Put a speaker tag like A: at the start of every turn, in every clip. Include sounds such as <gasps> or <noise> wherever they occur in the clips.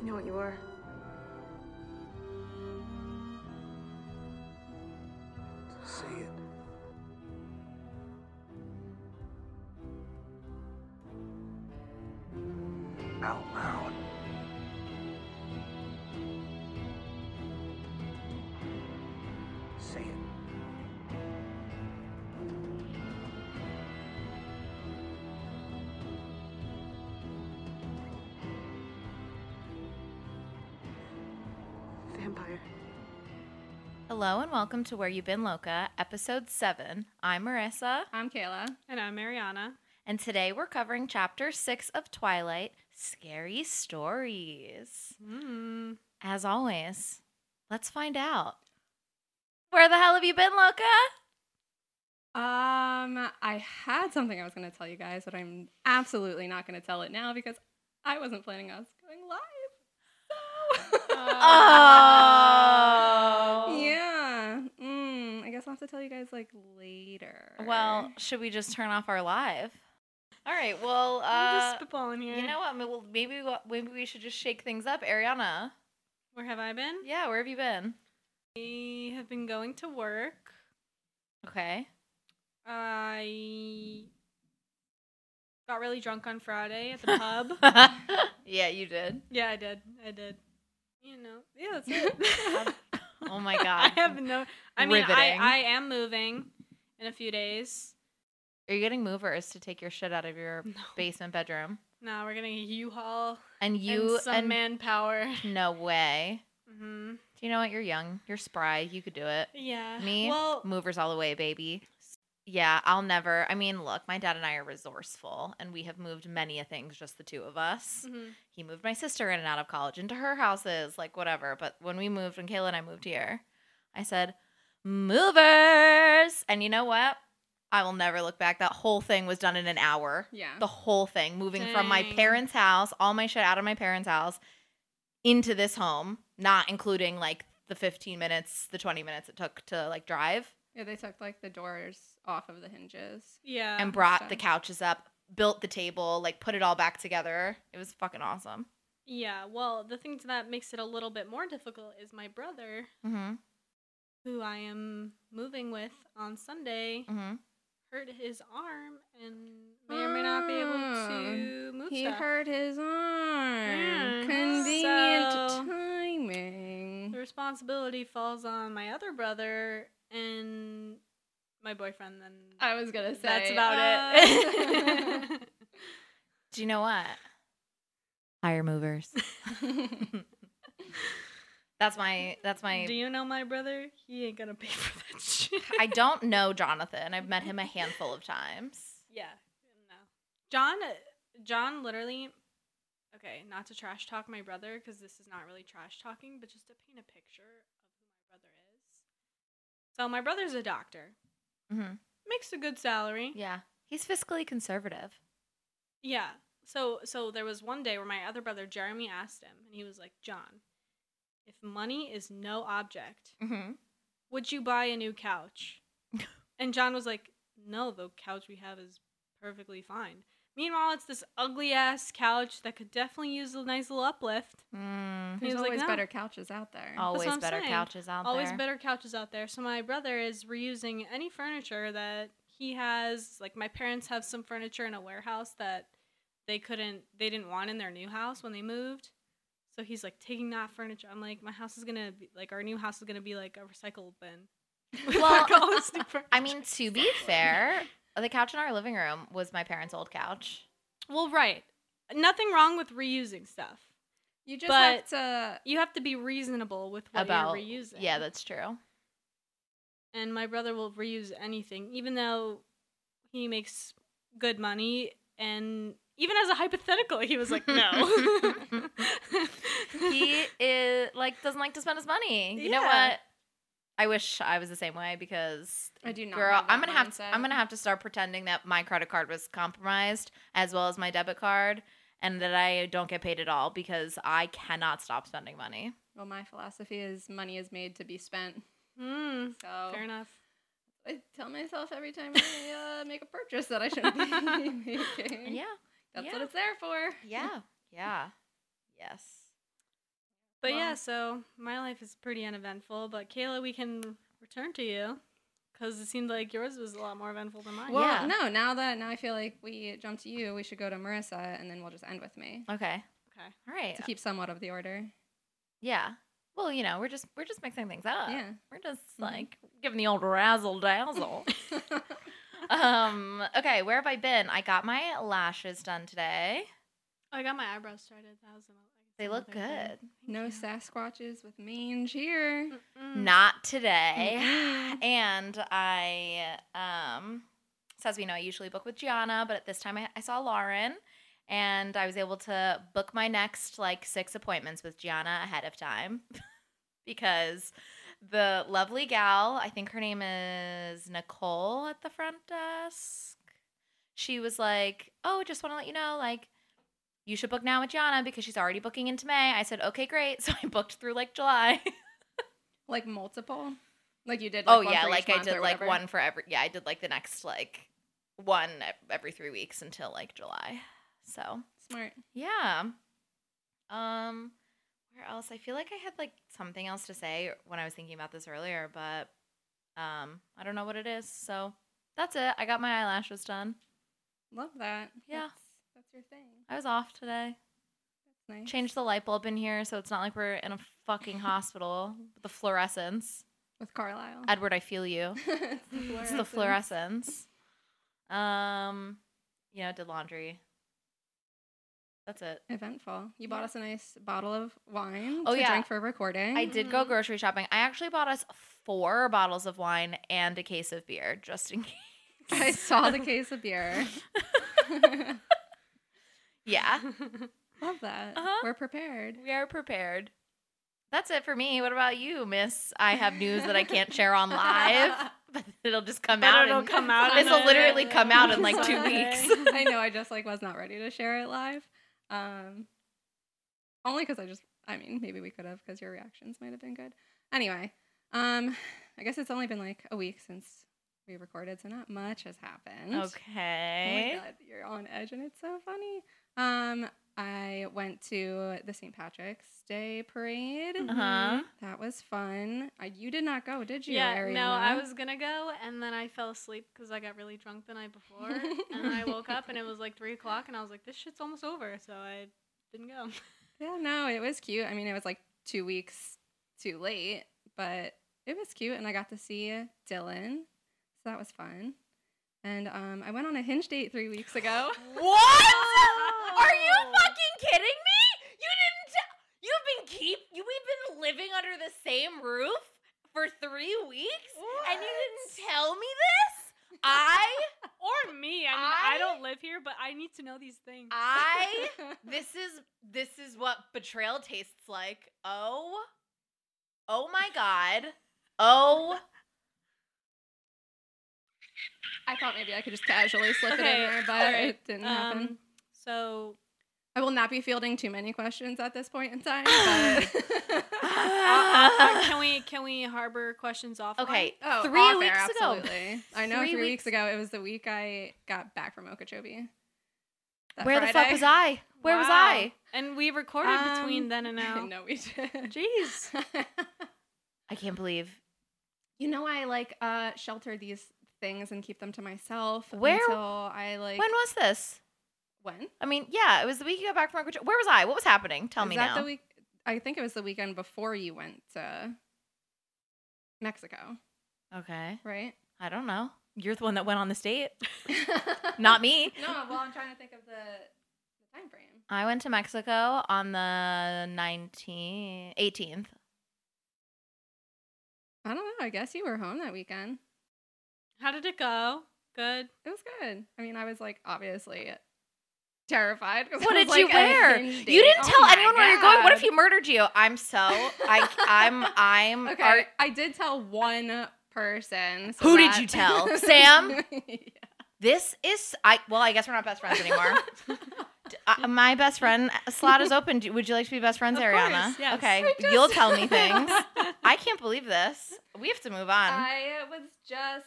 A: I know what you are.
B: Say it. Out loud. Say it.
A: Vampire.
C: Hello and welcome to Where You Been Loca, episode 7. I'm Marissa,
D: I'm Kayla. And I'm Mariana.
C: and today we're covering chapter 6 of Twilight Scary Stories. Hmm. As always, let's find out. Where the hell have you been, Loca?
D: Um, I had something I was going to tell you guys, but I'm absolutely not going to tell it now because I wasn't planning on us going
E: <laughs>
D: live. So.
C: Oh. <laughs>
D: yeah. Mm, I guess I'll have to tell you guys like later.
C: Well, should we just turn off our live? All right, well, uh,
E: I'm just spitballing here.
C: you know what? Maybe we'll- Maybe, we'll- maybe we should just shake things up. Ariana,
E: where have I been?
C: yeah, where have you been?
E: I have been going to work.
C: Okay.
E: I got really drunk on Friday at
C: <laughs>
E: the pub.
C: yeah, you did.
E: <laughs> yeah, I did. I did. You know, yeah, that's
C: <laughs>
E: it.
C: Oh my god.
E: <laughs> I have no. I mean, I,
C: Riveting.
E: I am moving in a few days.
C: Are you getting movers to take your shit out of
E: <laughs>
C: your
E: No.
C: basement bedroom?
E: No, we're getting a U-Haul
C: And you
E: and some manpower.
C: no way.
E: hmm
C: Do you know what? You're young. You're spry. You could do it.
E: Yeah.
C: Me,
E: Well,
C: movers all the way, baby. Yeah, I'll never. I mean, look, my dad and I are resourceful, and we have moved many a things, just the two of us.
E: mhm.
C: He moved my sister in and out of college into her houses, like whatever. But when we moved, when Kayla and I moved here, I said, movers. And you know what? I will never look back. That whole thing was done in an hour.
D: yeah.
C: the whole thing moving from my
E: Dang.
C: parents' house, all my shit out of my parents' house into this home, not including like the 15 minutes, the 20 minutes it took to like drive
D: yeah, they took like the doors off of the hinges.
E: yeah.
C: and brought the
D: Awesome.
C: couches up, built the table, like put it all back together. It was fucking awesome.
E: yeah. Well, the thing that makes it a little bit more difficult is my brother
C: Mhm.
E: who I am moving with on Sunday
C: Mhm.
E: hurt his arm and may or may not be able to
D: Oh,
E: move
D: He
E: stuff.
D: hurt his arm.
E: Yeah.
D: Convenient
E: So-
D: timing.
E: The responsibility falls on my other brother and my boyfriend. Then
D: I was gonna say
E: that's about <laughs>
D: uh, <laughs>
E: it.
C: Do you know what? Hire movers. <laughs> that's my that's my
E: Do you know my brother? He ain't gonna pay for that <laughs> shit.
C: <laughs> I don't know Jonathan. I've met him a handful of times.
E: Yeah. No. John John literally Okay, not to trash talk my brother cuz this is not really trash talking, but just to paint a picture of who my brother is. So my brother's a doctor.
C: Mhm.
E: Makes a good salary.
C: Yeah. He's fiscally conservative.
E: Yeah. So so there was one day where my other brother Jeremy asked him and he was like, "John, if money is no object,
C: Mm-hmm.
E: would you buy a
D: <laughs>
E: new couch?" and John was like, "No, the couch we have is perfectly fine." Meanwhile, it's this ugly ass couch that could definitely use a nice little uplift.
C: Mm.
E: He
D: There's
E: was like,
D: always
E: "No."
D: better couches out there.
C: Oh.
E: That's what
C: Always
E: I'm
C: better couches out
E: Always
C: there.
E: better couches out there. So my brother is reusing any furniture that he has. Like my parents have some furniture in a warehouse that they couldn't, they didn't want in their new house when they moved. So he's like taking that furniture. I'm like, my house is gonna be like our new house is gonna be like a recycle bin. <laughs> With,
C: Well,
E: like, all this new
C: I
E: furniture.
C: mean, to be
E: <laughs>
C: fair, the couch in our living room was my parents' old couch.
E: well, right. Nothing wrong with reusing stuff.
D: You just
E: But-
D: have to.
E: You have to be reasonable with what
C: about
E: you're reusing.
C: yeah, that's true.
E: and my brother will reuse anything, even though he makes good money. And even as a hypothetical, he was like, "No."
C: <laughs>
D: <laughs>
C: He is like doesn't like to spend his money. You know
E: Yeah.
C: what? I wish I was the same way because
D: I do not.
C: girl,
D: have
C: I'm
D: that
C: gonna have
D: mindset.
C: to, I'm gonna have to start pretending that my credit card was compromised as well as my debit card, and that I don't get paid at all because I cannot stop spending money.
D: Well, my philosophy is money is made to be spent.
E: <laughs> Hmm.
D: So
E: Fair enough.
D: I tell myself every time I
C: <laughs>
D: uh, make a purchase that I shouldn't be making.
C: Yeah,
D: That's
C: yeah.
D: what it's there for.
C: yeah, yeah, yes.
E: But yeah,
C: Well-
E: so my life is pretty uneventful. But Kayla, we can return to you because it seemed like yours was a lot more eventful than mine.
D: Well,
C: Yeah.
D: no, now that now I feel like we jumped to you, we should go to Marissa and then we'll just end with me
C: Okay,
E: Okay.
C: all right.
D: to keep somewhat of the
C: <laughs>
D: order.
C: Yeah. Well, you know, we're just we're just mixing things up.
D: Yeah. Mm-hmm.
C: We're just like giving the old razzle dazzle. um. Okay. Where have I been? I got my lashes done today.
E: Oh, I got my eyebrows started. That was another.
C: They look good.
D: No Sasquatches with mange here.
E: Hmm.
C: Not today. <laughs>
D: Mm-hmm.
C: and I um. So as we know, I usually book with Gianna, but at this time I, I saw Lauren, and I was able to book my next like six appointments with Gianna ahead of time, <laughs> because the lovely gal, I think her name is Nicole at the front desk. She was like, "Oh, just want to let you know, like, you should book now with Gianna because she's already booking into May." I said, "Okay, great." <laughs> So I booked through like July.
D: Like multiple. Like you did. Like,
C: oh
D: one
C: yeah,
D: for each
C: like I
D: month or
C: did like
D: whatever.
C: one for every. Yeah, I did like the next like one ev- every three weeks until like July. So
D: Smart.
C: yeah. Um, where else? I feel like I had like something else to say when I was thinking about this earlier, but um, I don't know what it is. So that's it. I got my eyelashes done.
D: Love that.
C: Yeah.
D: That's, that's your thing.
C: I was off today.
D: That's nice.
C: Changed the light bulb in here, so it's not like we're in a
D: <laughs>
C: fucking hospital. with The fluorescence,
D: with Carlisle.
C: Edward, I feel you.
D: <laughs> it's the
C: It's the fluorescence. Um, you know, did laundry. That's it.
D: Eventful. You bought us a nice bottle of wine
C: Oh,
D: to
C: yeah.
D: drink for recording.
C: I did go grocery shopping. I actually bought us four bottles of wine and a case of beer, just in <laughs> case.
D: <laughs> I
C: <laughs>
D: saw the case of beer.
E: <laughs>
C: Yeah,
D: Love that.
C: Uh-huh.
D: We're prepared.
C: we are prepared. That's it for me. What about you, Miss? I have news that I can't share on live, but it'll just come out.
E: it'll
C: and- <laughs>
E: come out
C: This will
E: on
C: literally
E: a-
C: come out in like two
E: Sunday.
C: weeks.
D: <laughs>
C: <laughs>
D: I know. I just like was not ready to share it live. Um, only because I just. I mean, maybe we could have because your reactions might have been good. Anyway, um, I guess it's only been like a week since we recorded, so not much has happened.
C: Okay.
D: Oh my god, you're on edge and it's so funny. Um, I went to the St. Patrick's Day parade.
E: Mm-hmm.
C: uh huh.
D: That was fun. Uh, you did not go, did you?
E: Yeah,
D: Ariana?
E: no, I was gonna go, and then I fell asleep because I got really drunk the night before, and
C: <laughs>
E: then I woke up and it was like three o'clock, and I was like, "This shit's almost over," so I didn't go. <laughs>
D: Yeah, no, it was cute. I mean, it was like two weeks too late, but it was cute, and I got to see Dylan, so that was fun. And um, I went on a hinge date three weeks
E: <gasps>
D: ago. <laughs>
C: What? Are you fucking kidding me? You didn't. T- you've been keep. You, we've been living under the same roof for three weeks, and you didn't tell me this. I,
E: Or me. I mean, I,
C: I-
E: don't live here, but I need to know these things.
C: I.
E: <laughs>
C: <laughs> This is this is what betrayal tastes like. Oh, oh my god.
D: <laughs>
C: Oh,
D: I thought maybe I could just casually slip it in there, but
E: alright,
D: it didn't happen.
E: um,
C: <laughs>
E: So
D: I will not be fielding too many questions at this point in time.
E: <laughs>
D: But
C: <laughs>
E: uh, can we can we harbor questions off?
C: okay.
D: oh,
C: Three
D: off air,
C: weeks ago.
D: absolutely. I know.
C: Three
D: Three, weeks.
C: weeks-
D: ago, it was the week I got back from Okeechobee. That
C: Where the fuck
D: Friday.
C: was I? Where was
E: Wow.
C: I?
E: And we recorded between
D: Um, <laughs>
E: then and now.
D: no, we did.
E: Jeez.
C: I can't believe.
D: <laughs> you know, I like uh, shelter these things and keep them to myself
C: Where-
D: until I like
C: when was this?
D: when.
C: I mean, yeah, it was the week you got back from Uncle Joe. Where was I? What was happening? Tell
D: Is
C: me
D: that
C: now.
D: The week, I think it was the weekend before you went to Mexico,
C: okay.
D: right? <laughs>
C: I don't know. You're the one that went on this date, not <laughs> me.
D: No, well, I'm trying to think of the, the time frame.
C: I went to Mexico on the 19th, 18th.
D: I don't know. I guess you were home that weekend.
E: How did it go?
C: <laughs>
E: Good.
D: It was good. I mean, I was like obviously terrified. 'cause I
C: <laughs> What
D: was,
C: did you
D: like, at a
C: wear?
D: hinge
C: You
D: date.
C: didn't
D: Oh
C: tell
D: my
C: anyone where you're going. What if
D: God.
C: he murdered you? I'm so I <laughs> I'm I'm
D: Okay,
C: are-
D: I did tell one person. so
C: Who did
D: that- <laughs>
C: you tell? Sam?
D: Yeah.
C: this is I well, I guess we're not best friends <laughs> anymore. D- uh, my best friend uh, slot is open. Do- Would you like to be best friends,
E: Of course,
C: Ariana?
E: yes.
C: Okay,
E: I
C: you'll tell me things. <laughs> I can't believe this. We have to move on.
D: I was just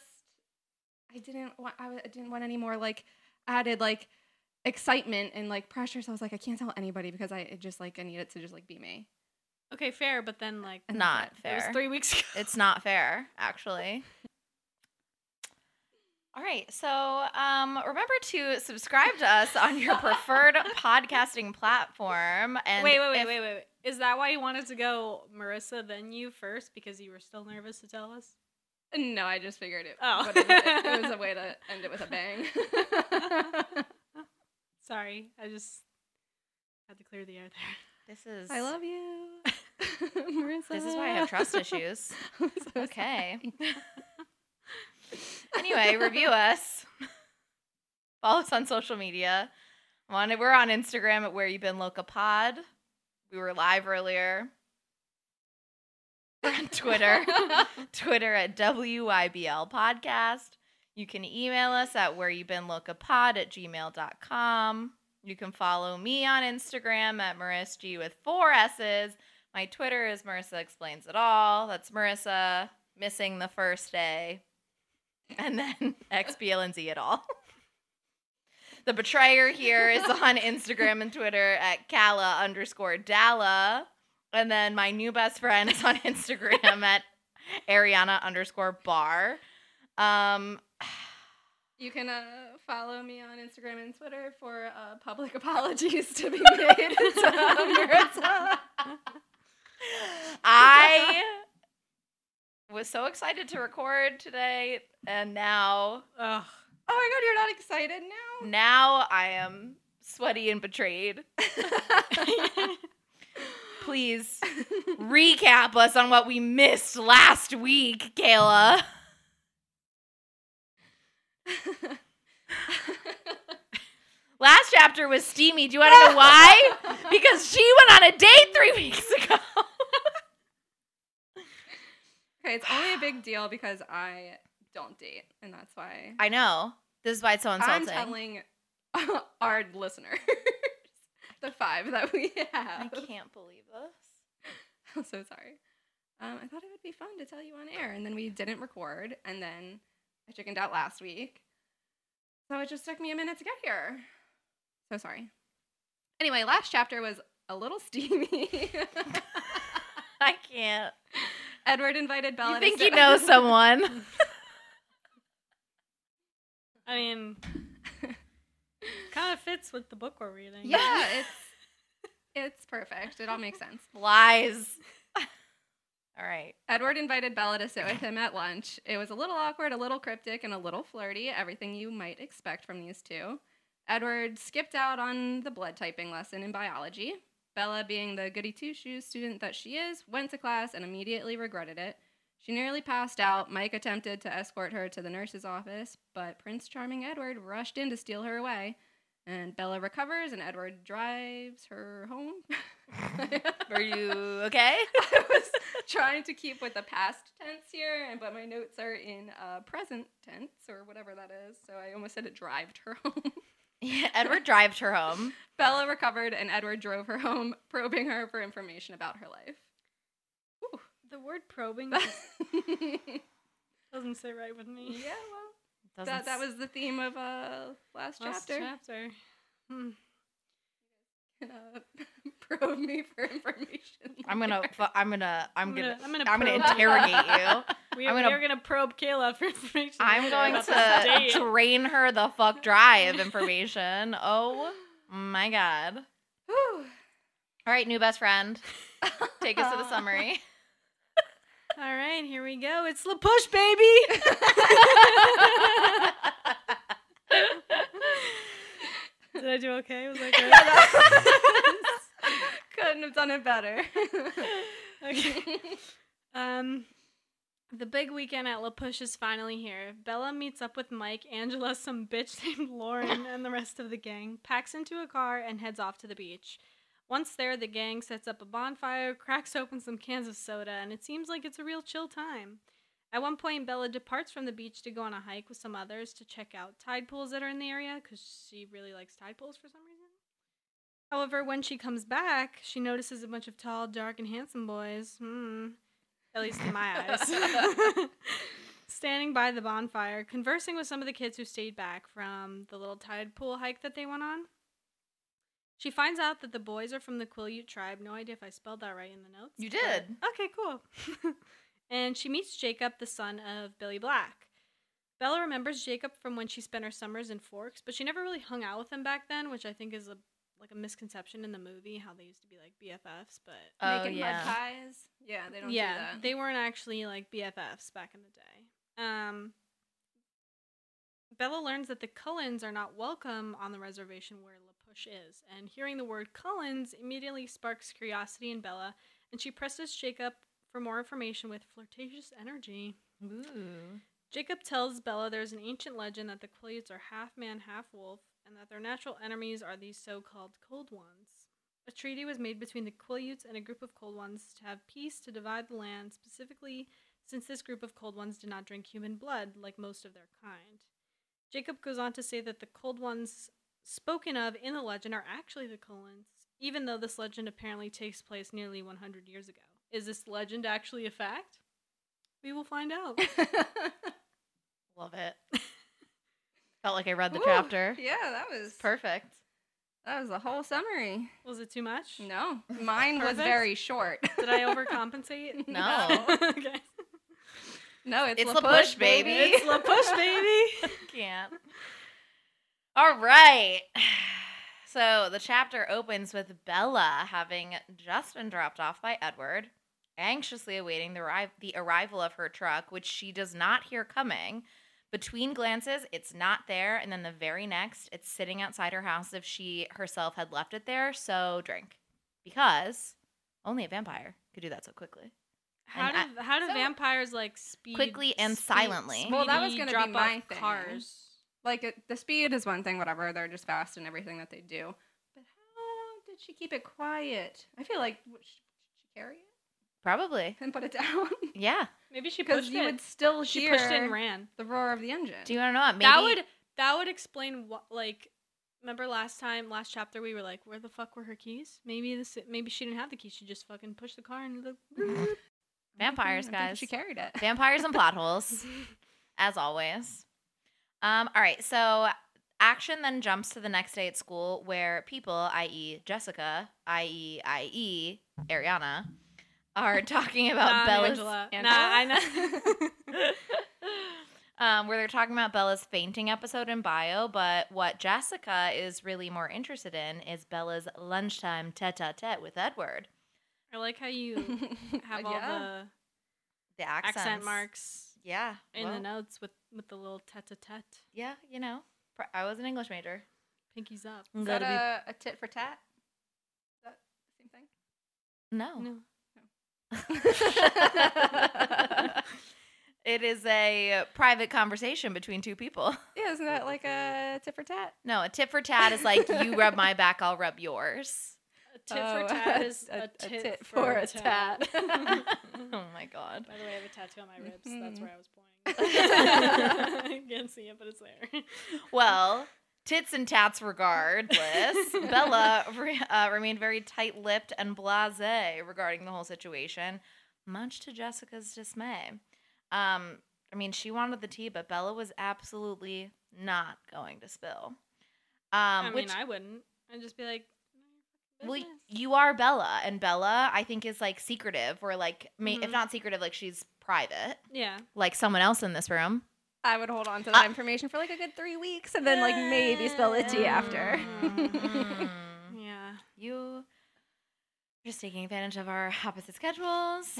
D: I didn't want I, wa- I didn't want any more like added like excitement and like pressure. So I was like, I can't tell anybody because I it just like I need it to just like be me.
E: <laughs> Okay, fair, but then like
D: And
C: not
D: that's
E: it was
C: fair.
E: three weeks ago.
C: It's not fair, actually. All right, so um, remember to subscribe to us on your
E: <laughs>
C: preferred podcasting platform. And
E: wait, wait, wait,
C: if-
E: wait, wait, wait. Is that why you wanted to go Marissa then you first because you were still nervous to tell us?
D: No, I just figured it.
E: Oh.
D: would-
C: <laughs>
D: it was a way to end it with a bang.
E: <laughs>
D: <laughs>
E: Sorry, I just had to clear the air there.
C: This is
D: I love you, <laughs> Marissa.
C: This is why I have trust issues.
D: I'm so
C: Okay.
D: sorry.
C: <laughs> Anyway, review us. <laughs> Follow us on social media. I'm on- We're on Instagram at Where You Been Loca Pod. We were live earlier. We're on Twitter. Twitter at WYBL Podcast. You can email us at where you been locapod at gmail.com. You can follow me on Instagram at MarisG with four S's. My Twitter is Marissa Explains It All. That's Marissa missing the first day. And then <laughs> XBL and Z at all. <laughs> The betrayer here is on Instagram and Twitter at Calla underscore Dalla. And then my new best friend is on <laughs> Instagram at Ariana underscore bar. Um,
D: You can uh, <laughs> follow me on Instagram and Twitter for uh, public <laughs> apologies to be made. <laughs> to Marissa.
C: I was so excited to record today, and now,
E: Ugh.
D: Oh my god, you're not excited now?
C: now I am sweaty and <laughs> betrayed. Please recap us on what we missed last week, Kayla. Last chapter was steamy. Do you want to know <laughs> why? Because she went on a date three weeks ago.
D: Okay, it's only a big deal because I don't date, and that's why
C: I know. This is why it's so
D: I'm
C: insulting.
D: telling <laughs> our listeners the five that we
C: I
D: have.
C: can't believe this.
D: <laughs> I'm so sorry. Um, I thought it would be fun to tell you on air, and then we didn't record, and then I chickened out last week. So it just took me a minute to get here. So sorry. Anyway, last chapter was a little <laughs> steamy. <laughs>
C: I can't.
D: Edward invited Bella.
C: you
D: to
C: think
D: sit-
C: you
D: <laughs>
C: know someone?
D: <laughs>
E: I mean, kind of fits with the book we're reading.
D: yeah,
C: <laughs>
D: it's it's perfect. It all makes sense.
C: Lies. <laughs> All right.
D: Edward invited Bella to sit with him at lunch. It was a little awkward, a little cryptic, and a little flirty, everything you might expect from these two. Edward skipped out on the blood typing lesson in biology. Bella, being the goody two shoes student that she is, went to class and immediately regretted it. She nearly passed out. Mike attempted to escort her to the nurse's office, but Prince Charming Edward rushed in to steal her away. And Bella recovers, and Edward drives her home. <laughs>
C: Are you okay?
D: I was trying to keep with the past tense here, and but my notes are in uh, present tense or whatever that is. So I almost said it drived her <laughs> home.
C: <laughs> Yeah, Edward drived her home.
D: Bella recovered, and Edward drove her home, probing her for information about her <laughs>
E: The word
C: <laughs>
E: probing just
D: life.
E: doesn't sit right with me.
D: yeah, well,
C: Doesn't
D: that, that
C: s-
D: was the theme of uh, last,
C: <laughs>
E: Last
D: chapter.
E: chapter. Hmm.
D: <laughs> and uh, <laughs> probe me for information.
C: I'm gonna, fu- I'm gonna, I'm
E: I'm
C: gonna,
E: gonna-
C: I'm
E: I'm
C: gonna,
E: gonna
C: I'm gonna
E: probe you.
C: interrogate <laughs> you.
E: We,
C: I'm
E: are
C: gonna-
E: we are gonna probe Kayla for information.
C: I'm
E: later
C: going
E: about this
C: to
E: date.
C: drain her the fuck dry of information. Oh my god!
D: Whew.
C: All right, new best friend, take us to
D: <laughs>
C: the summary.
E: All right, here we go. It's La
C: <laughs>
E: Push, baby. Did I do okay? Was I
D: <laughs>
C: <laughs>
D: Couldn't have done it <laughs> better.
E: good? okay. Um, the big weekend at La Push is finally here. Bella meets up with Mike, Angela, some bitch <laughs> named Lauren, and the rest of the gang. Packs into a car and heads off to the beach. Once there, the gang sets up a bonfire, cracks open some cans of soda, and it seems like it's a real chill time. At one point, Bella departs from the beach to go on a hike with some others to check out tide pools that are in the area because she really likes tide pools for some reason. However, when she comes back, she notices a bunch of tall, dark, and handsome boys. Hmm. At least in my eyes. <laughs> Standing by the bonfire, conversing with some of the kids who stayed back from the little tide pool hike that they went on. She finds out that the boys are from the Quileute tribe. No idea if I spelled that right in the notes.
C: You
E: but-
C: did.
E: Okay, cool. <laughs> and she meets Jacob, the son of Billy Black. Bella remembers Jacob from when she spent her summers in Forks, but she never really hung out with him back then, which I think is a like a misconception in the movie how they used to be like BFFs, but
C: Oh
D: Making mud
C: yeah.
D: pies. Yeah, they don't
E: yeah,
D: do that. <laughs>
E: they weren't actually like BFFs back in the day. Um, Bella learns that the Cullens are not welcome on the reservation where Lapush is, and hearing the word Cullens immediately sparks curiosity in Bella, and she presses Jacob for more information with flirtatious energy.
C: Ooh.
E: Jacob tells Bella there's an ancient legend that the Quileutes are half man, half wolf, and that their natural enemies are these so called Cold Ones. A treaty was made between the Quileutes and a group of Cold Ones to have peace to divide the land, specifically since this group of Cold Ones did not drink human blood like most of their kind. Jacob goes on to say that the Cold Ones spoken of in the legend are actually the Cullens, even though this legend apparently takes place nearly 100 years ago. Is this legend actually a fact? We will find out.
C: Love it. Felt like I read the
D: Whew.
C: chapter.
D: Yeah, that was
C: Perfect.
D: That was the whole summary.
E: Was it too much? <laughs>
D: No, mine was
E: Perfect.
D: very short. <laughs>
E: Did I overcompensate?
C: No.
E: <laughs> okay.
D: No, it's,
C: It's
D: La
C: La Push,
D: Push, baby.
C: baby.
E: It's La Push, baby.
C: Can't. All right. <sighs> So the chapter opens with Bella having just been dropped off by Edward, anxiously awaiting the, arri- the arrival of her truck, which she does not hear coming. Between glances, it's not there, and then the very next, it's sitting outside her house if she herself had left it there. So drink, because only a vampire could do that so quickly.
E: How
C: And
E: do how do
C: so-
E: vampires like speed
C: Quickly and silently.
D: Well, that was
E: speedy
D: gonna be
E: drop off
D: my thing.
E: Cars.
D: Like it, the speed is one thing, whatever. They're just fast in everything that they do. But how did she keep it quiet? I feel like w- she- did she carry it <laughs>
C: Probably,
D: and put it down <laughs>
C: yeah.
E: Maybe she
D: because
E: pushed
D: you
E: it.
D: would still
E: she
D: hear
E: pushed it and ran.
D: the roar of the engine.
C: Do you want to know what? Maybe
E: That would that would explain what like. Remember last time, last chapter, we were like, "Where the fuck were her keys? Maybe this. Maybe she didn't have the keys. She just fucking pushed the car
C: <laughs>
E: and the
C: vampires,
E: <laughs>
D: I think
C: guys.
D: She carried it.
C: vampires and plot holes as always um, all right so action then jumps to the next day at school where people i.e jessica i.e i.e ariana
E: <laughs>
C: are talking about
E: Nah,
C: bella's
E: Angela. Nah,
C: Angela?
E: I
D: <laughs>
C: <laughs>
E: know. <laughs>
C: um, where they're talking about Bella's fainting episode in bio, but what Jessica is really more interested in is Bella's lunchtime tete-a-tete with Edward.
E: I like
C: <laughs>
E: how you
D: <laughs>
E: have all the
C: The accents.
E: accent marks
C: Yeah.
E: in the
C: well,
E: notes with with the little tete-a-tete.
C: Yeah, you know, pr- I was an English major.
E: Pinkies up.
D: Is that a, a tit for tat? Is that the same thing?
C: No.
E: No.
C: <laughs> it is a private conversation between two people.
D: Yeah, isn't that like a tit for tat?
C: No, a tit for tat is like you rub my back, I'll rub yours.
E: A tit for tat is a, tit, for, a tat.
C: <laughs>
E: <laughs>
C: oh my god.
E: By the way, I have a tattoo on my ribs. so That's where I <laughs> was
C: Mhm.
E: pointing. I can't see it, but it's there.
C: Well, tits and tats <laughs> regardless, Bella re- uh, remained very tight lipped and blase regarding the whole situation, much to Jessica's dismay. Um, I mean, she wanted the tea, but Bella was absolutely not going to spill. Um,
E: I mean,
C: which
E: I wouldn't. I'd just be like,
C: Well,
E: business.
C: you are Bella, and Bella, I think, is like secretive, or like, ma- if not secretive, like she's private,
E: yeah.
C: like someone else in this room.
D: I would hold on to that information for like a good three weeks and then like maybe spill the tea after. <laughs>
C: Mm,
E: Yeah.
C: <laughs> you are just taking advantage of our opposite schedules,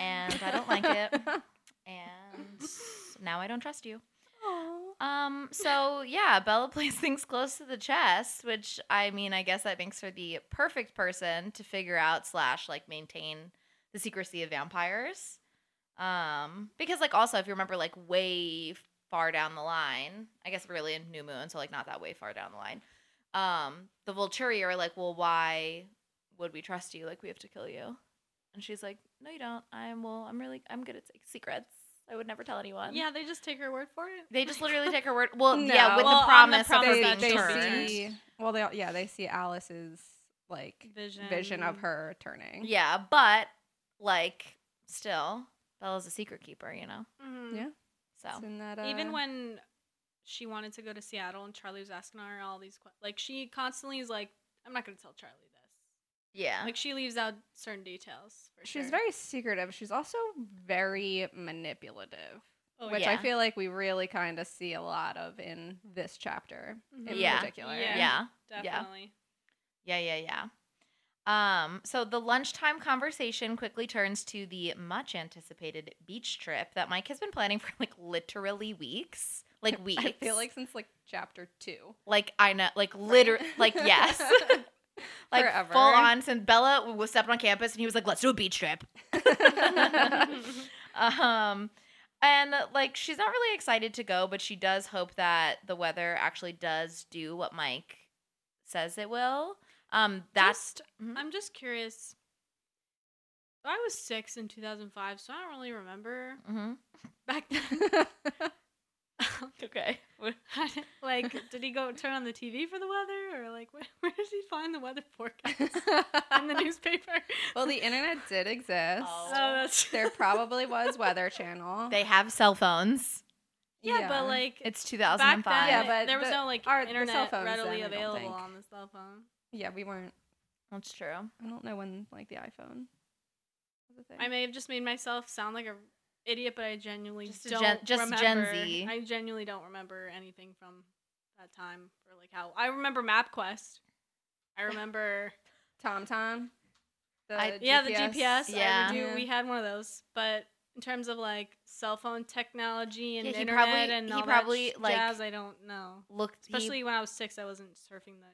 C: and I don't like <laughs> it. And now I don't trust you. Um. So yeah, Bella <laughs> plays things close to the chest, which I mean, I guess that makes her the perfect person to figure out slash like maintain the secrecy of vampires. Um, because like also if you remember like way far down the line, I guess really in New Moon, so like not that way far down the line. Um, the Volturi are like, well, why would we trust you? Like we have to kill you. And she's like, no, you don't. I'm well. I'm really. I'm good at se- secrets. I would never tell anyone.
E: Yeah, they just take her word for it.
C: They just literally
E: <laughs>
C: take her word. Well,
D: <laughs> No.
C: yeah, with
E: Well, on
C: the
E: the
C: promise of her
E: promise
D: they,
C: being
E: that
D: they
E: she
C: turned.
D: see well they all- yeah they see Alice's like vision, of her turning.
C: Yeah, but like still, Bella's a secret keeper, you know.
E: Mhm.
D: Yeah.
C: So
D: It's in that, uh,
E: Even when she wanted to go to Seattle and Charlie was asking her all these questions, like she constantly is like, "I'm not gonna tell Charlie this."
C: yeah,
E: Like she leaves out certain details. For
D: she's
E: sure.
D: very secretive, she's also very manipulative.
E: Oh,
D: which I
C: yeah.
D: feel like we really kind of see a lot of in this chapter in
C: Yeah.
D: particular.
E: Mm-hmm. Yeah.
C: yeah, yeah.
E: definitely.
C: yeah, yeah, yeah. Um, so the lunchtime conversation quickly turns to the much anticipated beach trip that Mike has been planning for like literally weeks, like weeks.
D: <laughs> <laughs> I feel like since like chapter two.
C: like I know, like literally, like
D: <laughs>
C: yes, like
D: Forever.
C: full on. Since Bella was stepped on campus and he was like, "Let's do a beach
D: <laughs>
C: trip," <laughs>
E: <laughs>
C: um, and like she's not really excited to go, but she does hope that the weather actually does do what Mike says it will. Um, that's
E: Just-
C: mhm.
E: I'm just curious. I was six in 2005, so I don't really remember <laughs>
C: Mhm.
E: back then. <laughs> okay. like, did he go turn on the TV for the weather, or like, <laughs> where, where does he find the weather forecast in the newspaper?
D: well,
E: <laughs>
D: the internet did exist.
E: Oh,
C: Oh.
E: that's
D: There
E: <laughs>
D: probably was Weather Channel.
C: they have cell phones.
E: yeah, but like
C: It's
E: back
C: 2005.
E: then,
D: Yeah, but
E: there was
D: the-
E: no like
D: our- the cell
E: internet
D: phones then,
E: readily
D: I don't
E: available
D: think.
E: on the cell phone.
D: yeah, we weren't.
C: that's true.
D: I don't know when like the iPhone was a thing.
E: I may have just made myself sound like a idiot, but I genuinely
C: Just a
E: don't
C: Gen- just
E: remember.
C: Gen Z.
E: I genuinely don't remember anything from that time or like how I remember MapQuest.
C: <laughs>
E: I remember
D: Tom Tom. The
C: I-
E: yeah the GPS.
C: Yeah.
E: I do,
D: Yeah.
E: we had one of those, but. In terms of like cell phone technology and
C: Yeah, he
E: internet
C: probably-
E: and
C: he
E: all
C: probably,
E: that sh-
C: like-
E: jazz, I don't know.
C: Look, he-
E: Especially when I was six, I wasn't surfing the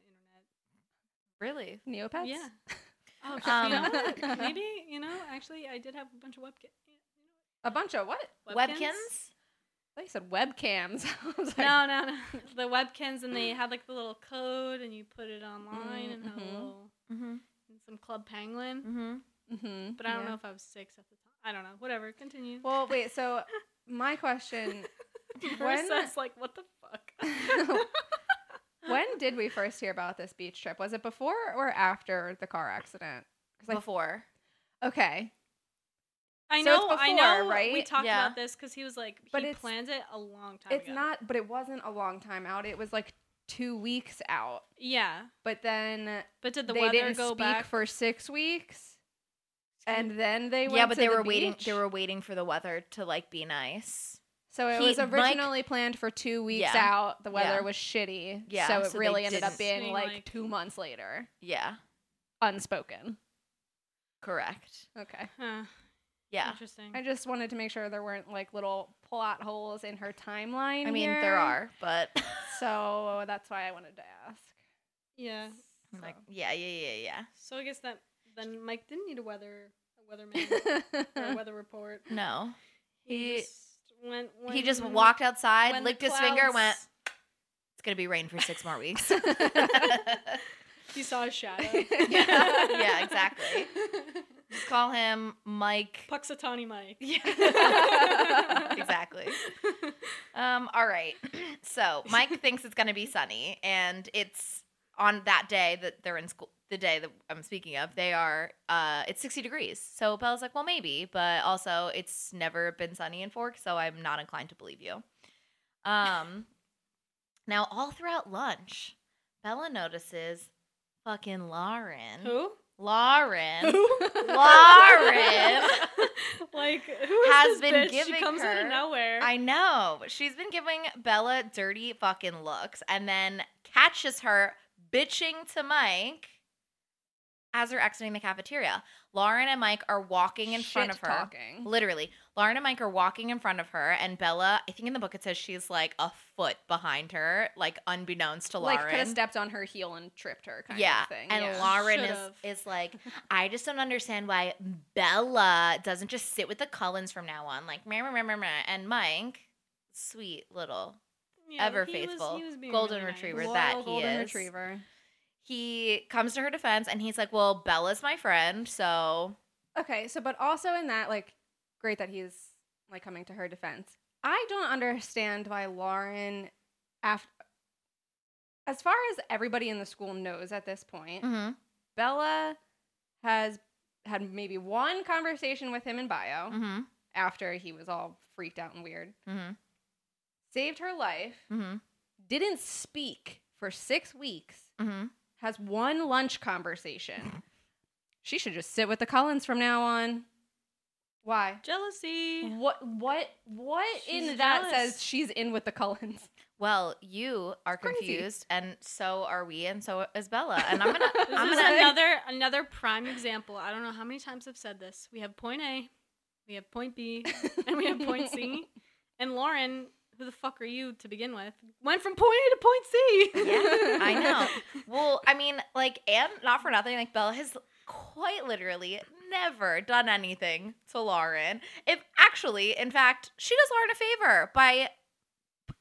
E: internet.
C: really.
D: Neopets.
E: Yeah. Oh,
C: Um,
E: you know
C: <laughs>
E: what? <laughs> maybe you know. Actually, I did have a bunch of webcam.
D: A bunch of what?
C: Webkins?
D: They said webcams. <laughs> I was like,
E: No, no, no. <laughs> The webkins, and they had like the little code, and you put it online, and had a
D: Mhm.
E: little
C: Mm-hmm.
E: and some Club Penguin.
C: Mm-hmm.
D: mhm,
E: But I don't
D: Mm, yeah.
E: know if I was six at the time. I don't know. Whatever. Continue. <laughs>
D: Well, wait. So my question: when-
E: Marissa's like, what the
D: <laughs>
E: fuck?
D: When did we first hear about this beach trip? Was it before or after the car accident? 'Cause, like,
C: Before.
D: okay,
E: <laughs> I
D: So
E: know.
D: it's
E: I
D: before,
E: know.
D: right?
E: We talked
C: Yeah.
E: about this because he was like,
D: But
E: he
D: it's-
E: planned it a long time.
D: it's
E: ago.
D: not, but it wasn't a long time out. It was like two weeks out.
E: Yeah.
D: But then
E: But did the
D: they
E: weather
D: didn't
E: go
D: speak
E: back?
D: for six weeks, and then they went
C: yeah, but
D: to
C: they
D: the
C: were waiting.
D: beach.
C: They were waiting for the weather to like be nice.
D: So it
C: he-
D: was
C: Mike-
D: originally planned for two
C: Yeah.
D: weeks out. The weather
C: Yeah.
D: was shitty,
C: Yeah,
D: so it
C: so they
D: really ended up
C: didn't-
D: being
E: Being
D: like,
E: like-
D: two months later,
C: Yeah,
D: unspoken.
C: correct.
D: Okay,
E: Huh.
C: Yeah,
E: Interesting.
D: I just wanted to make sure there weren't like little plot holes in her timeline.
C: I mean
D: here.
C: there are,
D: <laughs>
C: but
D: So that's why I wanted to
C: <laughs>
D: ask.
E: yeah.
C: like yeah, yeah, yeah, yeah.
E: So I guess that then Mike didn't need a weather a weatherman
D: <laughs>
E: or a weather report.
C: No, He-
E: just went.
C: he just
E: when-
C: walked outside,
E: when the
C: licked his finger, went.
E: clouds-
C: It's gonna be rain for six more
E: <laughs>
C: weeks. <laughs>
E: He saw a shadow. <laughs>
C: yeah, yeah, exactly. Just call him Mike.
E: Puxatawny Mike. <laughs>
C: Yeah. exactly. Um, all right. <clears throat>
E: <laughs>
C: So Mike thinks it's gonna be sunny, and it's on that day that they're in school. The day that I'm speaking of, they are. Uh, it's 60 degrees. So Bella's like, well, maybe, but also it's never been sunny in Fork, so I'm not inclined to believe you.
E: <laughs>
C: Um, now all throughout lunch, Bella notices Fucking Lauren.
E: Who?
C: Lauren
E: <laughs> Who? <laughs>
C: Lauren.
E: like who is
C: Has
E: this
C: been
E: bitch?
C: giving
E: She comes out
C: her-
E: of nowhere.
C: I know. but She's been giving Bella dirty fucking looks and then catches her bitching to Mike as they're exiting the cafeteria. Lauren and Mike are walking in front of her.
D: Talking.
C: Literally, Lauren and Mike are walking in front of her, and Bella, I think in the book it says she's like a foot behind her, like unbeknownst to
D: Like could
C: Lauren.
D: have stepped on her heel and tripped her kind
C: yeah.
D: of thing.
C: And
D: yeah.
C: Lauren
E: Should've.
C: is, is like, I just don't understand why Bella doesn't just sit with the Cullens from now on. Like, meh, meh, meh, meh, meh. and Mike, sweet little
E: Yeah,
C: ever
E: he was- he
C: faithful
E: was being
C: golden
E: really nice.
C: retriever
D: Loyal
C: that he
D: golden
C: is.
D: retriever.
C: He comes to her defense and he's like, Well, Bella's my friend, so
D: Okay, so but also in that, like, great that he's like coming to her defense. I don't understand why Lauren, after, as far as everybody in the school knows at this point,
C: mhm,
D: Bella has had maybe one conversation with him in bio
C: mhm,
D: after he was all freaked out and weird.
C: mhm,
D: Saved her life,
C: mhm,
D: didn't speak for six weeks,
C: mhm.
D: has one lunch conversation. She should just sit with the Collins from now on. Why?
E: Jealousy.
D: What what what
E: She's
D: in that
E: jealous.
D: says she's in with the Cullens?
C: Well, you are
D: crazy.
C: confused, and so are we, and so is Bella. And
D: <laughs>
C: I'm gonna,
E: This
C: I'm
E: is
C: gonna,
E: another another prime example. I don't know how many times I've said this. We have point A, we have
C: <laughs>
E: point B, and we have point C. And Lauren, who the fuck are you to begin with? Went from point A to point C.
C: yeah,
D: <laughs>
C: I know. Well, I mean, like, and not for nothing, like Bella has quite literally never done anything to Lauren. If actually, in fact, she does Lauren a favor by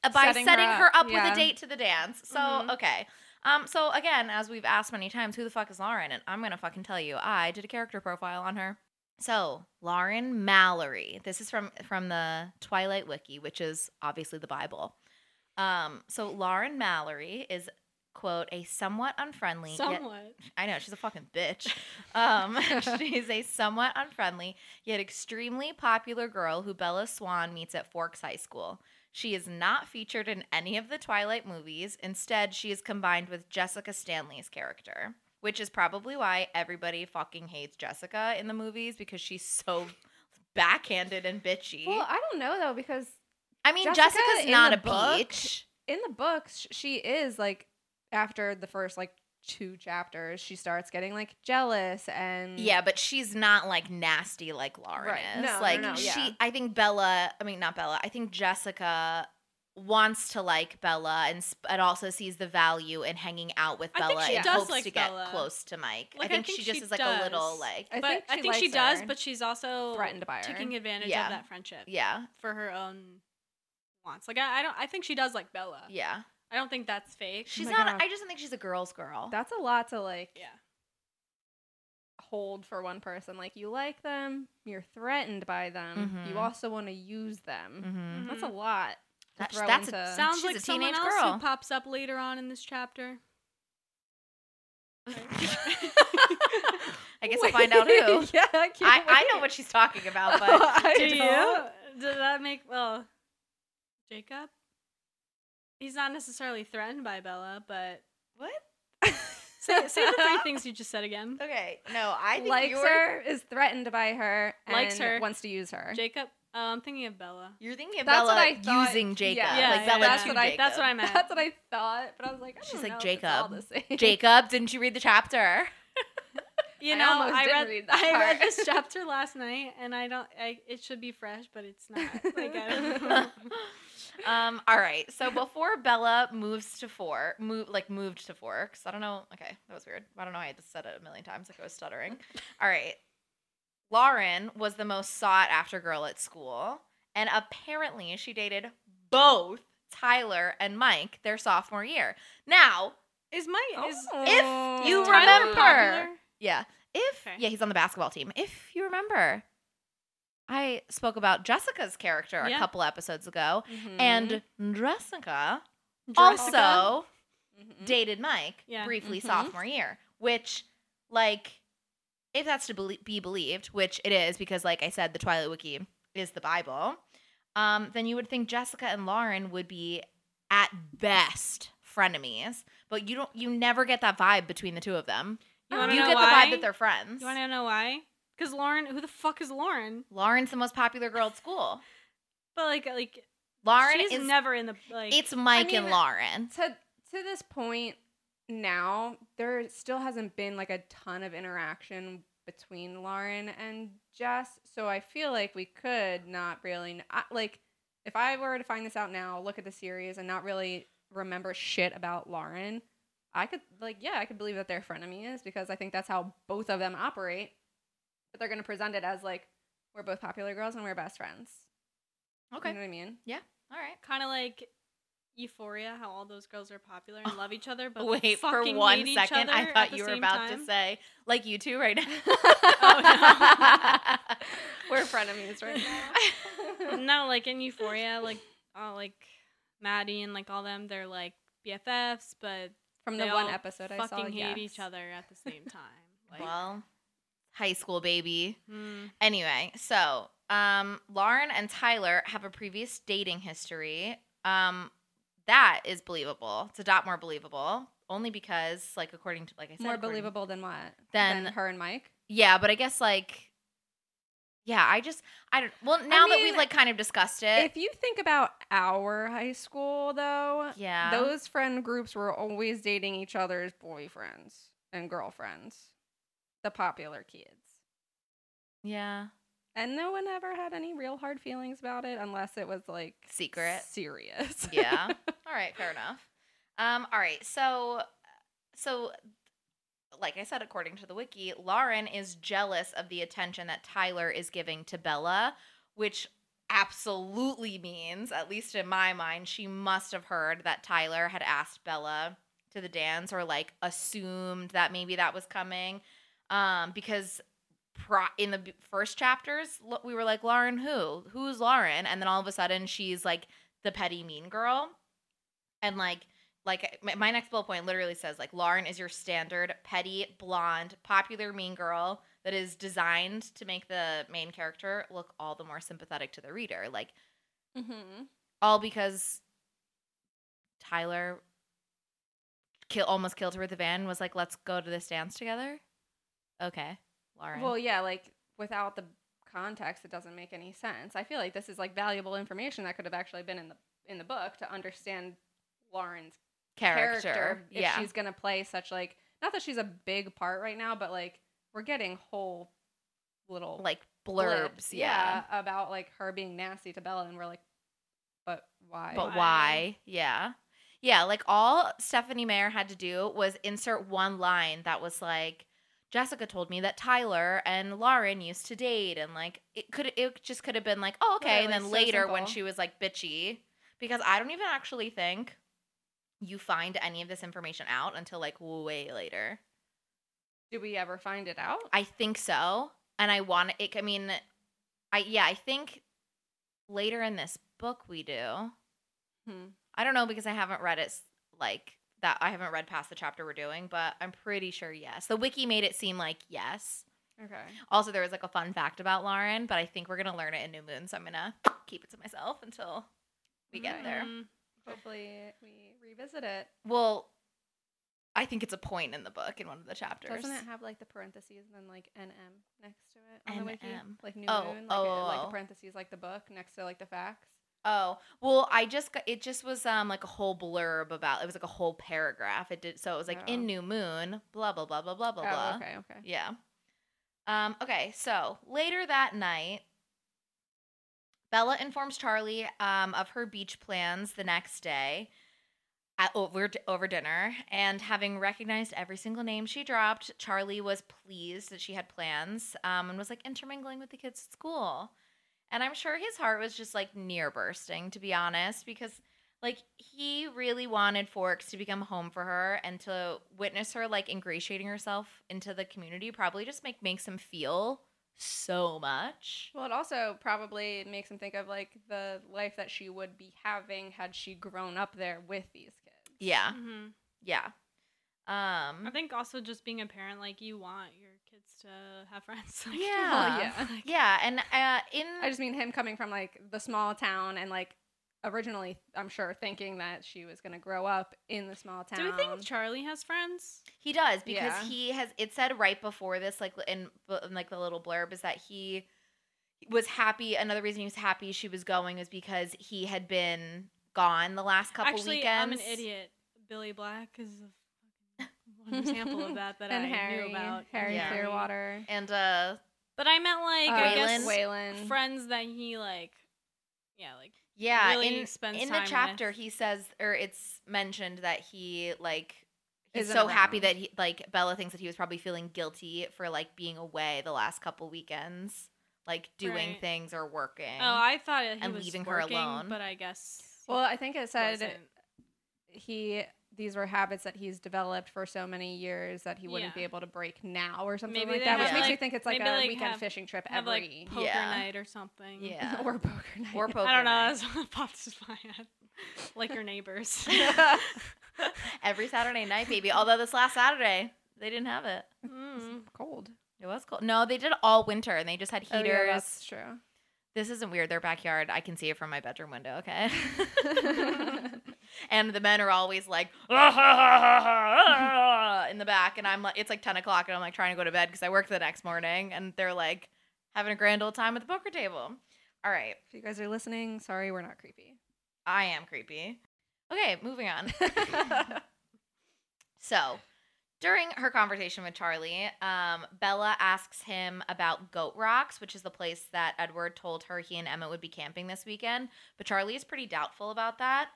C: uh, by setting,
D: Setting her
C: her up,
D: up,
C: with
D: yeah. Mm-hmm.
C: a date to the dance. So
E: Mhm.
C: okay. Um, so again, as we've asked many times, who the fuck is Lauren? And I'm gonna fucking tell you, I did a character profile on her. So Lauren Mallory. This is from from the Twilight Wiki, which is obviously the Bible. Um, so Lauren Mallory is quote a somewhat unfriendly. yet-
E: Somewhat.
C: I know she's a fucking bitch. <laughs> Um, she's a somewhat unfriendly yet extremely popular girl who Bella Swan meets at Forks High School. She is not featured in any of the Twilight movies. Instead, she is combined with Jessica Stanley's character, which is probably why everybody fucking hates Jessica in the movies because she's so backhanded and bitchy.
D: Well, I don't know though because
C: I mean,
D: Jessica
C: Jessica's
D: in
C: not
D: the
C: a
D: book-
C: bitch.
D: in the books sh- she is like after the first like two chapters she starts getting like jealous and
C: Yeah, but she's not like nasty like Lauren
D: Mm. Right.
C: is.
D: No, no,
C: like
D: no,
C: she,
D: yeah.
C: I think Bella. I mean, not Bella. I think Jessica wants to like Bella and sp- and also sees the value in hanging out with
E: I think
C: Bella
E: she
C: and
E: does
C: hopes
E: like
C: to get
E: Bella.
C: close to Mike.
E: Like,
C: I, think she just is like a little
E: does.
C: like
D: I
E: but
D: think
E: I
D: she
E: think she
D: likes
E: does,
D: her.
E: but she's also
D: Threatened by her.
E: taking advantage
C: Yeah.
E: of that friendship
C: yeah,
E: for her own wants. Like I, I don't I think she does like Bella.
C: yeah.
E: I don't think that's fake.
C: She's
D: my
C: not.
D: God.
C: I just don't think she's a girl's girl.
D: that's a lot to like
E: yeah.
D: hold for one person like you like them you're threatened by them you
C: Mhm.
D: also want to use them
C: <laughs> Mhm.
D: that's a lot to
C: That's-
D: throw
C: that's a-
D: <laughs> into-
C: sound-
E: Sounds
C: Mm-hmm. She's
E: like
C: a
E: someone
C: teenage
E: else
C: girl.
E: who pops up later on in this chapter.
C: I guess I'll find out who.
D: <laughs> yeah I, can't
C: I, I know
D: wait.
C: what she's talking about, <laughs>
E: <laughs>
C: but
D: Oh, <laughs> I
E: Do you?
D: don't.
E: Does that make well Jacob? He's not necessarily threatened by Bella, but
C: what?
E: say, say the
C: <laughs>
E: three things you just said
D: <laughs>
E: again.
C: Okay, no, I think
D: likes
C: you're,
D: her is threatened by her
E: Likes
D: and
E: her.
D: wants to use her
E: Jacob, uh, I'm thinking of Bella.
C: You're thinking of
D: That's
C: Bella
D: what I thought.
C: using Jacob,
D: Yeah,
C: like
E: yeah,
C: Bella
E: that's
C: to
E: what I-
C: Jacob.
E: that's what I meant.
D: <laughs> That's what I thought, but I was like, I
C: She's
D: don't
C: like,
D: know if it's all
C: "Jacob,
D: the same." <laughs>
C: Jacob, didn't you read the chapter? <laughs>
E: You
D: I
E: know, I,
D: almost did
E: read, <laughs>
D: read that
E: I
D: part.
E: read this chapter last night, and I don't. I, it should be fresh, but it's
C: <laughs>
E: not. Like, I don't know.
C: um, all right. So before Bella moves to four, move like moved to forks. I don't know. Okay, that was weird. I don't know. I had to said it a million times. Like I was
D: <laughs>
C: stuttering. All right. Lauren was the most sought after girl at school, and apparently she dated both Tyler and Mike their sophomore year. Now,
E: is my
C: Oh.
E: is
C: if you
E: Tyler
C: remember,
E: popular?
C: yeah. If
E: Okay.
C: yeah, he's on the basketball team. If you remember, I spoke about Jessica's character
E: Yeah. Mm-hmm.
C: a couple episodes ago,
D: Mhm.
C: and Jessica,
E: Jessica?
C: also
D: Mhm.
C: dated Mike
E: Mm-hmm. Yeah. Mm-hmm.
C: briefly
D: Mhm.
C: sophomore year, which like if that's to belie- be believed, which it is because like I said the Twilight Wiki is the Bible, um then you would think Jessica and Lauren would be at best frenemies, but you don't you never get that vibe between the two of them.
E: You wanna know
C: get
E: why?
C: the vibe that they're friends.
E: You want to know why? Because Lauren, who the fuck is Lauren?
C: Lauren's the most popular girl at school.
E: But like, like
C: Lauren
E: she's
C: is
E: never in the like.
C: it's Mike
D: I mean-
C: and Lauren.
D: to to this point now there still hasn't been like a ton of interaction between Lauren and Jess so I feel like we could not really kn- I, like if I were to find this out now look at the series and not really remember shit about Lauren I could like yeah I could believe that they're frenemies because I think that's how both of them operate but they're going to present it as like we're both popular girls and we're best friends you
C: Okay.
D: know what I mean
C: Yeah. All right.
E: kind of like Euphoria, how all those girls are popular and love each other, but
C: Wait for
E: fucking
C: one
E: hate each
C: second.
E: other
C: I
E: at
C: thought
E: the
C: you were
E: same
C: about to
E: time. <laughs>
C: say like you two right now.
D: Oh,
E: <laughs>
D: we're frenemies right
C: <laughs>
D: now
E: no, like in Euphoria, like oh, like Maddie and like all them, they're like BFFs, but
D: From
E: they
D: the one
E: all
D: episode I
E: fucking
D: saw,
E: hate
D: yes.
E: each other at the
D: <laughs>
E: same time. Like,
C: well, high school baby.
E: hmm.
C: Anyway, so um, Lauren and Tyler have a previous dating history. Um, that is believable. It's a dot more believable, only because, like, according to, like I said,
D: More
C: according-
D: believable than what?
C: Than-
D: her and Mike.
C: Yeah, but I guess like, yeah, I just I don't. Well, now that we've
D: mean,
C: like kind of discussed it,
D: If you think about our high school, though,
C: yeah,
D: those friend groups were always dating each other's boyfriends and girlfriends, the popular kids,
C: yeah,
D: and no one ever had any real hard feelings about it unless it was like
C: Secret.
D: serious.
C: <laughs> yeah. All right, fair enough. Um, all right, so so like I said, according to the wiki, Lauren is jealous of the attention that Tyler is giving to Bella, which absolutely means, at least in my mind, she must have heard that Tyler had asked Bella to the dance or like assumed that maybe that was coming. Um, because pro- in the b- first chapters, lo- we were like, Lauren, who? Who's Lauren? And then all of a sudden, she's like the petty mean girl. And like, like uh, my, my next bullet point literally says like Lauren is your standard petty blonde popular mean girl that is designed to make the main character look all the more sympathetic to the reader like
D: hmm
C: all because Tyler kill almost killed her with the van and was like let's go to this dance together okay Lauren
D: Well, yeah, like without the context, it doesn't make any sense. I feel like this is like valuable information that could have actually been in the in the book to understand Lauren's
C: character,
D: if
C: yeah
D: she's gonna play such like not that she's a big part right now, but like we're getting whole little
C: like blurbs
D: blips,
C: yeah.
D: about like her being nasty to Bella, and we're like, but why?
C: But
E: Why?
C: why? Yeah. Yeah, like all Stephanie Mayer had to do was insert one line that was like Jessica told me that Tyler and Lauren used to date and like it could it just could have been like, "Oh, okay." and
D: Literally,
C: then
D: so
C: later when
D: simple.
C: she was like bitchy because I don't even actually think you find any of this information out until like way later.
D: do we ever find it out?
C: I think so. And I want it. I mean, I yeah, I think later in this book we do.
D: Hmm.
C: I don't know because I haven't read it s- like that. I haven't read past the chapter we're doing, but I'm pretty sure yes. The wiki made it seem like yes.
D: okay.
C: Also, there was like a fun fact about Lauren, but I think we're gonna learn it in New Moon, so I'm gonna keep it to myself until we get
D: Right.
C: there.
E: Mm.
D: Hopefully, we revisit it.
C: Well, I think it's a point in the book in one of the chapters.
D: Doesn't it have like the parentheses and then like NM next to it on the wiki?
C: NM.
D: Like new
C: Oh,
D: moon, like,
C: oh,
D: it- like
C: oh.
D: the parentheses, like the book next to like the facts.
C: Oh well, I just got, it just was um like a whole blurb about it was like a whole paragraph. It did so it was like
D: Oh.
C: in New Moon, blah blah blah blah blah blah blah.
D: Oh, okay, okay.
C: Yeah. Um. Okay. So later that night, Bella informs Charlie um of her beach plans the next day. At, over over dinner, and having recognized every single name she dropped, Charlie was pleased that she had plans, um, and was like intermingling with the kids at school. And I'm sure his heart was just like near bursting, to be honest, because like he really wanted Forks to become home for her and to witness her like ingratiating herself into the community probably just make makes him feel so much.
D: Well, it also probably makes him think of like the life that she would be having had she grown up there with these kids.
C: Yeah.
E: Mhm.
C: Yeah.
E: I
D: Mm-hmm.
C: Um
E: think also just being a parent, like you want your kids to have friends. <laughs> Like,
C: yeah.
D: yeah.
E: <laughs>
C: Yeah, and uh in
D: I just mean him coming from like the small town and like originally, I'm sure, thinking that she was going to grow up in the small town.
E: Do we think Charlie has friends?
C: He does because
D: Yeah.
C: he has. It said right before this, like in, in like the little blurb, is that he was happy. Another reason he was happy she was going is because he had been gone the last couple
E: Actually,
C: weekends.
E: I'm an idiot. Billy Black is
D: <laughs>
E: a fucking one example of that that
D: and
E: I
D: Harry,
E: knew about.
D: Harry
C: Yeah.
D: Clearwater,
C: And uh,
E: But I meant like
D: uh,
E: I guess
D: Waylon.
E: friends that he like. Yeah, like
C: yeah,
E: Really
C: in,
E: spends
C: in
E: time
C: the
E: with.
C: chapter he says, or it's mentioned that he like. He's
D: Isn't
C: so happy
D: around.
C: that he like Bella thinks that he was probably feeling guilty for like being away the last couple weekends, like doing
E: Right.
C: things or working.
E: oh, I <laughs> thought it, he
C: And
E: was
C: leaving her
E: working,
C: alone.
E: But I guess he
D: Well, I think it said
E: wasn't.
D: he these were habits that he's developed for so many years that he wouldn't
E: Yeah.
D: be able to break now or something
E: Maybe
D: like
E: they
D: that, which
C: have,
D: makes you
E: like-
D: think it's like a
E: maybe, like,
D: weekend
E: have-
D: fishing trip
E: have
D: every
E: like poker
C: Yeah.
E: night or something.
C: yeah,
E: <laughs>
D: or poker night.
C: or poker
E: I don't know.
C: night.
E: That's what <laughs> popped into my head. Like
C: <laughs>
E: your neighbors. <laughs>
C: Every Saturday night, baby. Although this last Saturday, they didn't have it.
E: Mm.
D: cold Oh,
C: It was cold. No, they did all winter and they just
E: Oh,
C: had heaters.
D: that's true.
C: this isn't weird. Their backyard, I can see it from my bedroom window, okay? and the men are always like, <laughs> in the back. And I'm like, it's like 10 o'clock and I'm like trying to go to bed because I work the next morning. And they're like having a grand old time at the poker table. All right.
D: If you guys are listening, sorry we're not creepy.
C: I am creepy. Okay, moving on. <laughs> so, during her conversation with Charlie, um, Bella asks him about Goat Rocks, which is the place that Edward told her he and Emma would be camping this weekend. But Charlie is pretty doubtful about that.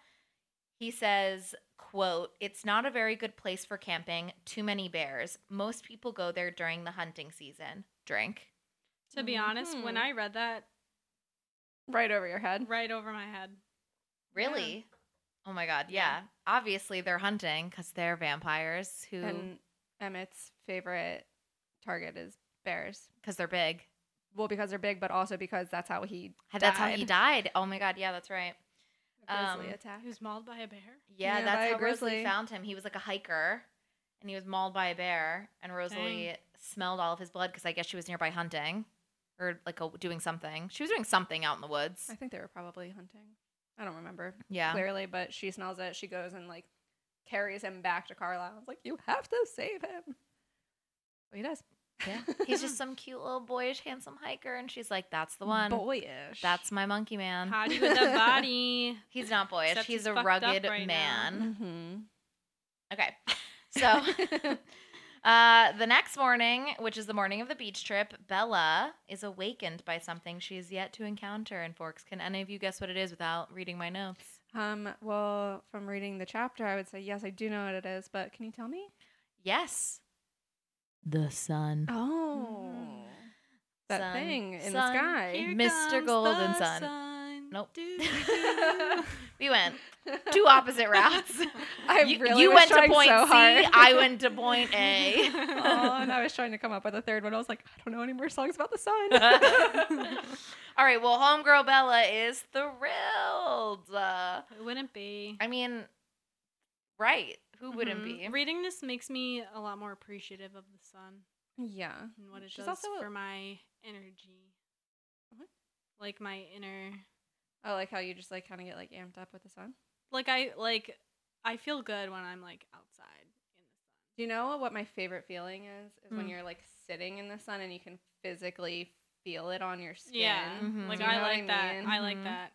C: He says, quote, It's not a very good place for camping. Too many bears. Most people go there during the hunting season. Drink.
E: To be honest, when
C: Mm.
D: Mhm.
E: I read that,
D: Right over your head.
E: right over my head.
C: Really? Oh my God. Yeah. Obviously, they're hunting because they're vampires who.
D: And Emmett's favorite target is bears.
C: because they're big.
D: Well, because they're big, but also because that's how he died.
C: That's how he died. Oh my god, yeah, that's right.
D: A grizzly
C: Um,
D: attack.
E: He was mauled by a bear.
C: Yeah,
D: Yeah, by
C: that's
D: a
C: how Rosalie
D: grizzly.
C: found him. He was like a hiker, and he was mauled by a bear, and Rosalie smelled all of his blood because I guess she was nearby hunting, or like a, doing something. She was doing something out in the woods.
D: I think they were probably hunting. I don't remember
C: Yeah.
D: clearly, but she smells it. She goes and like carries him back to Carlisle. It's like, you have to save him. But he does. <laughs>
C: Yeah, he's just some cute little boyish, handsome hiker, and she's like, "That's the one.
D: Boyish.
C: That's my monkey man."
E: Hottie with that body.
C: He's not boyish.
E: Except
C: he's
E: he's
C: a
E: fucked up
C: rugged
E: right now.
C: man.
D: Mm-hmm.
C: Okay. <laughs>
D: <laughs>
C: So <laughs> uh, the next morning, which is the morning of the beach trip, Bella is awakened by something she is yet to encounter in Forks. Can any of you guess what it is without reading my notes?
D: Um, well, from reading the chapter, I would say, yes, I do know what it is, but can you tell me?
C: Yes. The sun.
D: Oh. That
C: Sun,
D: thing in the
C: sun,
D: sky.
C: Here
E: <laughs> Here
C: Mr.
E: comes
C: Golden
E: the
C: Sun.
E: sun.
C: Nope. <laughs>
E: Doo-doo-doo.
C: We went
D: <laughs>
C: two opposite <laughs>
E: <laughs>
C: routes.
D: I
C: you
D: really
C: you
D: was
C: went to
D: trying
C: point
D: so
C: C.
D: <laughs> hard.
C: I went to point A.
D: <laughs> oh, and I was trying to come up with a third one. I was like, I don't know any more songs about the sun.
C: <laughs> All right. Well, homegirl Bella is thrilled. Uh,
E: it wouldn't be.
C: I mean, right? Who wouldn't
D: Mm-hmm.
E: Mhm.
C: be?
E: Reading this makes me a lot more appreciative of the sun
D: <laughs> yeah.
E: and what it
D: She's
E: does
D: also a-
E: for my energy.
D: What?
E: Like my inner
D: I like how you just like kind of get like amped up with the sun.
E: like I like I feel good when I'm like outside in the sun.
D: Do you know what my favorite feeling is? Is when
E: Hmm.
D: you're like sitting in the sun and you can physically feel it on your skin. Mm-hmm.
E: Yeah.
C: Mhm.
E: Like
C: Do
D: you
E: I
D: know what
E: like
D: I
E: that.
D: mean? Mm-hmm.
E: I like
C: Mhm.
E: that.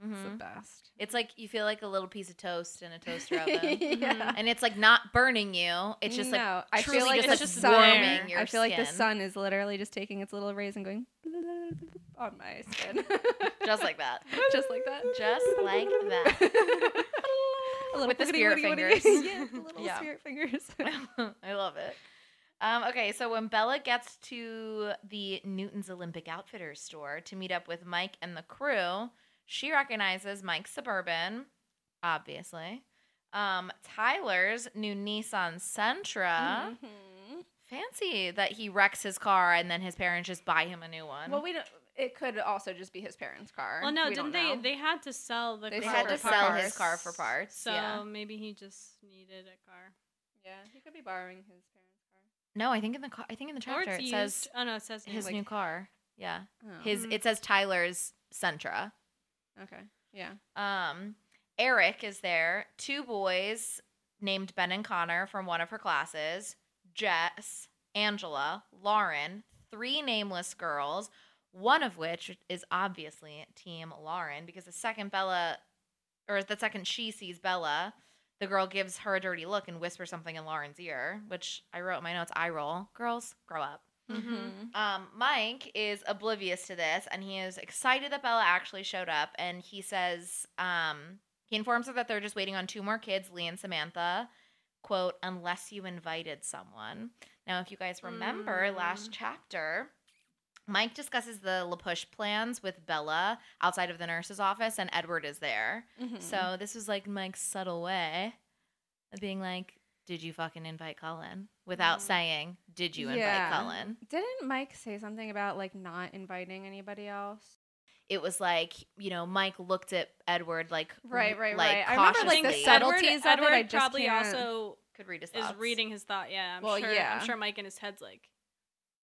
D: It's the
C: Mhm.
D: best.
C: It's like you feel like a little piece of toast in a
D: <laughs>
C: toaster oven.
D: <laughs> yeah.
E: Mm-hmm.
C: and it's like not burning you. It's just like
D: No, I
C: truly
D: feel like
C: just,
D: the
C: like,
D: sun.
C: warming your
D: I feel like the
C: skin.
D: sun is literally just taking its little rays and going <laughs> on my skin,
C: just like that.
D: <laughs> just like that,
C: Just like that.
D: <laughs> A little
C: With the
D: wiggity
C: spirit
D: wiggity
C: fingers.
D: wiggity. <laughs> yeah, the little
C: Yeah.
D: spirit fingers.
C: <laughs>
D: <laughs>
C: I love it. Um, okay, so when Bella gets to the Newton's Olympic Outfitters store to meet up with Mike and the crew, she recognizes Mike's Suburban, obviously, um, Tyler's new Nissan Sentra.
D: Mhm.
C: Fancy that he wrecks his car and then his parents just buy him a new one.
D: Well, we don't. It could also just be his parents' car.
E: Well, no,
D: We
E: didn't
D: don't
E: they?
D: know.
E: They had to sell the.
D: They
E: car
D: had
E: for
D: to sell his
E: parts.
C: car for parts,
E: So
C: yeah.
E: maybe he just needed a car.
D: Yeah, he could be borrowing his parents'
C: no, I think in the car, I think in the
E: or
C: chapter
E: it's
C: it
E: used.
C: says
E: oh no, it says
C: his
E: like,
C: new car. Yeah,
D: car.
C: his
E: Mhm.
C: it says Tyler's Sentra.
D: okay. Yeah.
C: Um, Eric is there. Two boys named Ben and Connor from one of her classes. Jess, Angela, Lauren. Three nameless girls. One of which is obviously Team Lauren because the second Bella, or the second she sees Bella, the girl gives her a dirty look and whispers something in Lauren's ear, which I wrote in my notes. I roll. Girls, grow up.
D: Mm-hmm.
C: Um, Mike is oblivious to this and he is excited that Bella actually showed up. And he says, um, he informs her that they're just waiting on two more kids, Lee and Samantha, quote, unless you invited someone. Now, if you guys remember
D: Mm.
C: last chapter, Mike discusses the LaPush plans with Bella outside of the nurse's office, and Edward is there.
D: Mm-hmm. Hmm.
C: So this was like Mike's subtle way of being like, "Did you fucking invite Colin?" Without saying, "Did you invite
D: Mm. Yeah.
C: Colin?"
D: Didn't Mike say something about like not inviting anybody else?
C: It was like you know, Mike looked at Edward like
D: Right, right,
C: like,
D: right. I remember, like,
C: cautiously.
D: the subtle-
E: Edward,
D: subtleties of it,
E: Edward
D: I just
E: probably
D: can't-
E: also
C: could read his
E: is
C: thoughts.
E: reading his thought. Yeah, I'm
D: Well,
E: sure.
D: yeah.
E: I'm sure Mike in his head's like,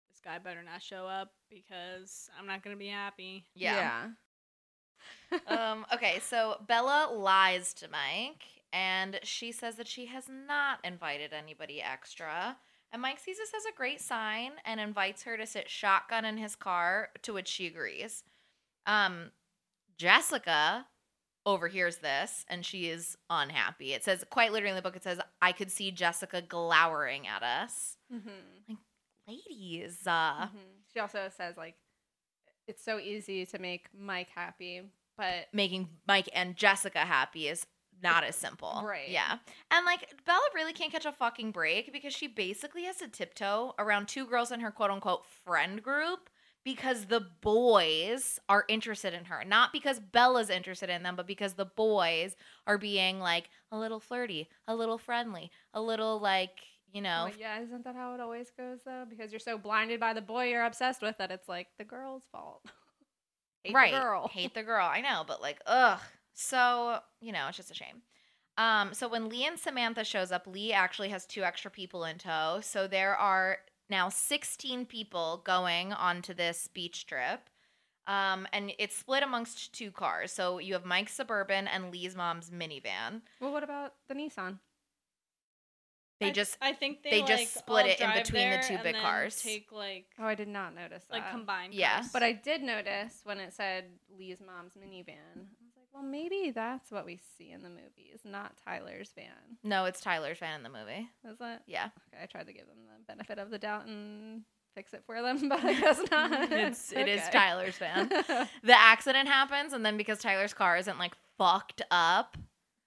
E: this guy better not show up because I'm not gonna be happy.
C: Yeah. um. Okay. So Bella lies to Mike, and she says that she has not invited anybody extra. And Mike sees this as a great sign and invites her to sit shotgun in his car, to which she agrees. Um, Jessica overhears this and she is unhappy. It says, quite literally in the book, it says, I could see Jessica glowering at us.
D: Mm-hmm.
C: Ladies, uh,
D: She also says like, it's so easy to make Mike happy, but
C: making Mike and Jessica happy is not as simple.
D: Right.
C: Yeah. And like Bella really can't catch a fucking break because she basically has to tiptoe around two girls in her quote unquote friend group because the boys are interested in her. Not because Bella's interested in them, but because the boys are being like a little flirty, a little friendly, a little like, you know,
D: But yeah, isn't that how it always goes though? Because you're so blinded by the boy you're obsessed with that it's like the girl's fault. <laughs> Hate the
C: right.
D: girl.
C: Hate the girl. I know, but like, ugh. So, you know, it's just a shame. Um, so when Lee and Samantha shows up, Lee actually has two extra people in tow. So there are now 16 people going onto this beach trip. Um, and it's split amongst two cars. So you have Mike's Suburban and Lee's mom's minivan.
D: Well, what about the Nissan?
C: They
E: I-
C: just
E: I think they,
C: they just
E: like,
C: split
E: all
C: it in
E: drive
C: between the
E: there
C: two
E: and
C: big
E: then
C: cars.
E: Take like
D: Oh, I did not notice that.
E: like combined.
C: yeah.
E: cars.
D: But I did notice when it said Lee's mom's minivan. I was like, well, maybe that's what we see in the movies, not Tyler's van.
C: No, it's Tyler's van in the movie.
D: Is that? <laughs>
C: Yeah.
D: Okay, I tried to give them the benefit of the doubt and fix it for them, <laughs> but I
C: <laughs>
D: guess not. <laughs>
C: It's it is
D: Okay.
C: Tyler's
D: <laughs>
C: van. the accident happens and then because Tyler's car isn't like fucked up,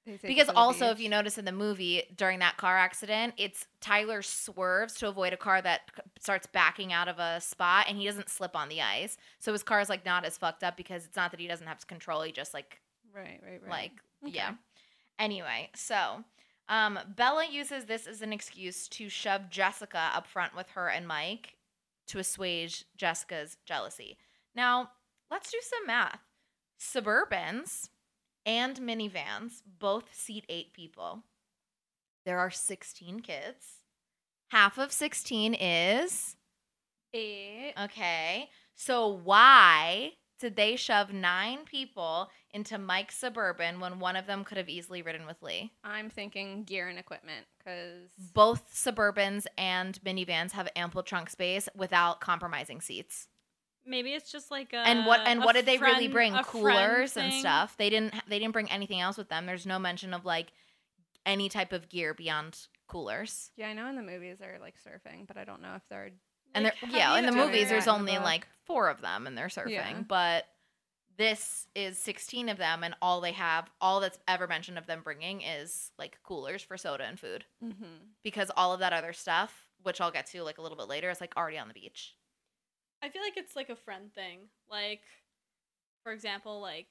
D: They take it
C: Because
D: to the
C: also, if
D: beach.
C: you notice in the movie during that car accident, it's Tyler swerves to avoid a car that c- starts backing out of a spot, and he doesn't slip on the ice. So his car is like not as fucked up because it's not that he doesn't have control; he just like
D: right, right, right.
C: like
D: Okay.
C: yeah. Anyway, so um, Bella uses this as an excuse to shove Jessica up front with her and Mike to assuage Jessica's jealousy. Now, let's do some math. Suburbans and minivans both seat eight people. There are 16 kids. Half of 16 is
D: eight.
C: Okay. So why did they shove nine people into Mike's Suburban when one of them could have easily ridden with Lee?
D: I'm thinking gear and equipment because
C: Both Suburbans and minivans have ample trunk space without compromising seats.
E: maybe it's just like a
C: and what and
E: Uh, a
C: what did they really
E: friend-
C: bring?
E: a friend
C: Coolers and
E: thing.
C: stuff. They didn't they didn't bring anything else with them. There's no mention of like any type of gear beyond coolers.
D: yeah, I know in the movies they're like surfing, but I don't know if they're
C: And
E: Like,
C: there,
E: how
C: yeah,
E: do
C: in
E: you
C: the
E: do
C: movies,
E: that?
C: there's
D: Yeah, in the
C: only
D: book.
C: like four of them, and they're surfing.
D: Yeah.
C: But this is 16 of them, and all they have, all that's ever mentioned of them bringing is like coolers for soda and food,
D: mm-hmm.
C: because all of that other stuff, which I'll get to like a little bit later, is like already on the beach.
E: I feel like it's like a friend thing. Like, for example, like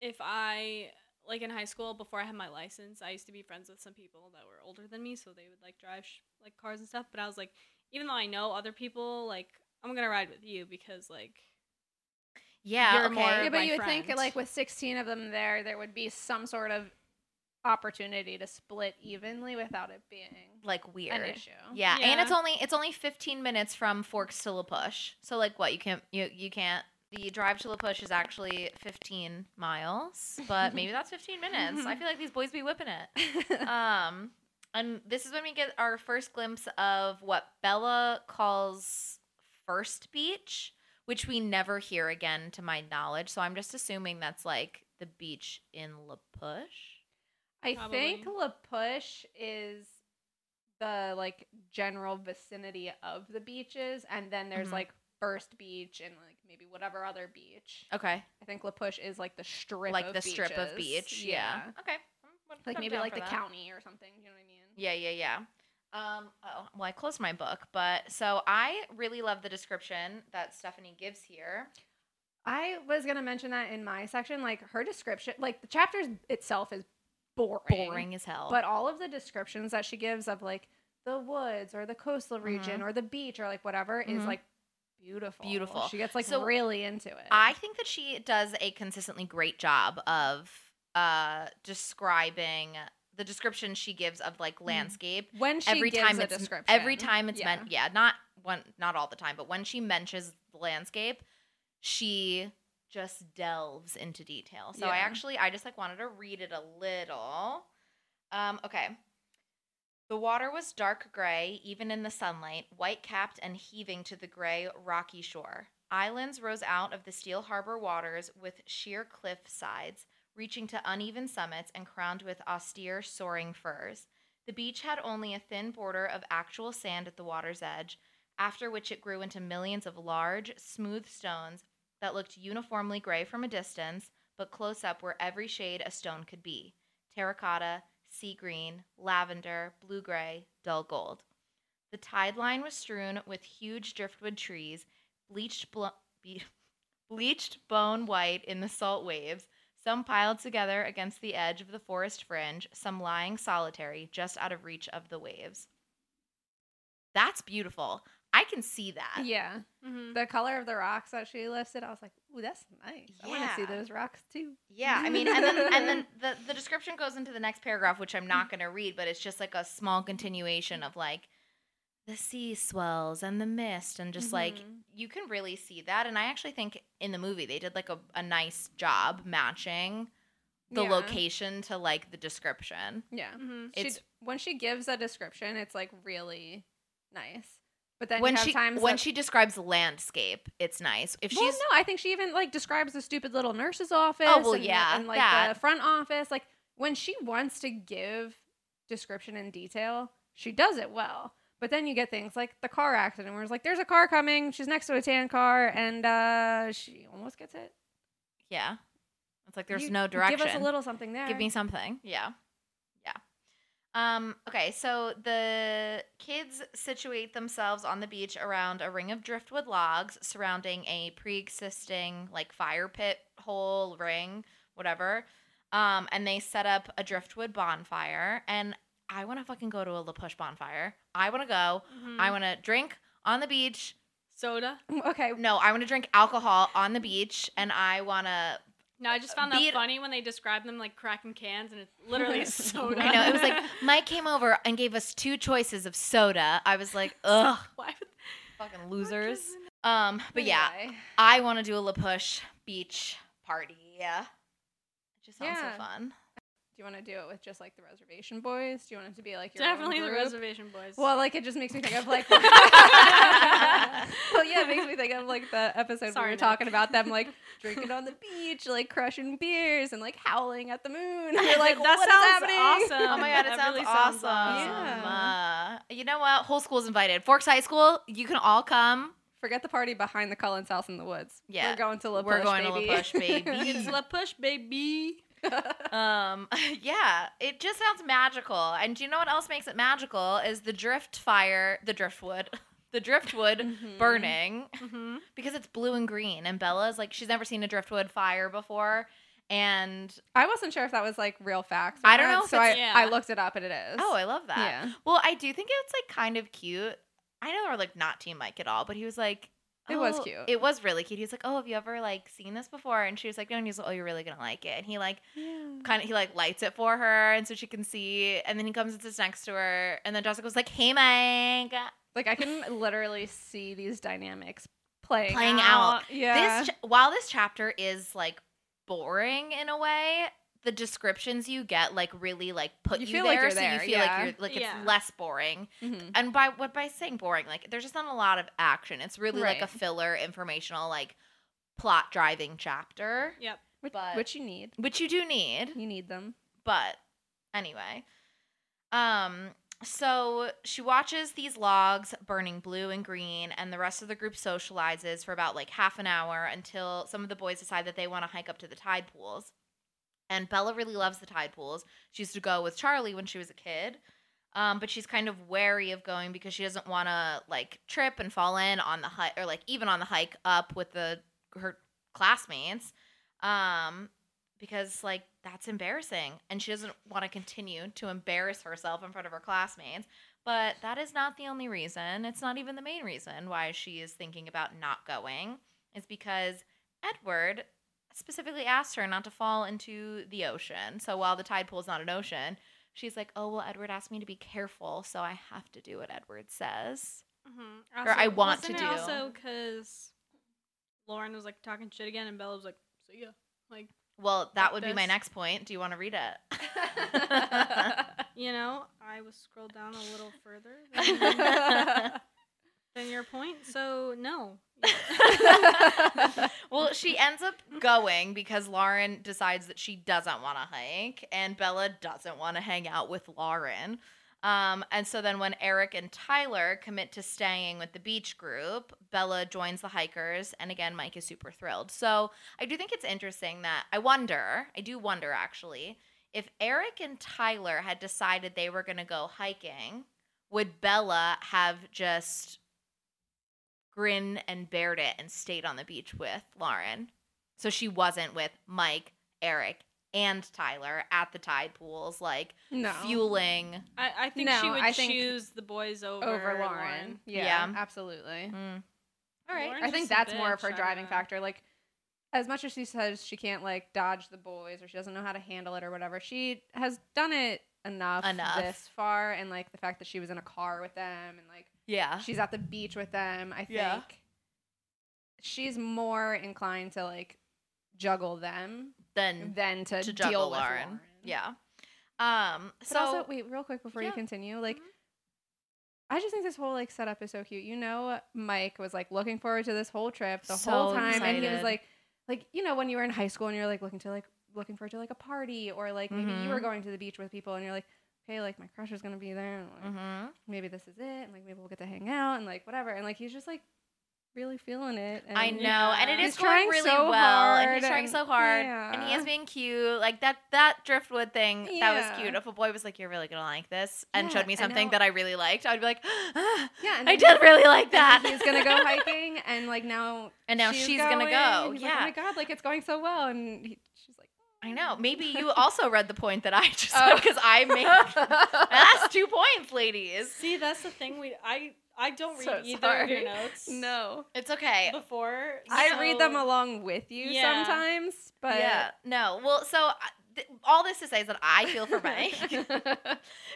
E: if I like in high school before I had my license, I used to be friends with some people that were older than me, so they would like drive sh- like cars and stuff. But I was like, even though I know other people, like I'm gonna ride with you because like
C: Yeah,
E: You're
C: okay.
E: more-
D: Yeah,
E: Or
D: but
E: my
D: you would think
E: friend.
D: like with 16 of them there, there would be some sort of opportunity to split evenly without it being
C: like weird.
D: an issue.
C: Yeah. and
E: Yeah.
C: it's only it's only 15 minutes from Forks to La Push, so like what you can't you you can't The drive to La Push is actually 15 miles,
E: <laughs>
C: but maybe that's 15 minutes. I feel like these boys be whipping
D: <laughs>
C: it.
D: Uh,
C: Um, and this is when we get our first glimpse of what Bella calls First Beach, which we never hear again to my knowledge. So I'm just assuming that's like the beach in La Push.
D: I think
E: Probably.
D: La Push is the like general vicinity of the beaches, and then there's
C: Mhm.
D: like First Beach and like maybe whatever other beach.
C: Okay.
D: I think La Push is like the strip,
C: like
D: of
C: the strip of
D: beaches.
C: beach. Yeah. Okay. I'm-
D: like
C: I'm
D: maybe
C: down
D: like
C: for
D: the
C: that.
D: county or something. You know what I mean?
C: Yeah, yeah, yeah. Um, oh, well, I closed my book, but so I really love the description that Stephanie gives here.
D: I was gonna mention that in my section, like her description, like the chapter itself is boring,
C: Boring as hell.
D: but all of the descriptions that she gives of like the woods or the coastal
C: Mm-hmm.
D: region or the beach or like whatever is
C: Mhm.
D: like beautiful.
C: Beautiful.
D: She gets like
C: So,
D: really into it.
C: I think that she does a consistently great job of uh describing the description she gives of like landscape.
D: when Hmm. she
C: every
D: gives
C: time
D: a
C: it's
D: description,
C: every time it's meant yeah, not one not all the time, but when she mentions the landscape, she just delves into detail. So I
D: Yeah.
C: actually I just like wanted to read it a little. Um okay. The water was dark gray, even in the sunlight, white capped and heaving to the gray, rocky shore. Islands rose out of the steel harbor waters with sheer cliff sides, reaching to uneven summits and crowned with austere, soaring firs. The beach had only a thin border of actual sand at the water's edge, after which it grew into millions of large, smooth stones that looked uniformly gray from a distance, but close up were every shade a stone could be terracotta, sea green, lavender, blue gray, dull gold. The tide line was strewn with huge driftwood trees, bleached, blo- <laughs> be- bleached bone white in the salt waves, some piled together against the edge of the forest fringe, some lying solitary just out of reach of the waves. That's beautiful. I can see that.
D: yeah.
E: Mm-hmm.
D: The color of the rocks that she listed, I was like, ooh, that's nice. I want to see
C: Yeah.
D: those rocks too.
C: Yeah, I mean, and then and
D: <laughs>
C: then the, the description goes into the next paragraph, which I'm not going to read, but it's just like a small continuation of like the sea swells and the mist, and just like
D: Mhm.
C: you can really see that. And I actually think in the movie they did like a, a nice job matching the
D: Yeah.
C: location to like the description.
D: Yeah.
E: Mm-hmm.
D: She
C: It's-
D: d- when she gives a description, it's like really nice. But then
C: when
D: you have
C: she
D: times
C: when
D: that-
C: she describes landscape, it's nice. If
D: Well,
C: she's Oh,
D: no, I think she even like describes the stupid little nurse's office.
C: well,
D: and, the-
C: yeah,
D: and like the
C: that.
D: front office. Like when she wants to give description and detail, she does it well. But then you get things like the car accident, where it's like, "There's a car coming. She's next to a tan car, and uh, she almost gets hit."
C: yeah, it's like there's
D: You-
C: no direction.
D: Give us a little something there.
C: Give me something. Yeah. Yeah. Um, okay, so the kids situate themselves on the beach around a ring of driftwood logs surrounding a pre existing, like, fire pit hole, ring, whatever. Um, and they set up a driftwood bonfire. And I want to fucking go to a La Push bonfire. I want to go. I want to drink on the beach.
E: hmm, Soda.
D: <laughs> Okay,
C: No, I want to drink alcohol on the beach. And I want to
E: No, I just found that
C: Beat-
E: funny when they describe them like cracking cans and it's
C: <laughs>
E: literally soda.
C: I know. It was
E: <laughs>
C: like Mike came over and gave us two choices of soda. I was like, ugh,
E: Why would
C: fucking losers. Um, but yeah,
D: Anyway.
C: I want to do a La Push beach party. Yeah, it just sounds
D: Yeah.
C: so fun. <laughs>
D: Do you want to do it with just like the reservation boys? Do you want it to be like your own
E: definitely the
D: group?
E: reservation boys?
D: Well, like it just makes me think of
E: <laughs>
D: like. <laughs> well, yeah, it makes me think of like the episode where
E: Sorry,
D: we were
E: Nick.
D: talking about
C: <laughs>
D: them like drinking on the beach, like crushing beers, and like howling at
C: <laughs>
D: the moon. You're like,
E: that
D: "What is
E: sounds
D: happening?"
E: awesome.
C: Oh my god, it
E: That
C: sounds
E: really
C: awesome. Uh,
D: Yeah.
C: you know what? Whole school's invited. Forks High School, you can all come.
D: Forget the party behind the Cullen's house in the woods.
C: Yeah.
D: we're going to La
C: We're
D: Push,
C: going to La
D: baby.
C: Push,
D: <laughs>
C: baby.
E: <laughs> <laughs> It's La Push, baby.
C: um, <laughs> yeah, it just sounds magical. And do you know what else makes it magical? Is the drift fire, the driftwood, <laughs> the driftwood burning.
E: Mm-hmm.
C: because it's blue and green and bella's like she's never seen a driftwood fire before and
D: I wasn't sure if that was like real facts. or
C: I don't
D: not,
C: know if
D: so I
C: it's-
E: Yeah.
D: I looked it up, and it is.
C: oh i love that
D: Yeah.
C: well i do think it's like kind of cute i know we're like not team mike at all but he was like
D: It was
C: oh-
D: cute.
C: it was really cute he was like oh have you ever like seen this before and she was like no and he's like oh you're really gonna like it and he like kind of he like lights it for her and so she can see and then he comes and sits next to her and then jessica was like hey mike
D: Like I can literally see these dynamics playing,
C: playing out.
D: Yeah.
C: This ch- while this chapter is like boring in a way, the descriptions you get like really like put
D: You
C: you,
D: feel like
C: there,
D: you're
C: so
D: there,
C: you feel
D: yeah.
C: like you're like
E: Yeah.
C: it's less boring.
D: Mhm.
C: And by what by saying boring, like there's just not a lot of action. It's really like
D: Right.
C: a filler, informational, like plot driving chapter,
E: Yep.
D: which,
C: but-
D: which you need.
C: which you do need.
D: You need them.
C: But anyway, um, so she watches these logs burning blue and green, and the rest of the group socializes for about like half an hour until some of the boys decide that they want to hike up to the tide pools. And Bella really loves the tide pools. She used to go with Charlie when she was a kid. Um, but she's kind of wary of going because she doesn't want to like trip and fall in on the hike or like even on the hike up with the her classmates. Um, because like that's embarrassing and she doesn't want to continue to embarrass herself in front of her classmates but that is not the only reason it's not even the main reason why she is thinking about not going is because edward specifically asked her not to fall into the ocean so while the tide pool is not an ocean she's like oh well edward asked me to be careful so i have to do what edward says
E: Mm-hmm.
C: Or I want to do.
E: Also, because Lauren was like talking shit again, and Bella was like, "See ya." Like,
C: well that would be my
E: This.
C: next point do you want to read it <laughs>
E: <laughs> you know, I was scrolled down a little further than,
C: <laughs>
E: than your point. So no, <laughs>
C: well, she ends up going because Lauren decides that she doesn't want to hike and Bella doesn't want to hang out with Lauren. Um, and so then when Eric and Tyler commit to staying with the beach group, Bella joins the hikers. And again, Mike is super thrilled. So I do think it's interesting that I wonder, I do wonder actually, if Eric and Tyler had decided they were going to go hiking, would Bella have just grin and bared it and stayed on the beach with Lauren. So she wasn't with Mike, Eric, and Tyler at the tide pools, like
D: No.
C: fueling.
E: I, I think she
D: No,
E: would
D: I think-
E: choose the boys over,
D: over Lauren. Yeah,
C: Yeah.
D: absolutely.
C: Mm. All right.
E: Lauren's
D: I think
E: just a
D: that's more of
E: bitch,
D: her
E: I don't
D: driving
E: know.
D: factor. Like, as much as she says she can't like dodge the boys or she doesn't know how to handle it or whatever, she has done it enough,
C: Enough.
D: this far. And like the fact that she was in a car with them and like
C: Yeah.
D: she's at the beach with them, I think
C: Yeah.
D: she's more inclined to like juggle them
C: Then
D: than to,
C: Mm. to
D: deal
C: juggle
D: with
C: Lauren. Yeah. Um.
D: But
C: so
D: also, wait, real quick before you
C: Yeah. Mm-hmm.
D: continue, like, I just think this whole like setup is so cute. You know, Mike was like looking forward to this whole trip the whole
C: So
D: time, and he was
C: excited.
D: like, like you know, when you were in high school and you're like looking to like looking forward to like a party or like maybe you were
C: Mhm.
D: going to the beach with people and you're like, okay, like my crush is gonna be there, and like,
C: hmm
D: maybe this is it, and like maybe we'll get to hang out and like whatever, and like he's just like really feeling it. And
C: I know, and it
D: He's
C: is
D: trying
C: going really
D: so
C: well, and he's
D: hard,
C: trying
D: and-
C: so hard, and he
D: yeah.
C: is being cute. Like that that driftwood thing, that
D: Yeah.
C: was cute. If a boy was like, "You're really gonna like this," and
D: Yeah,
C: showed me
D: and
C: something
D: how-
C: that I really liked, I'd be like, <gasps> "Ah,
D: Yeah, and
C: I
D: then
C: did
D: he-
C: really like that."
D: And he's gonna go hiking, and like now,
C: <laughs> And now she's gonna
D: going,
C: go,
D: he's
C: yeah.
D: Like, oh my god, like it's going so well, and he, she's like,
C: <laughs> I know. Maybe you also read the point that I just
D: Oh.
C: because I <laughs> make that's two points, ladies.
E: See, that's the thing. We I I don't read
D: So
E: either of
D: sorry.
E: your notes.
D: no.
C: It's okay.
E: Before
D: I read them
E: so-
D: along with you
E: Yeah.
D: sometimes, but <laughs>
C: yeah. No. Well, so I- th- all this to say is that I feel for <laughs> Mike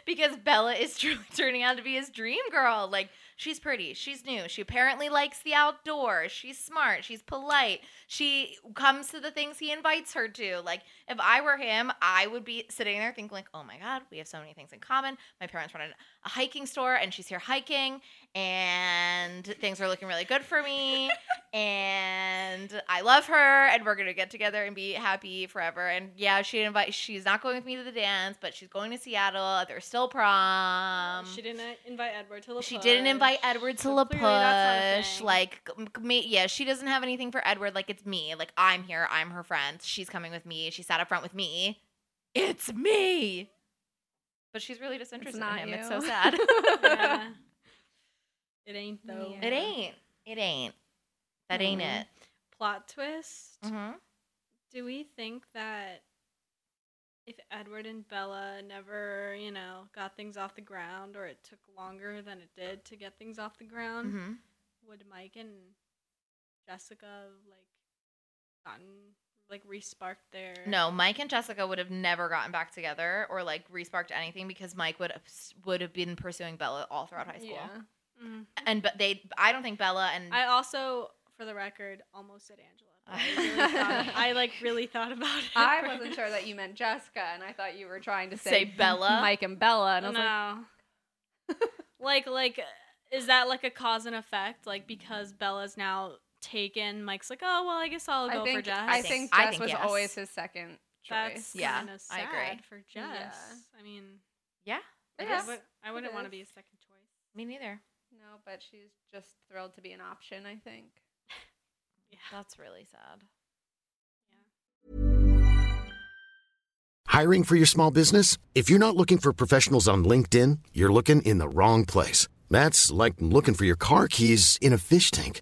C: because Bella is truly turning out to be his dream girl. Like she's pretty, she's new, she apparently likes the outdoors, she's smart, she's polite, she comes to the things he invites her to. Like if I were him, I would be sitting there thinking like, "Oh my god, we have so many things in common. My parents run a hiking store and she's here hiking and things are looking really good for me." and I love her, and we're gonna get together and be happy forever. And yeah, she invite. She's not going with me to the dance, but she's going to Seattle. There's still prom.
E: she didn't invite Edward to La
C: She didn't invite
E: Push,
C: Edward to
E: so
C: La
E: clearly that's not a
C: Push.
E: thing.
C: Like, m- me, yeah, she doesn't have anything for Edward. Like, it's me. Like, I'm here. I'm her friend. She's coming with me. She sat up front with me. It's me. But she's really disinterested in
D: not
C: him. It's
D: you.
C: so sad. <laughs>
E: <laughs> Yeah. it ain't though.
D: Yeah.
C: It ain't. It ain't. That ain't
D: Mhm.
C: it.
E: Plot twist.
C: Mhm.
E: Do we think that if Edward and Bella never, you know, got things off the ground or it took longer than it did to get things off the ground,
C: Mhm.
E: would Mike and Jessica like gotten like re-sparked their
C: No, Mike and Jessica would have never gotten back together or like resparked anything because Mike would have, would have been pursuing Bella all throughout high school.
D: Yeah.
E: Mm.
C: And but they, I don't think Bella and
E: I also for the record, almost said Angela. I
C: <laughs>
E: really thought, I like really thought about it.
D: I
E: for- <laughs>
D: wasn't sure that you meant Jessica, and I thought you were trying to
C: Say
D: say,
C: Bella?
D: Mike and Bella, and I was like,
E: No. <laughs> like like is that like a cause and effect? Like because Bella's now taken, Mike's like, oh well, I guess I'll go
D: I
E: for
D: think,
E: Jess.
D: I think
C: I
D: Jess
C: think
D: was
C: yes.
D: always his second choice.
E: that's
C: Yeah,
E: kind of
C: I
E: sad
C: agree.
E: for Jess.
D: Yeah.
E: I mean,
C: Yeah,
E: I
D: Yeah.
E: would- I wouldn't want to
D: is.
E: be a second choice.
C: me neither.
D: No, but she's just thrilled to be an option. I think.
E: Yeah.
C: That's really sad.
F: Hiring for your small business? If you're not looking for professionals on LinkedIn, you're looking in the wrong place. That's like looking for your car keys in a fish tank.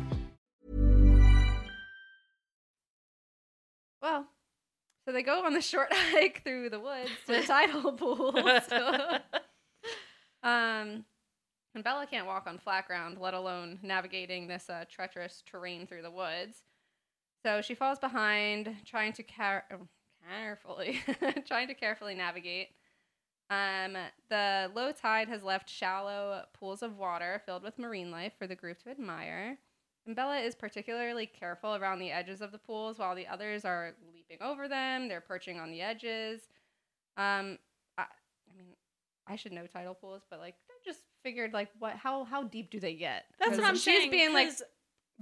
D: Well, so they go on the short <laughs> hike through the woods to the tidal pool. um, and Bella can't walk on flat ground, let alone navigating this uh, treacherous terrain through the woods. So she falls behind, trying to car- oh, carefully, <laughs> trying to carefully navigate. Um, the low tide has left shallow pools of water filled with marine life for the group to admire. And Bella is particularly careful around the edges of the pools while the others are leaping over them, they're perching on the edges. Um I, I mean I should know tidal pools, but like I just figured like what how how deep do they get?
E: That's what
D: 'Cause
E: I'm
D: she's
E: saying,
D: being like
E: 'cause-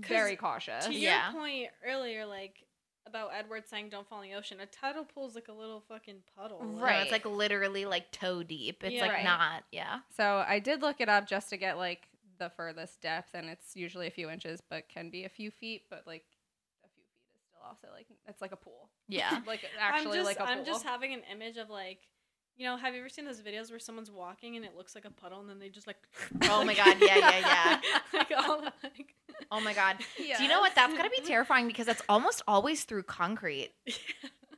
E: 'cause
D: very cautious.
E: To
C: Yeah.
E: your point earlier, like about Edward saying "Don't fall in the ocean," a tidal pool's like a little fucking puddle.
C: No,
D: Right.
C: it's like literally like toe deep. It's
E: Yeah.
C: like
D: Right.
C: not. Yeah.
D: So I did look it up just to get like the furthest depth, and it's usually a few inches, but can be a few feet. But like a few feet is still also like it's like a pool.
C: Yeah.
D: like actually
E: I'm just,
D: like a pool.
E: I'm just having an image of like, you know, have you ever seen those videos where someone's walking and it looks like a puddle and then they just like,
C: <laughs> Oh my God, yeah, yeah, yeah.
D: <laughs>
E: like all the, like,
C: Oh my god. Do you know what? That's gotta be terrifying because that's almost always through
D: <laughs>
C: concrete.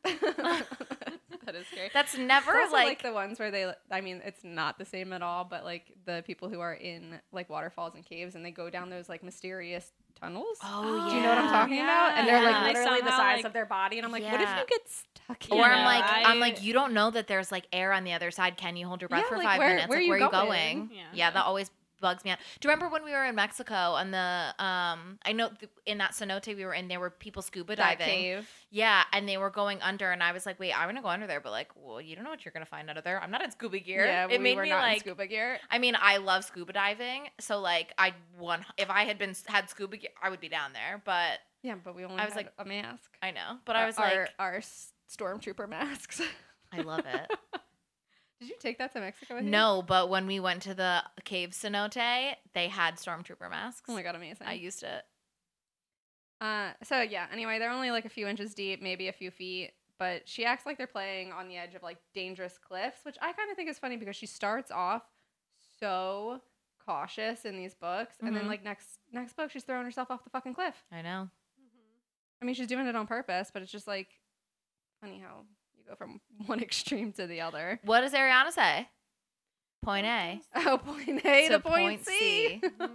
C: <laughs>
D: that is scary.
C: That's
D: It's
C: never
D: also,
C: like,
D: the ones where they. I mean, it's not the same at all. But like the people who are in like waterfalls and caves, and they go down those like mysterious tunnels.
C: Oh,
D: Do you know what I'm
C: yeah.
D: talking about? And they're
C: Yeah.
D: like
C: Like
D: literally the
E: somehow,
D: size
E: like-
D: of their body, and I'm like, what if
C: Yeah.
D: you get stuck?
E: you
C: or
E: know,
C: I'm like, I, am
E: I-
C: like, you don't know that there's like air on the other side. Can you hold your breath
D: Yeah,
C: for
D: like,
C: five
D: where-
C: minutes?
D: where
C: like,
D: you
C: where are you
D: going?
C: going?
E: Yeah.
C: that always bugs me out. Do you remember when we were in Mexico on the um? I know th- in that cenote we were in, there were people scuba
D: that
C: diving.
D: cave.
C: Yeah, and they were going under, and I was like, wait, I'm gonna go under there, but like, well, you don't know what you're gonna find under there. I'm not in scuba gear.
D: Yeah,
C: it
D: we
C: made
D: were
C: me
D: not in
C: like.
D: scuba gear.
C: I mean, I love scuba diving, so like, I one if I had been had scuba gear, I would be down there. But
D: Yeah, but we only
C: I was
D: had
C: like-
D: a mask.
C: I know, but I was
D: our,
C: like,
D: our s- stormtrooper masks. <laughs>
C: I love <laughs> it.
D: Did you take that to Mexico? with you?
C: No, but when we went to the cave cenote, they had stormtrooper masks.
D: Oh my god, amazing.
C: I used it.
D: uh, so yeah. Anyway, they're only like a few inches deep, maybe a few feet, but she acts like they're playing on the edge of like dangerous cliffs, which I kind of think is funny because she starts off so cautious in these books, and then
C: Mhm.
D: like next next book she's throwing herself off the fucking cliff.
C: I know.
D: I mean, she's doing it on purpose, but it's just like funny how you go from <laughs> one extreme to the other.
C: What does Ariana say? Point A.
D: Oh, point A to, point, C.
E: Mhm.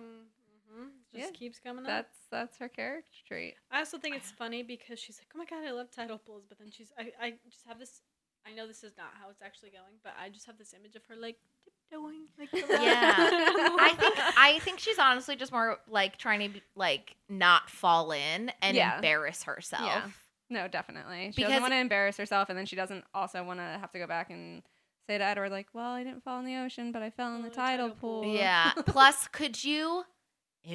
D: Yeah,
E: Just keeps coming up.
D: That's that's her character trait.
E: I also think it's funny because she's like, "Oh my god, I love title pulls," but then she's, I, I just have this. I know this is not how it's actually going, but I just have this image of her like tiptoeing, like around.
C: Yeah. I think I think she's honestly just more like trying to be, like not fall in and
D: Yeah.
C: embarrass herself.
D: Yeah. No, definitely. She
C: Because-
D: doesn't want to embarrass herself, and then she doesn't also want to have to go back and say to Edward, like, "Well, I didn't fall in the ocean, but I fell in the tidal pool." <laughs>
C: Yeah. Plus, could you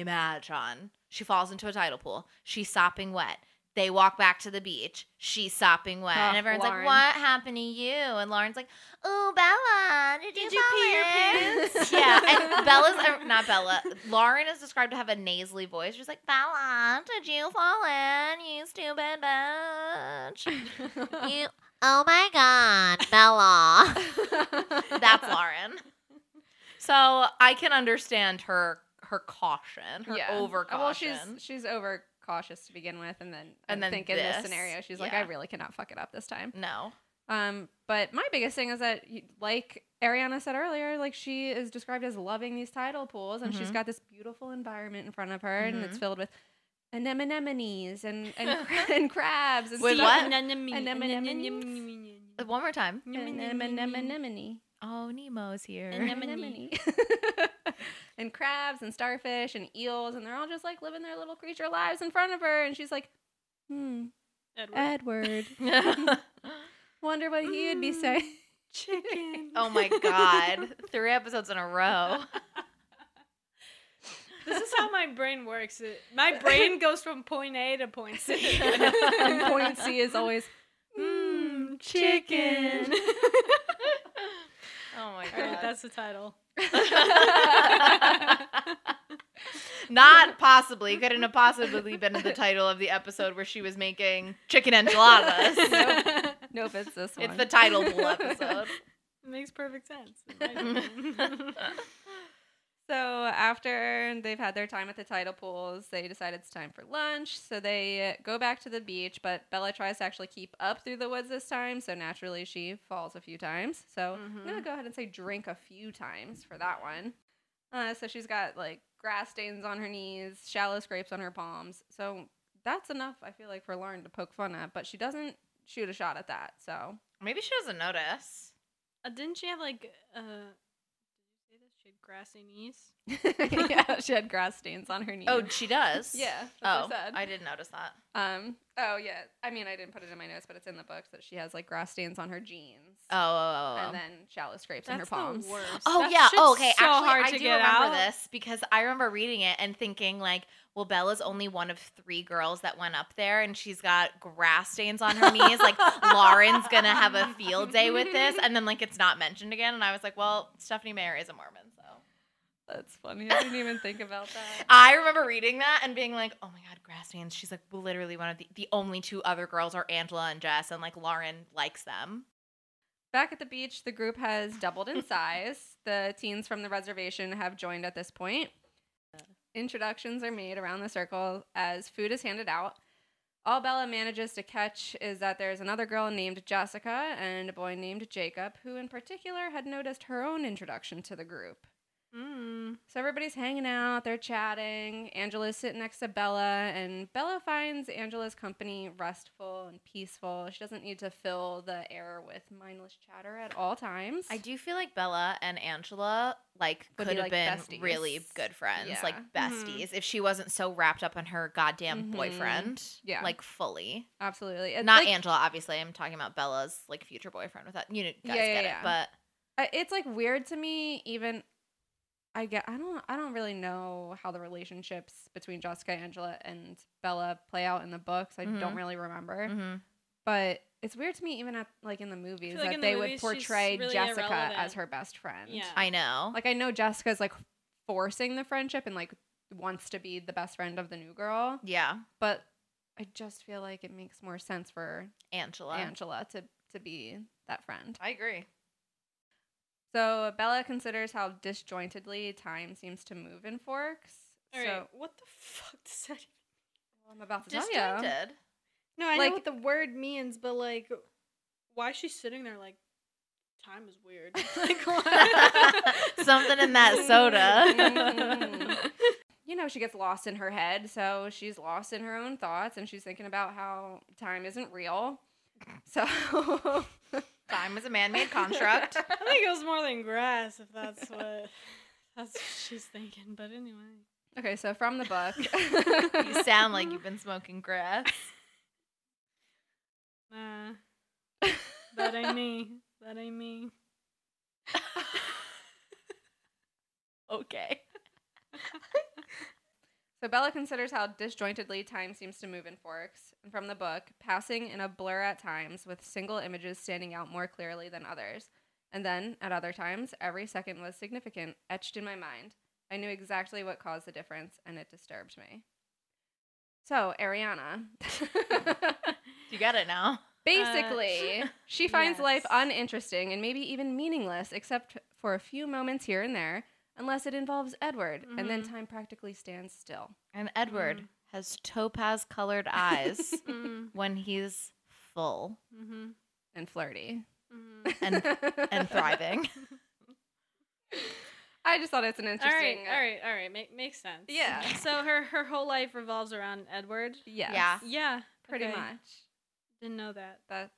C: imagine? She falls into a tidal pool. She's sopping wet. They walk back to the beach. She's sopping wet. and
D: Ugh,
C: everyone's
D: Lauren.
C: like, what happened to you? And Lauren's like, oh, Bella, did,
E: Did
C: you,
E: you pee your
C: pee your
E: pants?
C: pants? <laughs> yeah. And Bella's, uh, not Bella, Lauren is described to have a nasally voice. She's like, Bella, did you fall in, you stupid <laughs> bitch? you, oh my God, Bella. <laughs> That's Lauren. So I can understand her her caution, her over
D: Oh,
C: caution.
D: Well, she's she's over cautious to begin with, and then
C: And
D: and
C: then
D: then think in
C: this.
D: this scenario, she's like, "I
C: Yeah.
D: really cannot fuck it up this time."
C: no.
D: Um, but my biggest thing is that, you- like Ariana said earlier, like she is described as loving these tidal pools, and she's
C: Mhm.
D: got this beautiful environment in front of her, and it's
C: Mhm.
D: filled with anemones and and, cra- and crabs and
C: With
D: sea-
C: what?
E: Anemone.
D: Anemone.
E: Anemone.
C: One more time.
D: Anemone.
C: Oh, Nemo's here. <laughs>
E: Anemone.
D: <laughs> and crabs and starfish and eels, and they're all just like living their little creature lives in front of her, and she's like, "Hmm,
E: Edward.
D: Edward,
C: <laughs> oh
D: wonder what he would be saying."
E: Chicken.
C: my god. Three episodes in a row.
E: This is how my brain works. It, my brain goes from point A to point
D: <laughs>
E: C.
D: <laughs> and point C is always
E: Mmm, chicken.
C: Oh my
E: All right, that's the title.
C: <laughs> Not possibly. Couldn't have possibly been the title of the episode where she was making <laughs> chicken enchiladas.
D: <laughs>
C: <laughs>
D: Nope, it's this one.
C: It's the title <laughs>
D: <laughs>
C: pool episode.
E: makes perfect sense.
C: <laughs>
E: in my opinion.
D: So after they've had their time at the tidal pools, they decide it's time for lunch. So they go back to the beach, but Bella tries to actually keep up through the woods this time. So naturally, she falls a few times. So I'm
C: Mm-hmm.
D: gonna go ahead and say drink a few times for that one. Uh, so she's got like grass stains on her knees, shallow scrapes on her palms. So that's enough, I feel like, for Lauren to poke fun at. But she doesn't shoot a shot at that. So
C: Maybe she doesn't notice.
E: Uh, didn't she have like uh? did you say this? She had grassy knees.
D: <laughs> yeah, she had grass stains on her knees.
C: Oh, she does.
D: <laughs> Yeah, that's
C: Oh,
D: what I said.
C: I didn't notice that.
D: Um. Oh yeah. I mean, I didn't put it in my notes, but it's in the books that she has like grass stains on her jeans.
C: Oh. oh, oh, oh.
D: And then shallow scrapes in her
E: That's the
D: palms. <gasps>
E: worst.
C: Oh
E: That
C: yeah.
E: shit's
C: Oh, okay.
E: so
C: Actually, I
E: hard to
C: do
E: get
C: remember
E: out.
C: this because I remember reading it and thinking like, well, Bella's only one of three girls that went up there, and she's got grass stains on her knees. Like Lauren's gonna have a field day with this, and then like it's not mentioned again. And I was like, well, Stephanie Mayer is a Mormon, so
D: <laughs> That's funny. I didn't even think about that.
C: I remember reading that and being like, oh my god, grass stains. She's like literally one of the the only two other girls are Angela and Jess, and like Lauren likes them.
D: Back at the beach, the group has
C: <laughs>
D: doubled in size. The teens from the reservation have joined at this point. Introductions are made around the circle as food is handed out. All Bella manages to catch is that there's another girl named Jessica and a boy named Jacob, who in particular had noticed her own introduction to the group.
E: Mm.
D: So everybody's hanging out, they're chatting. Angela's sitting next to Bella, and Bella finds Angela's company restful and peaceful. She doesn't need to fill the air with mindless chatter at all times.
C: I do feel like Bella and Angela like Mm-hmm.
D: Would
C: could
D: be,
C: have
D: like,
C: been
D: besties.
C: really good friends, like
D: Yeah.
C: besties, if she wasn't so wrapped up in her goddamn
D: Mhm.
C: boyfriend.
D: Yeah.
C: like fully.
D: Absolutely. It's
C: Not
D: like,
C: Angela, obviously. I'm talking about Bella's like future boyfriend. With that, you know, you guys
D: Yeah, yeah,
C: get
D: yeah.
C: it. But
D: I- It's like weird to me, even. I get. I don't. I don't really know how the relationships between Jessica, Angela, and Bella play out in the books. I don't
E: Mm-hmm.
C: Mhm.
D: really remember.
C: mhm.
D: But it's weird to me, even at like in the movies,
E: like
D: that
E: in the
D: they
E: movies,
D: would
E: she's
D: portray
E: really
D: Jessica
E: irrelevant.
D: as her best friend.
E: Yeah.
C: I know.
D: Like I know Jessica's like forcing the friendship and like wants to be the best friend of the new girl,
C: yeah,
D: but I just feel like it makes more sense for
C: Angela.
D: Angela to to be that friend.
C: I agree.
D: So Bella considers how disjointedly time seems to move in Forks.
E: All
D: so
E: right, what the fuck does that? Even...
D: Well, I'm about to tell you.
C: Disjointed.
E: No, I
D: Like-
E: know what the word means, but like, why is she sitting there like? Time is weird. <laughs> like what?
C: <laughs> Something in that <laughs>
D: Mm.
C: soda.
E: <laughs>
D: You know, she gets lost in her head, so she's lost in her own thoughts, and she's thinking about how time isn't real. So <laughs>
C: Time is a man-made construct.
E: I think it was more than grass, if
C: <laughs>
E: that's what that's what she's thinking. But anyway,
D: Okay, so from the
E: <laughs>
D: book.
C: you sound like you've been smoking grass.
E: nah, that ain't me. That ain't me.
C: <laughs> Okay.
D: So Bella considers how disjointedly time seems to move in Forks, and from the book, passing in a blur at times with single images standing out more clearly than others. And then, at other times, every second was significant, etched in my mind. I knew exactly what caused the difference, and it disturbed me. So, Ariana. <laughs>
C: You got it now.
D: Basically, she finds
E: yes.
D: life uninteresting and maybe even meaningless, except for a few moments here and there, unless it involves Edward, and then time practically stands still.
C: And Edward
E: Mm.
C: has topaz-colored eyes when he's full
D: and flirty
C: and and
E: <laughs>
C: thriving.
D: I just thought it's an
E: All right,
D: interesting. uh,
E: all right, all right. Make makes sense.
D: Yeah.
E: So her her whole life revolves around Edward.
D: Yes,
C: Yeah.
E: Yeah,
D: pretty
E: okay.
D: much.
E: Didn't know that.
D: That's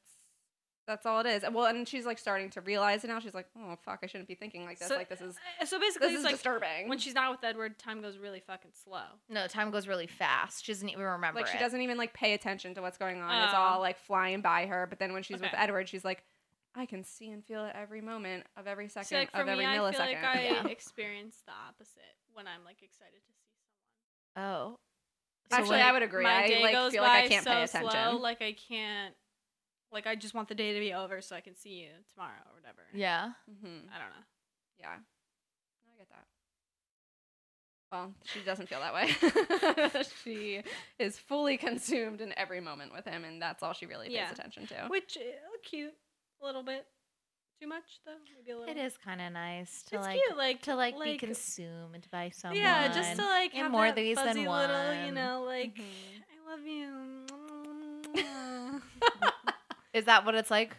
D: that's all it is. Well, and she's like starting to realize it now. She's like, oh fuck, I shouldn't be thinking like this. like this is
E: uh, so basically
D: this
E: it's
D: is
E: like
D: disturbing.
E: When she's not with Edward, time goes really fucking slow.
C: No, time goes really fast. She doesn't even remember.
D: like she
C: it.
D: doesn't even like pay attention to what's going on. It's
E: Oh.
D: all like flying by her. But then when she's with
E: Okay.
D: Edward, she's like, I can see and feel it every moment of every second
E: So like for
D: of every
E: me, I
D: millisecond.
E: feel like I
C: Yeah.
E: experience the opposite when I'm like excited to see someone.
C: Oh. So
D: Actually,
C: when-
D: I would agree.
E: My
D: I
E: day
D: like
E: goes
D: feel like I
E: by
D: can't
E: so
D: pay attention.
E: slow, like I can't. Like I just want the day to be over so I can see you tomorrow or whatever.
C: Yeah.
D: Mhm.
E: I don't know.
D: Yeah. No, I get that. Well, she doesn't feel that way. <laughs> she is fully consumed in every moment with him, and that's all she really pays
E: Yeah.
D: attention to.
E: Which uh, cute a little bit. Too much though. Maybe a little.
C: It is kind of nice to
E: It's
C: like,
E: cute, like-
C: to like,
E: like-
C: be consumed by someone.
E: Yeah, just to like
C: in
E: have
C: more
E: that
C: ways
E: fuzzy
C: than one.
E: little, you know, like
D: Mhm.
E: I love you. <laughs>
C: Is that what it's like?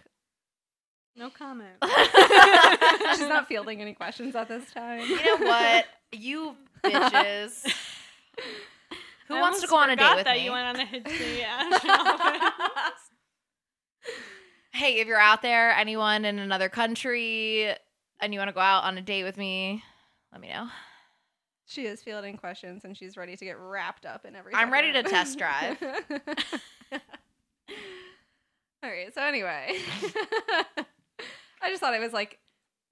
E: no comment.
D: <laughs>
E: <laughs>
D: She's not fielding any questions at this time.
C: You know what,
E: <laughs>
C: you bitches. Who
E: I
C: wants to
E: almost
C: go on a date
E: forgot
C: with
E: that
C: me?
E: You went on
C: <laughs>
E: a date. <laughs> Yeah.
C: hey, if you're out there, anyone in another country, and you want to go out on a date with me, let me know.
D: She is fielding questions, and she's ready to get wrapped up in everything.
C: I'm ready to test drive.
D: <laughs> all right. So anyway, <laughs> I just thought it was like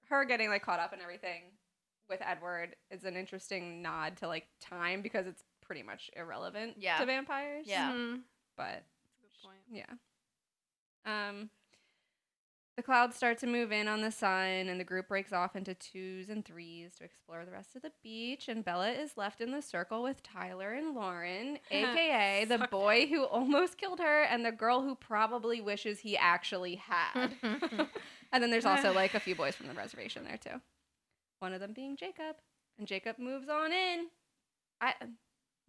D: her getting like caught up in everything with Edward is an interesting nod to like time because it's pretty much irrelevant
C: Yeah.
D: to vampires.
C: Yeah.
E: Mhm.
D: but
E: Good point.
D: yeah. Um, the clouds start to move in on the sun, and the group breaks off into twos and threes to explore the rest of the beach. And Bella is left in the circle with Tyler and
E: <laughs>
D: Lauren, aka the
E: Fuck.
D: boy who almost killed her and the girl who probably wishes he actually had.
E: <laughs>
D: and then there's also like a few boys from the reservation there too. One of them being Jacob, and Jacob moves on in. I,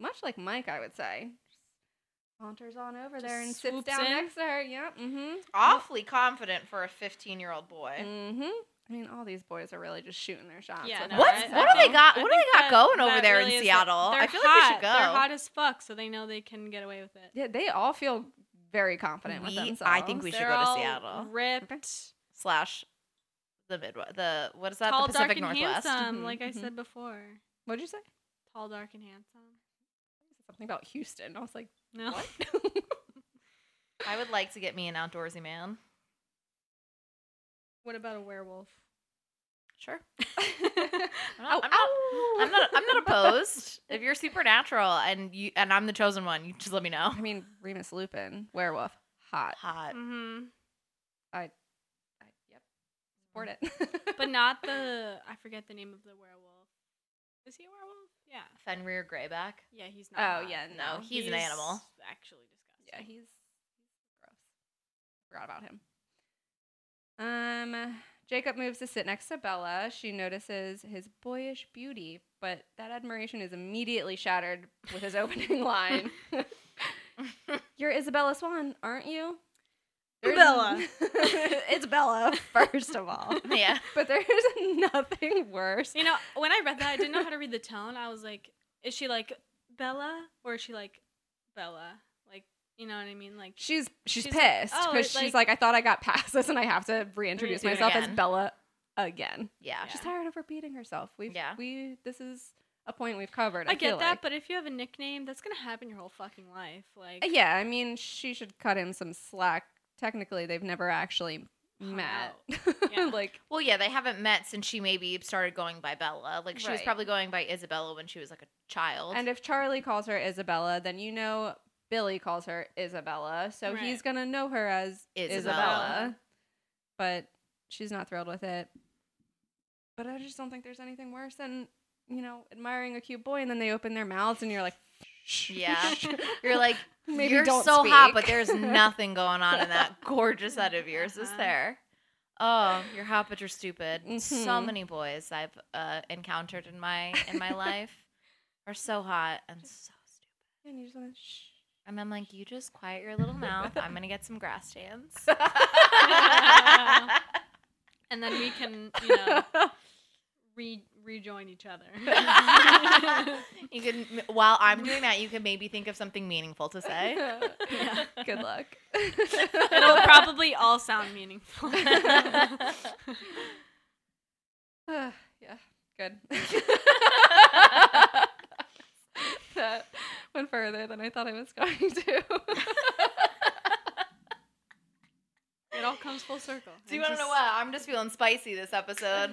D: much like Mike, I would say, saunters on over there
E: Just
D: and sits
E: swoops
D: down
E: in.
D: next to her. Yep. Mm-hmm.
C: Awfully confident for a 15 year old boy.
D: Mm-hmm. I mean, all these boys are really just shooting their shots.
E: Yeah,
D: with
E: no,
C: What?
D: us.
E: I-
C: what
E: I
C: do they
E: think
C: got?
E: that-
C: What do they got
E: I think
C: going
E: that-
C: over
E: that
C: there in
E: really is the-
C: Seattle?
E: they're
C: I feel like we should
E: hot. They're
C: go.
E: hot as fuck, so they know they can get away with it.
D: Yeah, they all feel very confident with
C: We- I think
D: themselves.
C: we should
E: They're
C: go to
E: all
C: Seattle.
E: Ripped,
C: Slash the Midwest. The what is that?
E: tall,
C: the
E: dark,
C: Pacific
E: and
C: Northwest. Mm-hmm,
E: handsome.
D: Mhm,
E: Like I
D: mhm.
E: said before,
D: What'd you say?
E: tall, dark, and handsome.
D: Something about Houston. I was like,
E: No, <laughs>
D: what?
C: I would like to get me an outdoorsy man.
E: what about
C: <laughs>
E: a werewolf?
C: Sure. I'm
D: Oh, Ow,
C: not, I'm, not, I'm not. I'm not opposed. if you're supernatural and you and I'm the chosen one, you just let me know.
D: I mean, Remus Lupin, werewolf, hot.
C: Hot.
E: Mm-hmm.
D: I, yep, support it. <laughs>
E: but not the I forget the name of the werewolf. Is he a werewolf? Yeah.
C: Fenrir Greyback. <laughs>
E: Yeah, he's not.
D: Oh
E: hot.
D: yeah,
C: No,
D: no.
C: he's an animal.
E: Actually disgusting.
D: Yeah, he's, he's gross. Forgot about him. Um, Jacob moves to sit next to Bella. She notices his boyish beauty, but that admiration is immediately shattered with his opening line. You're Isabella Swan, aren't you? There's-
G: Bella.
D: <laughs> it's Bella, first of all.
C: Yeah.
D: But there's <laughs> nothing worse.
E: <laughs> You know, when I read that, I didn't know how to read the tone. I was like, is she like Bella or is she like Bella? Like, you know what I mean? Like
D: She's she's,
E: She's like,
D: pissed
E: "Oh,
D: because
E: it's
D: she's
E: like-
D: like, I thought I got past this and I have to reintroduce
E: Redo it
D: myself as
C: again."
D: Bella again.
C: Yeah.
D: She's tired of repeating herself. We've
C: Yeah.
D: we this is a point we've covered. I,
E: I get
D: feel
E: that,
D: like.
E: but if you have a nickname, that's gonna happen your whole fucking life. Like
D: Uh, yeah, I mean she should cut him some slack. Technically they've never actually
E: hung
D: met. <laughs>
E: out. Yeah.
D: like
C: Well, yeah, they haven't met since she maybe started going by Bella. Like she was
D: Right.
C: probably going by Isabella when she was like a child.
D: and if Charlie calls her Isabella, then you know Billy calls her Isabella. So
E: Right.
D: he's gonna know her as
C: Isabella.
D: Isabella. But she's not thrilled with it. But I just don't think there's anything worse than, you know, admiring a cute boy and then they open their mouths and you're like, <laughs>
C: yeah, you're like
D: Maybe
C: you're
D: don't
C: so hot,
D: speak.
C: but
D: <laughs>
C: there's nothing going on in that gorgeous head of yours, is
E: Uh-huh.
C: there? Oh, you're hot, but you're stupid. So
D: Mhm.
C: many boys I've uh, encountered in my in
D: <laughs>
C: my life are so hot and so stupid.
D: <laughs> and you just want to shh.
C: And I'm like, you just quiet your little mouth. I'm gonna get some
D: <laughs>
C: grass stains. <laughs>
E: and then we can, you
D: <laughs>
E: know, re- rejoin each other. <laughs>
C: <laughs> you can while I'm doing that, you can maybe think of something meaningful to <laughs> say.
D: Good luck.
E: <laughs>
D: <laughs>
E: It'll probably all sound <laughs>
D: <sighs>
E: meaningful.
D: yeah, good. <laughs> that went further than I thought I was going to.
E: It all comes full circle.
C: Do you
E: I'm
C: want to know
E: just-
C: what? I'm just feeling spicy this episode.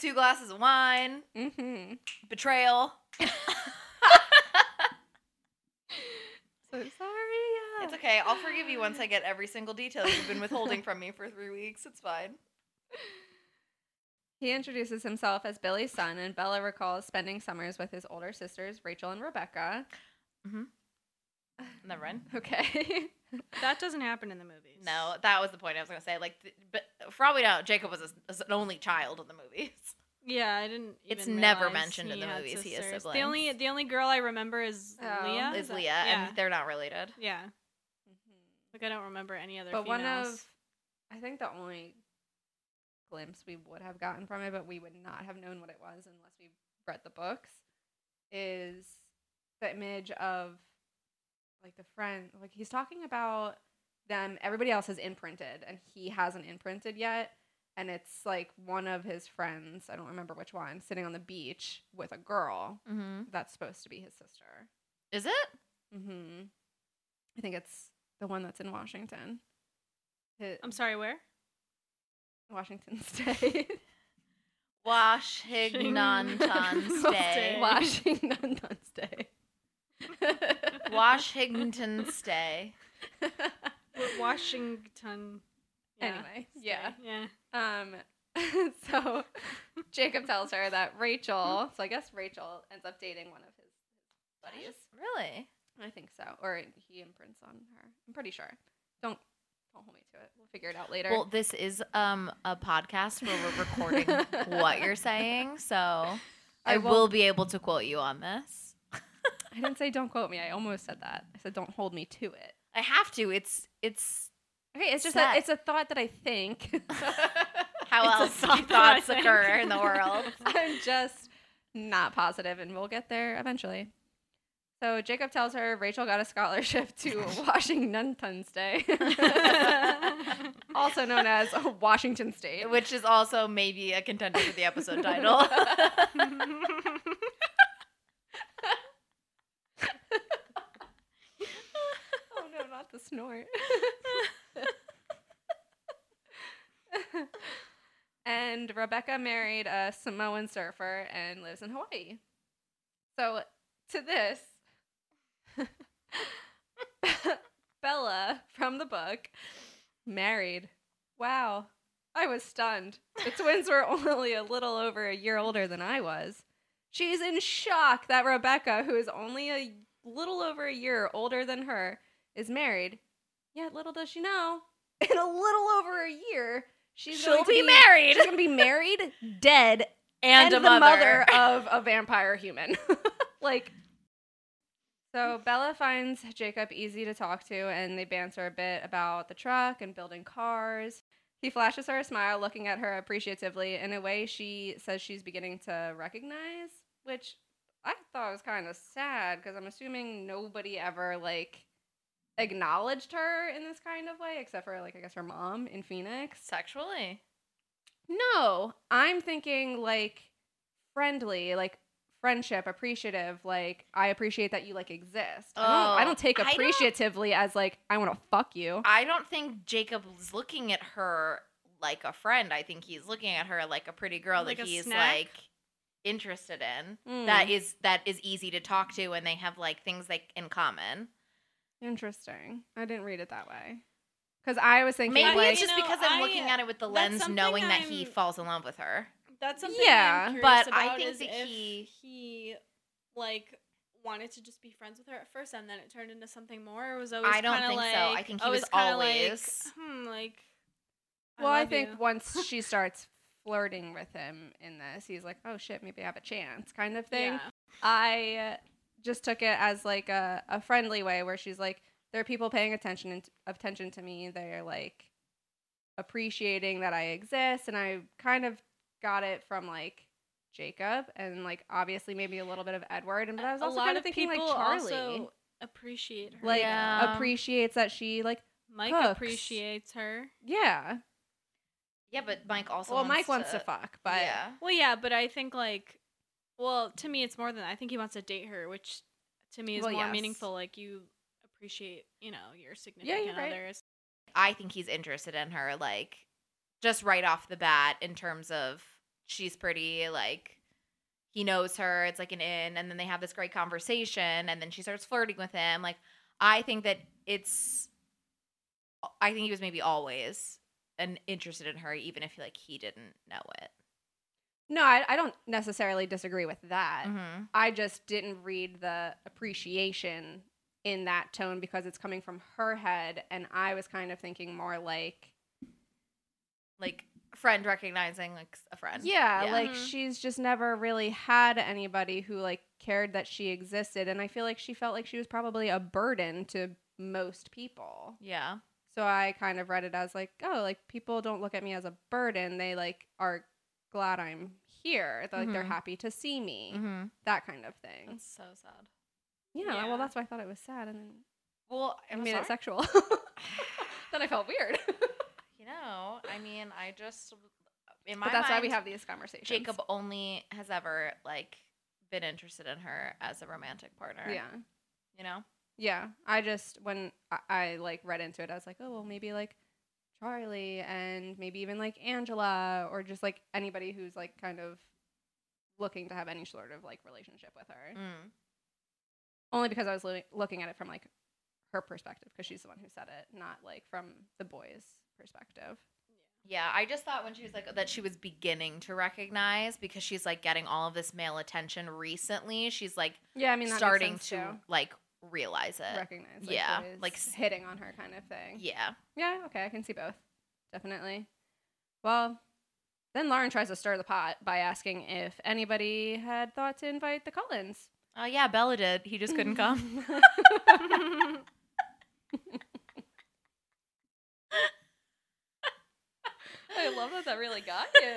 C: Two glasses of wine,
D: mm-hmm.
C: betrayal.
D: So sorry. Yeah.
C: It's okay. I'll forgive you once I get every single detail you've been withholding from me for three weeks. It's fine.
D: He introduces himself as Billy's son, and Bella recalls spending summers with his older sisters, Rachel and Rebecca.
C: Never mind.
D: Okay. <laughs>
E: That doesn't happen in the movies.
C: No, that was the point I was gonna say. Like, th- but for all we know, Jacob was, a, was an only child in the movies.
E: Yeah, I didn't.
C: It's
E: even
C: never
E: realize
C: mentioned in
E: he
C: the
E: had
C: movies he has
E: sisters. The
C: siblings.
E: only the only girl I remember is
D: Oh.
E: Leah.
C: <laughs> Is
E: that-
C: Leah,
E: yeah.
C: and they're not related.
E: yeah.
C: Mm-hmm.
E: Like I don't remember any other.
D: but one
E: females.
D: of i think the only glimpse we would have gotten from it but we would not have known what it was unless we read the books is the image of like the friend like he's talking about them everybody else has imprinted and he hasn't imprinted yet and it's like one of his friends i don't remember which one sitting on the beach with a girl
C: Mm-hmm.
D: that's supposed to be his sister
C: Is it?
D: mm-hmm. i think it's the one that's in washington Hi-
E: I'm sorry, where?
D: Washington State.
C: Wash <laughs>
E: <laughs>
C: Hignon Stay.
E: Stay.
D: <laughs> Washington State.
C: Wash Higginton Stay.
E: Wa- Washington. Yeah.
D: Anyway, yeah.
E: Yeah.
D: Um, <laughs> so Jacob tells her that Rachel, so I guess Rachel ends up dating one of his buddies.
C: Really?
D: I think so, or he imprints on her. I'm pretty sure. Don't don't hold me to it. We'll figure it out later.
C: Well, this is um a podcast where we're recording what you're saying, so I,
D: I
C: will
D: won't-
C: be able to quote you on this.
D: I didn't say don't quote me. I almost said that. I said don't hold me to it.
C: I have to. It's it's
D: Okay, it's just
C: Set.
D: a, it's a thought that I think.
C: <laughs>
D: <laughs>
C: how else
E: It's a
C: do
E: thought that I
C: thoughts occur
E: think.
C: in the <laughs> world.
D: I'm just not positive, and we'll get there eventually. So Jacob tells her Rachel got a scholarship to Washington State, also known as Washington State.
C: Which is also maybe a contender for the episode <laughs> title.
D: <laughs> Oh no, not the snort. <laughs> and Rebecca married a Samoan surfer and lives in Hawaii. So to this, <laughs> Bella from the book married. Wow. I was stunned. The twins were <laughs> only a little over a year older than I was. She's in shock that Rebecca, who is only a little over a year older than her, is married. Yet little does she know, <laughs> in a little over a year, she's
C: She'll
D: going to
C: be married.
D: She's going to be married, dead,
C: And a
D: the
C: mother.
D: <laughs> of a vampire human. <laughs> like, so Bella finds Jacob easy to talk to, and they banter a bit about the truck and building cars. He flashes her a smile, looking at her appreciatively in a way she says she's beginning to recognize, which I thought was kind of sad because I'm assuming nobody ever like acknowledged her in this kind of way, except for like I guess her mom in Phoenix.
C: Sexually.
D: No, I'm thinking like friendly, like friendship, appreciative. Like I appreciate that you like exist. I, don't, I
C: Oh,
D: don't take
C: I don't-
D: appreciatively as like I want to fuck you.
C: I don't think Jacob's looking at her like a friend. I think he's looking at her like a pretty girl
E: Like a
C: that he's
E: snack? Hmm.
C: like interested in.
D: Mm.
C: That is that is easy to talk to and they have like things like in common.
D: Interesting. I didn't read it that way because I was thinking
C: Maybe
D: like
C: it's just
E: You know,
C: because I'm
E: I-
C: looking at it with the
E: that's
C: lens
E: something
C: knowing that he
E: I'm-
C: falls in love with her.
E: That's something
D: Yeah,
E: I'm curious
C: but I
E: about
C: think
E: is
C: that
E: if
C: he-
E: he like wanted to just be friends with her at first and then it turned into something more or was always
C: I don't
E: kinda
C: think so.
E: like,
C: I think he was
E: kinda
C: always-
E: like, hmm, like
D: Well, I,
E: love
D: think
E: you.
D: once she starts flirting with him in this, he's like, "Oh shit, maybe I have a chance," kind of thing.
E: Yeah.
D: I uh, just took it as like a, a friendly way where she's like, "There are people paying attention and attention to me. They're like appreciating that I exist," and I kind of got it from like Jacob and like obviously maybe a little bit of Edward, and but I was
E: a
D: also
E: lot
D: kind
E: of
D: of thinking like
E: people
D: Charlie,
E: also appreciate her.
D: like
C: Yeah.
D: appreciates that she like
E: Mike
D: cooks.
E: appreciates her.
D: yeah.
C: Yeah, but Mike also
D: well,
C: wants
D: Mike wants to, fuck, but.
C: yeah.
E: Well, yeah, but I think like, well, to me, it's more than I think he wants to date her, which to me is
D: Well,
E: more
D: yes.
E: meaningful. Like you appreciate, you know, your
D: you're
E: significant
D: right.
E: others.
C: I think he's interested in her, like just right off the bat, in terms of she's pretty, like he knows her, it's like an in, and then they have this great conversation, and then she starts flirting with him. Like, I think that it's, I think he was maybe always an interested in her, even if like he didn't know it.
D: No, I, I don't necessarily disagree with that.
C: Mm-hmm.
D: I just didn't read the appreciation in that tone because it's coming from her head, and I was kind of thinking more like,
C: Like friend recognizing like a friend.
D: yeah, like
E: Mhm.
D: she's just never really had anybody who like cared that she existed, and I feel like she felt like she was probably a burden to most people.
C: yeah.
D: So I kind of read it as like, oh, like people don't look at me as a burden; they like are glad I'm here. They're, like they're
C: Mhm.
D: happy to see me,
C: Mm-hmm.
D: that kind of thing.
C: That's so sad.
D: Yeah,
E: Yeah.
D: well, that's why I thought it was sad, and then
C: Well,
D: I
C: I'm
D: made
C: sorry. <laughs>
D: it sexual. <laughs> then I felt weird.
C: You know, I mean, I just in <laughs> my
D: but that's why we
C: mind,
D: have these conversations.
C: Jacob only has ever like been interested in her as a romantic partner.
D: Yeah,
C: You know?
D: yeah. I just when I, I like read into it, I was like, oh well, maybe like Charlie and maybe even like Angela or just like anybody who's like kind of looking to have any sort of like relationship with her.
C: Mm.
D: Only because I was loo- looking at it from like her perspective because she's the one who said it, not like from the boys' perspective.
C: Yeah, I just thought when she was like that she was beginning to recognize because she's like getting all of this male attention recently. She's like
D: Yeah, I mean that makes
C: starting
D: sense,
C: to
D: too.
C: like realize it.
D: recognize like,
C: yeah,
D: boys
C: like s-
D: hitting on her kind of thing
C: Yeah.
D: yeah okay i can see both definitely well then lauren tries to stir the pot by asking if anybody had thought to invite the cullens
C: Oh yeah, Bella did. He just couldn't come.
D: <laughs> i love that that really got you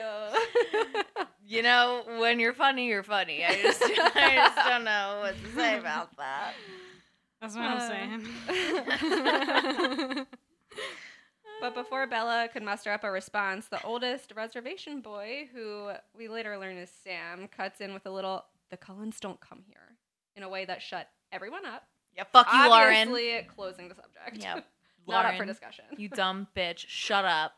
C: You know, when you're funny, you're funny. I just <laughs> I just don't know what to say about
D: <laughs>
C: that.
E: That's
D: what I'm <laughs> saying. <laughs> But before Bella could muster up a response, the oldest reservation boy, who we later learn is Sam, cuts in with a little, the Cullens don't come here, in a way that shut everyone up.
C: Yeah, fuck you, Lauren.
D: Obviously, closing the subject.
C: Yep.
D: <laughs> Not up for
C: Lauren,
D: discussion.
C: You dumb bitch. Shut up.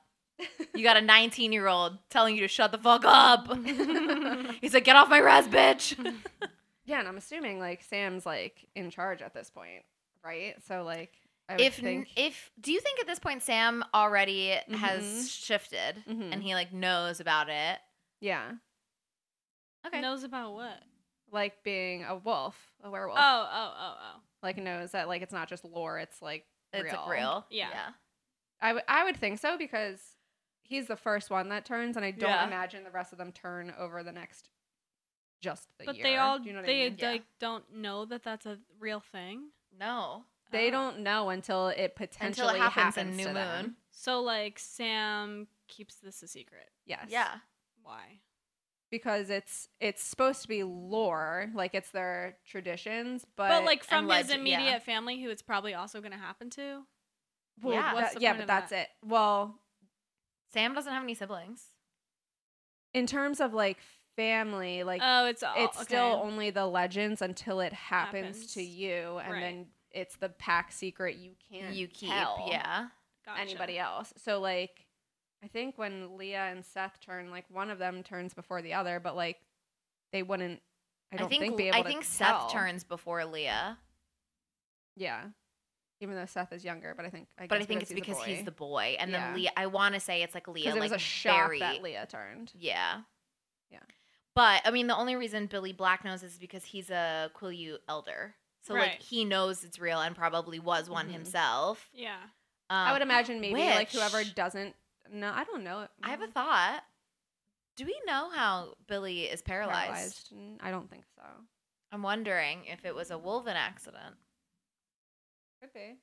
C: You got a 19 year old telling you to shut the fuck
D: <laughs>
C: up. He's like, get off my res, bitch.
D: yeah, and I'm assuming like Sam's like in charge at this point, right? So like, I would
C: If
D: think.
C: if do you think at this point Sam already has
D: Mhm.
C: shifted
D: Mhm.
C: and he like knows about it?
D: yeah,
C: Okay.
E: Knows about what?
D: like being a wolf, a werewolf.
E: Oh, oh, oh, oh.
D: like knows that like it's not just lore, it's like
C: It's, like, real.
D: real.
E: Yeah.
C: Yeah.
D: I would I would think so because he's the first one that turns, and I don't
E: Yeah.
D: imagine the rest of them turn over the next just the
E: but
D: year.
E: they all
D: Do you know what
E: they
D: I mean?
C: Yeah.
E: like don't know that that's a real thing.
C: No.
D: They
E: Oh.
D: don't know until it potentially
C: Until it happens, in
D: happens
C: New
D: to
C: Moon.
D: them.
E: So like Sam keeps this a secret.
D: Yes.
C: Yeah.
E: Why?
D: Because it's it's supposed to be lore, like it's their traditions, but,
E: But, like from
C: and
E: his
C: leg- yeah.
E: immediate family, who it's probably also going to happen to.
D: well,
C: Yeah.
D: that-
E: What's the
D: yeah,
E: point
D: but
E: of
D: that's it.
E: that?
D: Well,
C: Sam doesn't have any siblings.
D: in terms of like family, like
E: oh, it's all,
D: it's
E: okay.
D: still only the legends until it happens, to
E: Happens.
D: you, and
E: Right.
D: then it's the pack secret you can't
C: You keep.
D: tell
C: Yeah.
E: Gotcha.
D: anybody else. So like, I think when Leah and Seth turn, like one of them turns before the other, but like they wouldn't. I don't think, be able
C: I
D: to
C: think
D: tell.
C: Seth turns before Leah,
D: Yeah, even though Seth is younger, but I think I
C: but
D: guess
C: I think it's because
D: a
C: he's
D: boy.
C: the boy, and
D: Yeah.
C: then Leah. I want to say it's like Leah,
D: it
C: like
D: was a shock
C: very,
D: that Leah turned.
C: Yeah.
D: Yeah.
C: But I mean, the only reason Billy Black knows is because he's a Quileute elder, so like
E: Right.
C: he knows it's real and probably was one
D: Mhm.
C: himself.
E: Yeah.
C: Um,
D: I would imagine maybe like whoever
C: which-
D: doesn't. No, I don't know.
C: I have a
D: Mm,
C: thought. Do we know how Billy is paralyzed?
D: paralyzed. Mm, I don't think so.
C: I'm wondering if it was a Wolven accident.
D: Could be.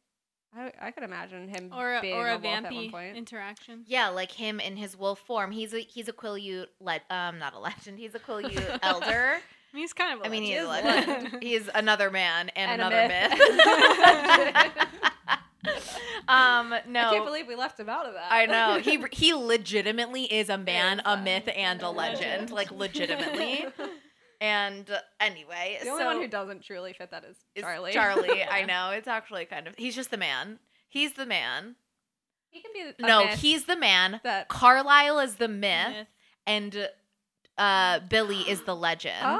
D: I, I could imagine him
E: Or a,
D: being
E: or a,
D: a wolf at one
E: vampy
D: point.
E: interaction.
C: Yeah, like him in his wolf form. He's a he's a Quileute le- um not a legend. He's a
D: <laughs>
C: Quileute elder.
E: I mean, he's kind of. A
C: I mean,
E: legend.
C: <laughs> he is a legend. He's another man and,
D: And a
C: another myth.
D: <laughs>
C: um, <laughs> no,
D: I can't believe we left him out of that.
C: I
D: <laughs>
C: know he he legitimately is a man,
D: Is
C: a
D: a-
C: myth, and a legend. Like legitimately. And uh, anyway,
D: the
C: so
D: only one who doesn't truly fit that is
C: is
D: Charlie.
C: Charlie, I know it's actually kind of. He's just the man. He's the man.
D: <laughs> He can be. a
C: No,
D: myth
C: he's the man.
D: that.
C: Carlisle is the myth.
E: Myth.
C: and uh Billy is the legend.
D: Oh,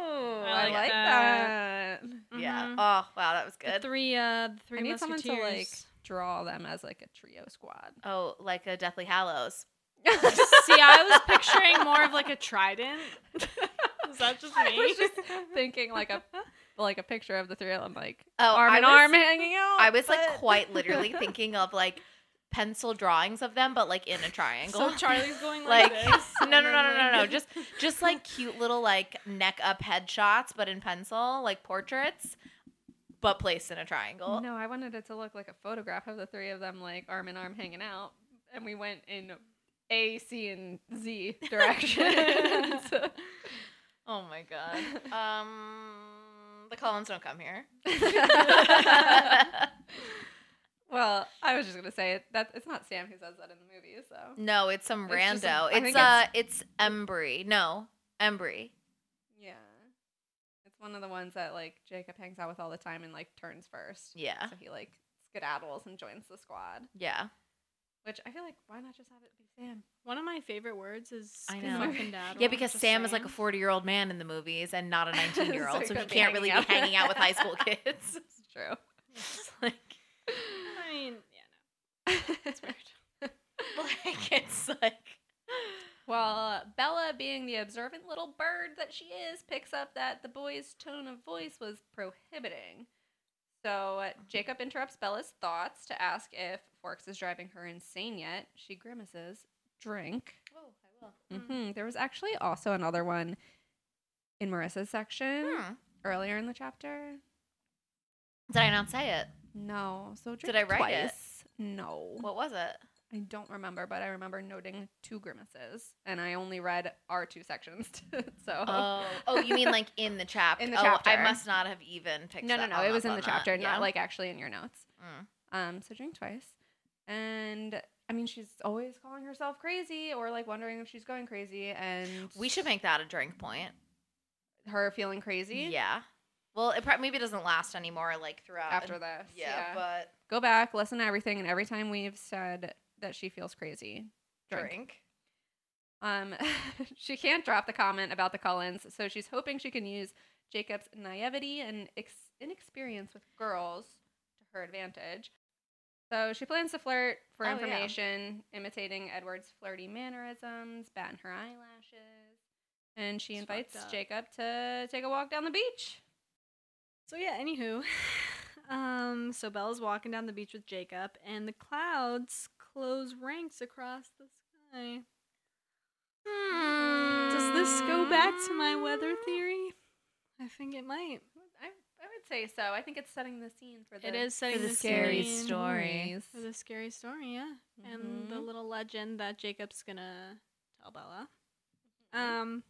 D: mm-hmm. I like,
E: like
D: that.
E: that.
C: Yeah.
E: Mhm.
C: Oh wow, that was
E: The
C: good.
E: three. Uh, the three
D: I need someone to like
E: musketeers.
D: draw them as like a trio
C: <laughs>
D: squad.
C: Oh, like a Deathly Hallows.
E: <laughs> See, I was picturing more of like a
D: <laughs>
E: trident. Is that just
D: I
E: me?
D: was
E: <laughs>
D: just thinking
C: <laughs>
D: like a like a picture of the three of them, like
C: Oh,
D: arm
C: I
D: in
C: was-
D: arm hanging out.
C: I was like
D: Oh, but-
C: quite
D: <laughs>
C: literally thinking of like pencil drawings of them, but like in a
E: so
C: triangle.
E: Charlie's
C: <laughs>
E: going like,
C: like
D: <laughs>
E: this.
C: no
E: and
C: no no
E: then,
C: no no no
E: <laughs> like-
C: just just like cute little like neck up headshots but in pencil like portraits but placed in a triangle
D: No, I wanted it to look like a photograph of the three of them, like arm in arm hanging out, and we went in A, C, and <laughs> Z <laughs> directions.
C: oh my
D: <laughs>
C: god um the Collins don't come here
D: well, I was just gonna say it, that it's not Sam who says that in the movie, so
C: No, it's some
D: It's just a-
C: rando.
D: I
C: it's
D: think
C: uh, it's Embry. No, Embry.
D: yeah, it's one of the ones that like Jacob hangs out with all the time and like turns first.
C: Yeah,
D: So he like skedaddles and joins the squad,
C: yeah.
D: which I feel like why not just have it be Sam?
E: One of my favorite words is
C: I know.
E: skedaddle.
C: Yeah, because
E: Just
C: Sam is like a
E: saying.
C: forty-year-old man in the movies and
D: <laughs>
C: not a nineteen-year-old, so,
D: So he
C: he
D: could be
C: can't really
D: hanging out.
C: be hanging out with high
D: <laughs>
C: school kids.
D: It's true.
C: It's <laughs> like,
E: I mean, yeah,
D: it's weird. <laughs>
C: like it's like.
D: Well, uh, Bella, being the observant little bird that she is, picks up that the boy's tone of voice was prohibiting. So uh, Jacob interrupts Bella's thoughts to ask if Forks is driving her insane yet. She grimaces, drink.
C: Oh, I will.
D: hmm There was actually also another one in Marissa's section
C: Hmm.
D: earlier in the chapter.
C: Did I not say it?
D: No. So drink
C: Did I write it?
D: twice. No.
C: What was
D: <laughs>
C: it?
D: I don't remember, but I remember noting two grimaces, and I only read our two sections. <laughs> so
C: Oh, oh, you
D: <laughs>
C: mean like in the chapter?
D: In the
C: Oh,
D: chapter.
C: I must not have even picked.
D: no, no,
C: up
D: no,
C: on
D: it
C: up
D: was in the
C: on that.
D: chapter,
C: Yeah.
D: not like actually in your notes.
C: Mm.
D: Um, so drink twice, and I mean she's always calling herself crazy or like wondering if she's going crazy, and
C: We should make that a drink point.
D: her feeling crazy.
C: Yeah. Well, it prob- maybe it doesn't last anymore, like throughout.
D: After this,
C: Yeah, but
D: go back, listen to everything, and every time we've said that she feels crazy,
C: drink.
D: Um, <laughs> she can't drop the comment about the Cullens, so she's hoping she can use Jacob's naivety and ex- inexperience with girls to her advantage. So she plans to flirt for
C: Oh, yeah.
D: information, imitating Edward's flirty mannerisms, batting her eyelashes, and she
E: It's
D: invites
E: fucked up.
D: Jacob to take a walk down the beach.
E: So yeah, anywho, <laughs> Um, so Belle's walking down the beach with Jacob, and the clouds close ranks across the sky. Does this go back to my weather theory? I think it might.
D: I, I would say so. I think it's setting the scene for the
E: It is setting
C: the
E: the
C: scary
E: scene
C: story.
E: For the scary story, yeah. And
C: Mm-hmm.
E: the little legend that Jacob's gonna tell Bella.
C: Mm-hmm.
E: Um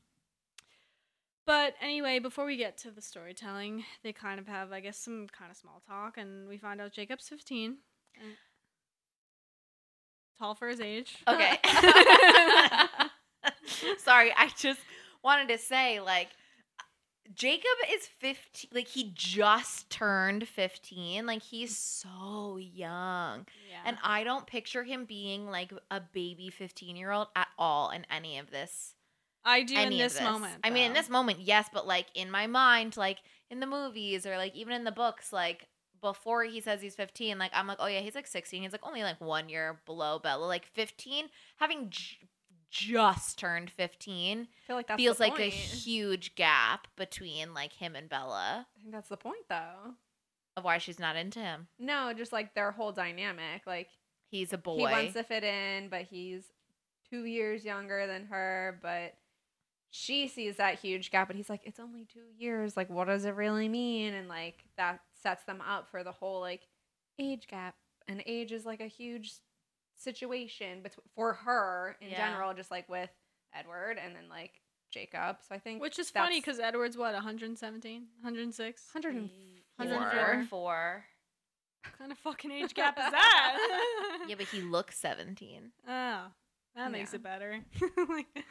E: but anyway, before we get to the storytelling, they kind of have, I guess, some kind of small talk, and we find out Jacob's 15.
C: Mm.
E: and tall for his age. <laughs>
C: Okay. <laughs> Sorry, I just wanted to say like Jacob is 15 like he just turned 15 like he's so young
E: Yeah.
C: and I don't picture him being like a baby 15 year old at all in any of this
E: I do in
C: any of
E: this, moment.
C: I mean in
E: though.
C: this moment yes but like in my mind like in the movies or like even in the books like before he says he's 15 like I'm like oh yeah he's like 16 he's like only like 1 year below Bella like 15 having j- just turned 15
D: I feel like that's
C: feels
D: the
C: like
D: point.
C: a huge gap between like him and Bella
D: I think that's the point, though.
C: of why she's not into him.
D: No, just like their whole dynamic. Like
C: He's a boy.
D: he wants to fit in, but he's two years younger than her. But she sees that huge gap, and he's like, "It's only two years. Like, what does it really mean?" And like that sets them up for the whole like age gap. And age is like a huge situation betw- for her in
C: Yeah.
D: general, just like with Edward, and then like Jacob. So I think
E: Which is
D: that's
E: funny because Edward's what 117, 106.
D: 104.
C: 104.
E: What kind of
C: <laughs>
E: fucking age gap is that?
C: Yeah, but he looks 17.
E: Oh, that makes
D: Yeah. <laughs>
E: it better. <laughs>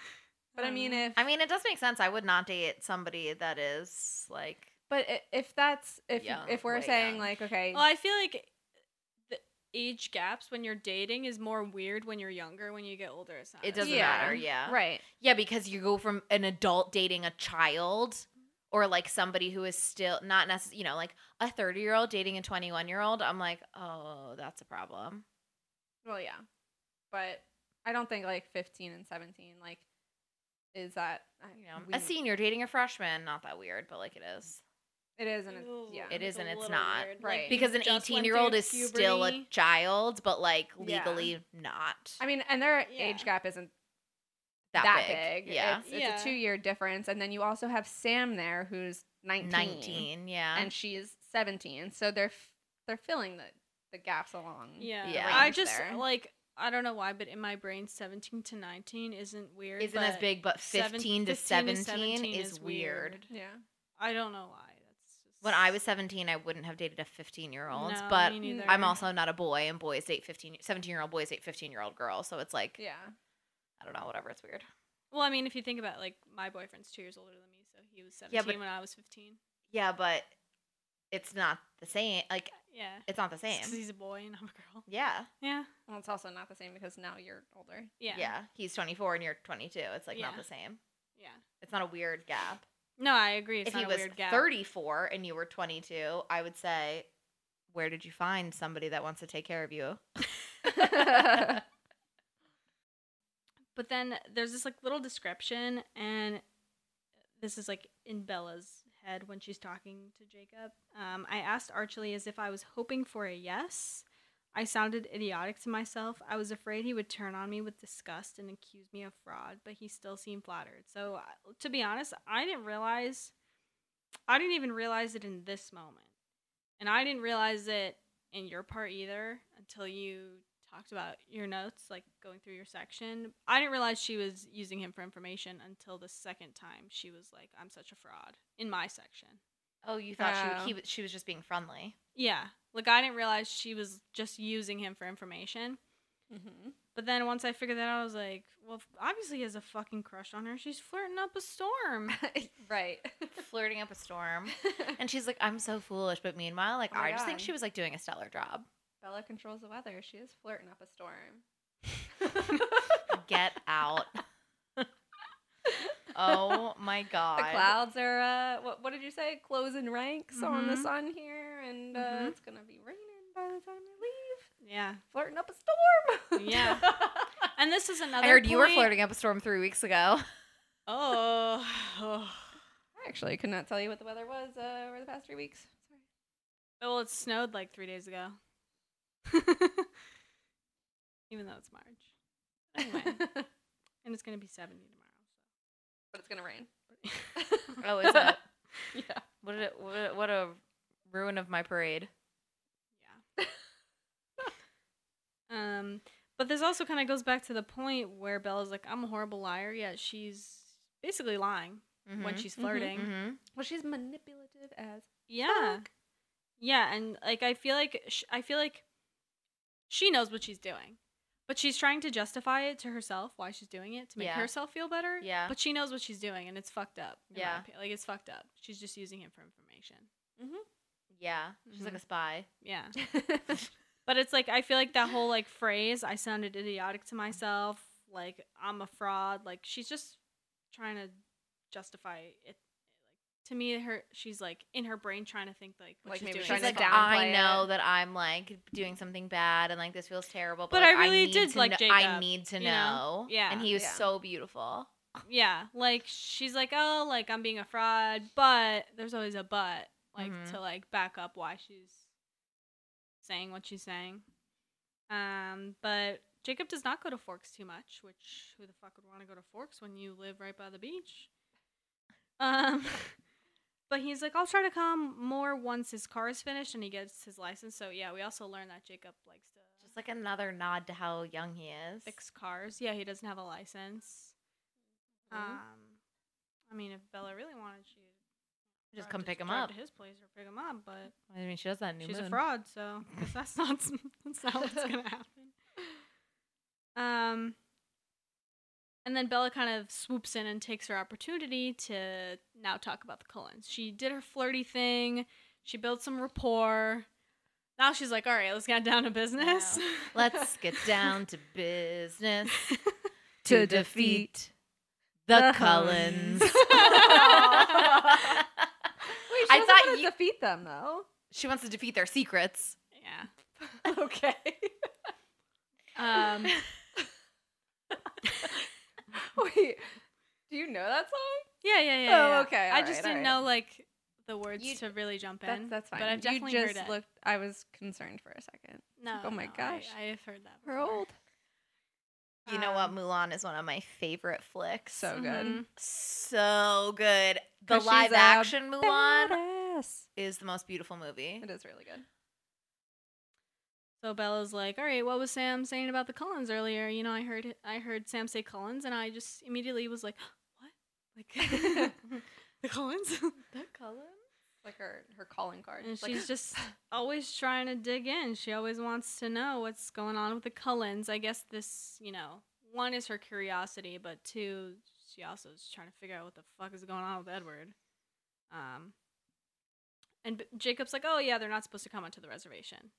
D: But I mean, if
C: I mean, it does make sense. I would not date somebody that is like
D: But i- if that's if
C: Young,
D: if we're
C: way
D: saying
C: young.
D: like okay,
E: well, I feel like the age gaps when you're dating is more weird when you're younger. When you get older, it's not.
C: It
E: as
C: doesn't
E: weird.
C: matter, yeah.
D: right,
C: Yeah, because you go from an adult dating a child or like somebody who is still not necessarily, you know, like a 30 year old dating a 21 year old. I'm like, oh, that's a problem.
D: well yeah, but I don't think like fifteen and seventeen like is that I,
C: You know, a
D: we-
C: senior dating a freshman, not that weird, but like it is.
D: It is and it's
E: Ooh,
D: yeah.
C: It is
E: a
C: and it's
E: little
C: not.
E: weird.
D: Right.
C: because an
E: just
C: 18
E: went
C: year old
E: through
C: is still a
E: puberty.
C: child but like
D: Yeah.
C: legally not
D: I mean, and their
E: Yeah.
D: age gap isn't
C: that,
D: that, big.
C: big. yeah
D: it's, it's
E: Yeah.
D: a two year difference, and then you also have Sam there who's nineteen,
C: 19 yeah
D: and she's seventeen, so they're f- they're filling the the gaps along.
E: Yeah,
C: Yeah.
E: I
D: range
E: just
D: there.
E: like I don't know why, but in my brain, seventeen to nineteen isn't weird.
C: isn't as
E: but
C: big but
E: seven-
C: 15 to 17, is, weird.
D: yeah.
E: I don't know why. That's just
C: when i was 17 i wouldn't have dated a 15 year old
E: No,
C: but
E: me neither.
C: i'm also not a boy and boys date 15 17 year old boys date 15 year old girls so it's like
D: Yeah.
C: i don't know whatever it's weird
E: Well, I mean, if you think about it, like my boyfriend's two years older than me, so he was
C: Yeah, but-
E: seventeen when I was fifteen.
C: yeah but it's not the same like
E: Yeah,
C: it's not the
E: It's 'cause
C: same
E: he's a boy and I'm a girl.
C: yeah.
E: Yeah,
D: Well, it's also not the same because now you're older.
E: yeah,
C: yeah he's 24 and you're 22 it's like not
E: Yeah.
C: the same
E: yeah.
C: it's not a weird gap
E: No, I agree. It's
C: if
E: not
C: he
E: a
C: was
E: weird gap.
C: 34 and you were 22, I would say, where did you find somebody that wants to take care of you? <laughs>
E: But then there's this like little description, and this is like in Bella's head when she's talking to Jacob. Um, I asked Archly as if I was hoping for a yes. I sounded idiotic to myself. I was afraid he would turn on me with disgust and accuse me of fraud, but he still seemed flattered. So, I- to be honest, I didn't realize, I didn't even realize it in this moment. And I didn't realize it in your part either until you talked about your notes, like going through your section. I didn't realize she was using him for information until the second time she was like, I'm such a fraud in my section.
C: Oh, you thought she
D: Oh.
C: he, was- she was just being friendly.
E: Yeah. Like, I didn't realize she was just using him for information.
D: Mm-hmm.
E: But then once I figured that out, I was like, well, obviously he has a fucking crush on her. She's flirting up
C: <laughs>
E: a storm.
D: <laughs> right. <laughs>
C: Flirting up a storm. and she's like, I'm so foolish. But meanwhile, like,
D: Oh my
C: I just think
D: God.
C: she was like doing a stellar job.
D: Bella controls the weather. She is flirting up a storm.
C: Get out. <laughs> oh my God.
D: The clouds are. Uh, what, what did you say? Closing ranks on the
E: Mhm.
D: sun here, and uh,
E: Mhm.
D: it's gonna be raining by the time I leave.
E: yeah.
D: Flirting up a storm. <laughs>
E: Yeah. And this is another.
C: I heard you were
E: point-
C: flirting up a storm three weeks ago.
E: Oh. <sighs> oh.
D: I actually could not tell you what the weather was uh, over the past three weeks. Sorry.
E: Well, it snowed like three days ago. <laughs> Even though it's March. Anyway. and it's going to be 70
D: But it's gonna
E: <laughs>
D: rain.
C: Oh, is it?
D: <laughs> yeah.
C: What a, what a what a ruin of my parade.
E: tomorrow. Um, but this also kind of goes back to the point where Bella's like, I'm a horrible liar, yet she's basically lying when
C: Mhm.
E: she's flirting.
C: Mhm.
D: Well, she's manipulative
E: <laughs>
D: as
E: Yeah.
D: fuck.
E: Yeah, and like I feel like sh- I feel like she knows what she's doing. But she's trying to justify it to herself why she's doing it to make
C: Yeah.
E: herself feel better.
C: Yeah.
E: But she knows what she's doing and it's fucked up. in my
C: Yeah.
E: opi- Like it's fucked up. She's just using him for information.
C: Yeah, she's like a spy.
E: Yeah. but it's like I feel like that whole like phrase I sounded idiotic to myself, like I'm a fraud, like she's just trying to justify it like to me her she's like in her brain trying to think like what
D: Like,
E: she's
D: maybe
E: doing.
D: trying
C: She's
E: is
D: to
C: like,
E: fucked
D: downplay
E: up.
C: I
D: it.
C: know that I'm like doing something bad and like this feels terrible. But,
E: But
C: like,
E: I really
C: need
E: did
C: to
E: like
C: kn- I
E: Jacob,
C: need to
E: you
C: know.
E: know? Yeah,
C: and he was
D: yeah.
C: so beautiful.
E: Yeah, like she's like, oh, like I'm being a fraud, but there's always a but, like
C: Mhm.
E: to like back up why she's saying what she's saying. Um, but Jacob does not go to Forks too much, which who the fuck would want to go to Forks when you live right by the beach? Um, <laughs> but he's like, I'll try to come more once his car is finished and he gets his license. So yeah, we also learned that Jacob likes to
C: Just like another nod to how young he is.
E: fix cars. Yeah, he doesn't have a license.
D: Mhm.
E: Um, I mean, if Bella really wanted, she
C: Just
E: drive
C: come
E: to-
C: pick him
E: drive
C: up.
E: to his place or pick him up. But
C: I mean, she does that. in New
E: she's a
C: Moon.
E: fraud, so
C: <laughs>
E: I guess that's not s- <laughs> that's not what's gonna happen. Um, and then Bella kind of swoops in and takes her opportunity to now talk about the Cullens. She did her flirty thing. She built some rapport. Now she's like, all right, let's get down to business.
C: Let's
E: <laughs>
C: get down to
D: <laughs>
C: business to defeat
D: the
C: the Cullens. <laughs>
D: Wait,
C: I
D: I
C: thought
D: thought
C: you-
D: you defeat them though.
C: she wants to defeat their secrets.
E: yeah.
D: <laughs> okay. <laughs>
E: Um,
D: <laughs> Wait. Do you know that song?
E: yeah, yeah, yeah.
D: Oh,
E: yeah.
D: okay,
E: I
D: all
E: just
D: right, all
E: didn't
D: right.
E: know like the words
D: You-
E: to really jump in.
D: That's, that's fine.
E: But I've definitely
D: you just
E: heard it.
D: looked. I was concerned for a second.
E: no,
D: oh my
E: no, I-
D: gosh.
E: I, have heard that.
D: We're
E: before.
D: old.
C: You know what?
E: Um,
C: Mulan is one of my favorite flicks.
D: So good.
E: Mhm.
C: so good. The
D: 'Cause she's
C: live
D: a
C: action Mulan
D: Badass.
C: is the most beautiful movie.
D: It is really good.
E: So Bella's like, "All right, what was Sam saying about the Cullens earlier? You know, I heard I heard Sam say Cullens, and I just immediately was like, <gasps> what?
D: <laughs>
E: Like <laughs> the Cullens? <laughs>
C: The Cullens?
D: Like her her calling card.
E: and
D: It's like, <laughs>
E: she's just always trying to dig in. She always wants to know what's going on with the Cullens. I guess this, you know, one is her curiosity, but two, she also is trying to figure out what the fuck is going on with Edward. Um, and B- Jacob's like, "Oh yeah, they're not supposed to come onto the reservation,"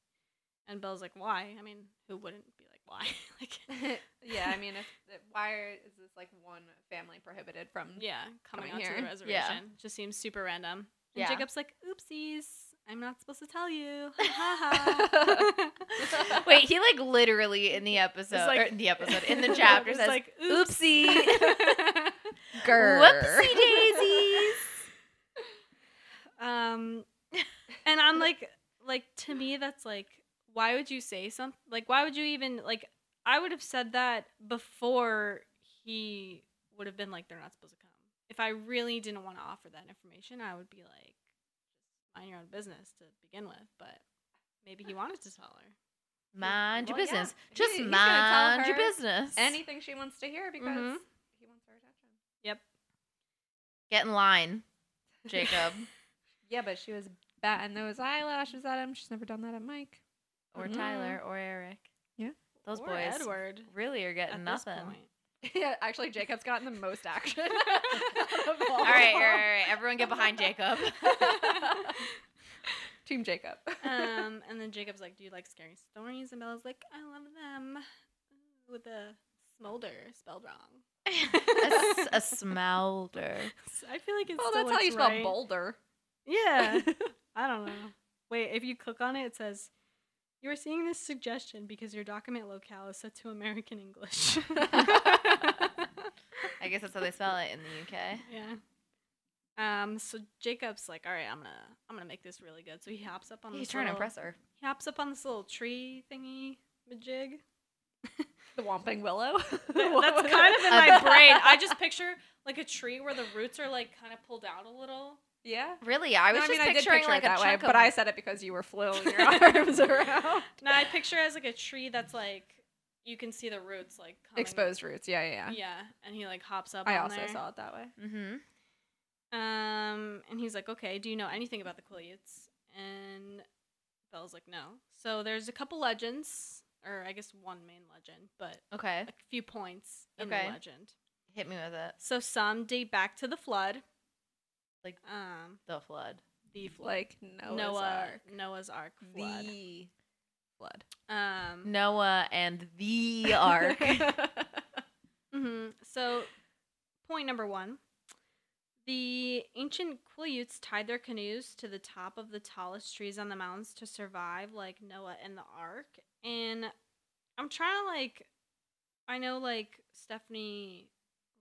E: and Belle's like, "Why? I mean, who wouldn't be like, why? <laughs> like,
D: <laughs> yeah. I mean, if, if- why is this like one family prohibited from?
E: <laughs>
D: <laughs>
E: yeah, coming,
D: Coming
E: onto
D: here.
E: the
D: Yeah.
E: reservation just seems super random." And
C: Yeah.
E: Jacob's like, "Oopsies." I'm not supposed to tell you. Ha
D: <laughs>
E: <laughs> ha ha.
C: Wait, he like literally in the episode,
E: like-
C: or in the episode, in
D: <laughs>
E: <laughs>
C: the chapter
E: It's
C: says,
E: like, "Oops." <laughs>
C: oopsie,
D: Grr.
C: whoopsie
D: <laughs>
C: daisies.
E: um, and I'm like, like to me, that's like, why would you say something? Like, why would you even like? I would have said that before he would have been like, they're not supposed to come. If I really didn't want to offer that information, I would be like, mind your own business to begin with. But maybe he wanted to tell her.
C: Mind your
D: Well, yeah.
C: business.
D: He-
C: Just
D: he's gonna tell
C: mind your
D: her
C: business.
D: Anything she wants to hear because
E: Mhm.
D: he wants her attention.
E: Yep.
C: Get in <laughs> line, Jacob
D: Yeah, but she was batting those eyelashes at him. She's never done that at Mike.
C: or
E: Mhm. <laughs>
C: Tyler or Eric.
D: Yeah.
C: Those
E: Or
C: boys
E: Edward.
C: really are
E: At
C: getting
E: this
C: nothing.
E: point.
D: yeah, actually, Jacob's gotten the most
E: <laughs>
D: action.
C: <laughs> All right, all right, all right. Everyone get behind Jacob.
D: Team Jacob.
E: um, <laughs> and then Jacob's like, "Do you like scary stories?" And Bella's like, "I love them." Ooh, With the smolder spelled wrong.
C: <laughs> a, s- <laughs> a smoulder.
E: So I feel like
D: <laughs>
E: it's.
D: oh, that's how you spell Boulder.
C: <laughs>
E: Yeah, I don't know. Wait, if you click on it, it says, "You are seeing this suggestion because your document locale is set to
C: <laughs>
E: American English." <laughs>
C: I guess that's how they spell it in the UK.
E: yeah. Um, so Jacob's like, all right, I'm gonna I'm gonna make this really good. So he hops up on
C: He's
E: this
C: trying to
E: little-
C: impress her.
E: He hops up on this little tree thingy majig.
G: The Whomping
D: <laughs>
G: Willow. <laughs>
E: That's kind of in my brain. I just picture like a tree where the roots are like kind of pulled out a little.
G: Yeah.
C: Really, I was
G: I mean,
C: just
G: I did
C: picturing
G: picture
C: like
G: it
C: a
G: that way,
C: chunk
G: but
C: of-
G: I said it because you were flailing your <laughs> arms
C: <laughs>
G: around.
E: No, I picture it as like a tree that's like you can see the roots like coming.
G: Exposed roots. Yeah, yeah, yeah.
E: Yeah, and he like hops up.
G: I
E: on
G: also
E: there.
G: saw it that way.
C: Mm-hmm.
E: Um, and he's like, "Okay, do you know anything about the Quileutes?" And Belle's like, "No." So there's a couple legends, or I guess one main legend, but
C: Okay.
E: a few points in
C: Okay.
E: the legend.
C: Hit me with it.
E: So some date back to the flood,
C: Like
E: um,
C: the flood.
E: the flood,
G: Like Noah's
E: Noah,
G: Ark.
E: Noah's Ark flood.
G: The flood.
C: <laughs>
E: um,
C: Noah and <laughs> the ark.
E: mhm. So, point number one. The ancient Quileutes tied their canoes to the top of the tallest trees on the mountains to survive, like Noah and the ark. And I'm trying to, like, I know, like, Stephanie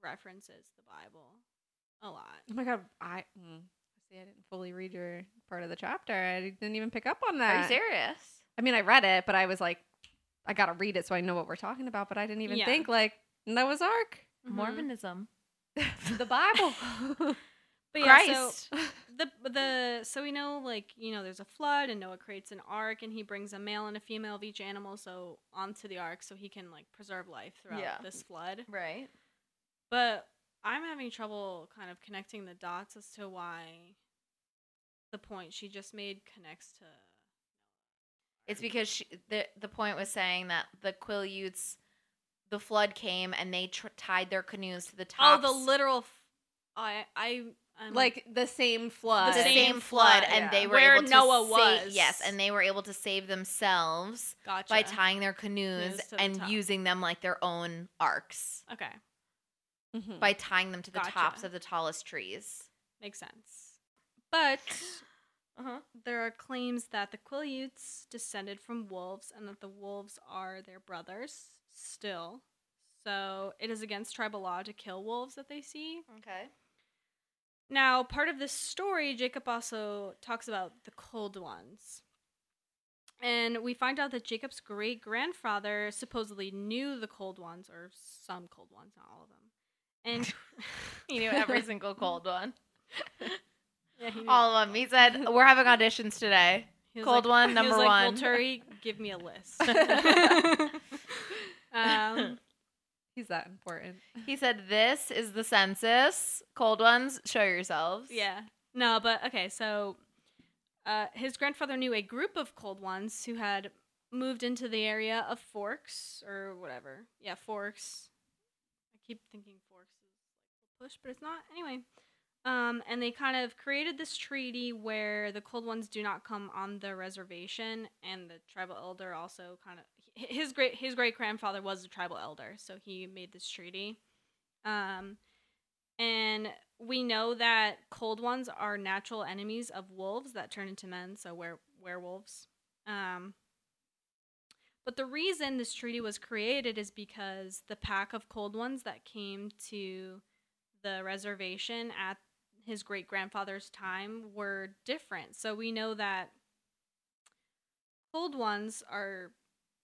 E: references the Bible a lot.
G: <laughs> Oh my god, I mm, see. I didn't fully read your part of the chapter. I didn't even pick up on that.
C: Are you serious?
G: I mean, I read it, but I was like, I gotta read it so I know what we're talking about. But I didn't even
E: Yeah.
G: think like Noah's Ark,
E: Mm-hmm.
C: Mormonism.
G: the Bible.
C: Mm-hmm.
E: But
C: Christ.
E: yeah, so the the so we know like you know there's a flood and Noah creates an ark and he brings a male and a female of each animal so onto the ark so he can like preserve life throughout
C: Yeah.
E: this flood.
C: right.
E: But I'm having trouble kind of connecting the dots as to why the point she just made connects to
C: It's because she, the the point was saying that the Quileutes, the flood came and they tr- tied their canoes to the top.
E: oh the literal f- I I
G: <laughs>
E: I'm,
G: like the same flood.
C: the
E: The
C: same,
E: same
C: flood,
E: flood,
C: and
E: yeah.
C: they were
E: Where
C: able to
E: Noah
C: sa-
E: was.
C: Yes, and they were able to save themselves
E: gotcha
C: by tying their canoes
E: Canoes to the
C: and
E: top.
C: using them like their own arcs
E: okay
G: Mhm.
C: by tying them to the
E: Hmm. Gotcha.
C: tops of the tallest trees.
E: makes sense but
C: Uh-huh.
E: there are claims that the Quileutes descended from wolves and that the wolves are their brothers still. So it is against tribal law to kill wolves that they see.
C: Okay.
E: Now, part of this story, Jacob also talks about the cold ones. And we find out that Jacob's great grandfather supposedly knew the cold ones, or some cold ones, not all of them. And <laughs>
C: He knew <laughs> every single cold one.
E: Yeah, he knew
C: All of them. He said, "We're having auditions
E: <laughs>
C: today.
E: He was
C: Cold
E: like-
C: one,
E: he
C: number
E: was like,
C: one."
E: Volturi, give me a list. <laughs> um,
G: He's that important.
C: He said, "This is the census. Cold ones, show yourselves."
E: yeah. No, but okay. So, uh, his grandfather knew a group of cold ones who had moved into the area of Forks or whatever. Yeah, Forks. I keep thinking Forks is like push, but it's not. Anyway. Um, and they kind of created this treaty where the cold ones do not come on the reservation, and the tribal elder also kind of hi- his great his great grandfather was a tribal elder, so he made this treaty. Um, and we know that cold ones are natural enemies of wolves that turn into men, so were werewolves. Um, but the reason this treaty was created is because the pack of cold ones that came to the reservation at his great grandfather's time were different. So we know that cold ones are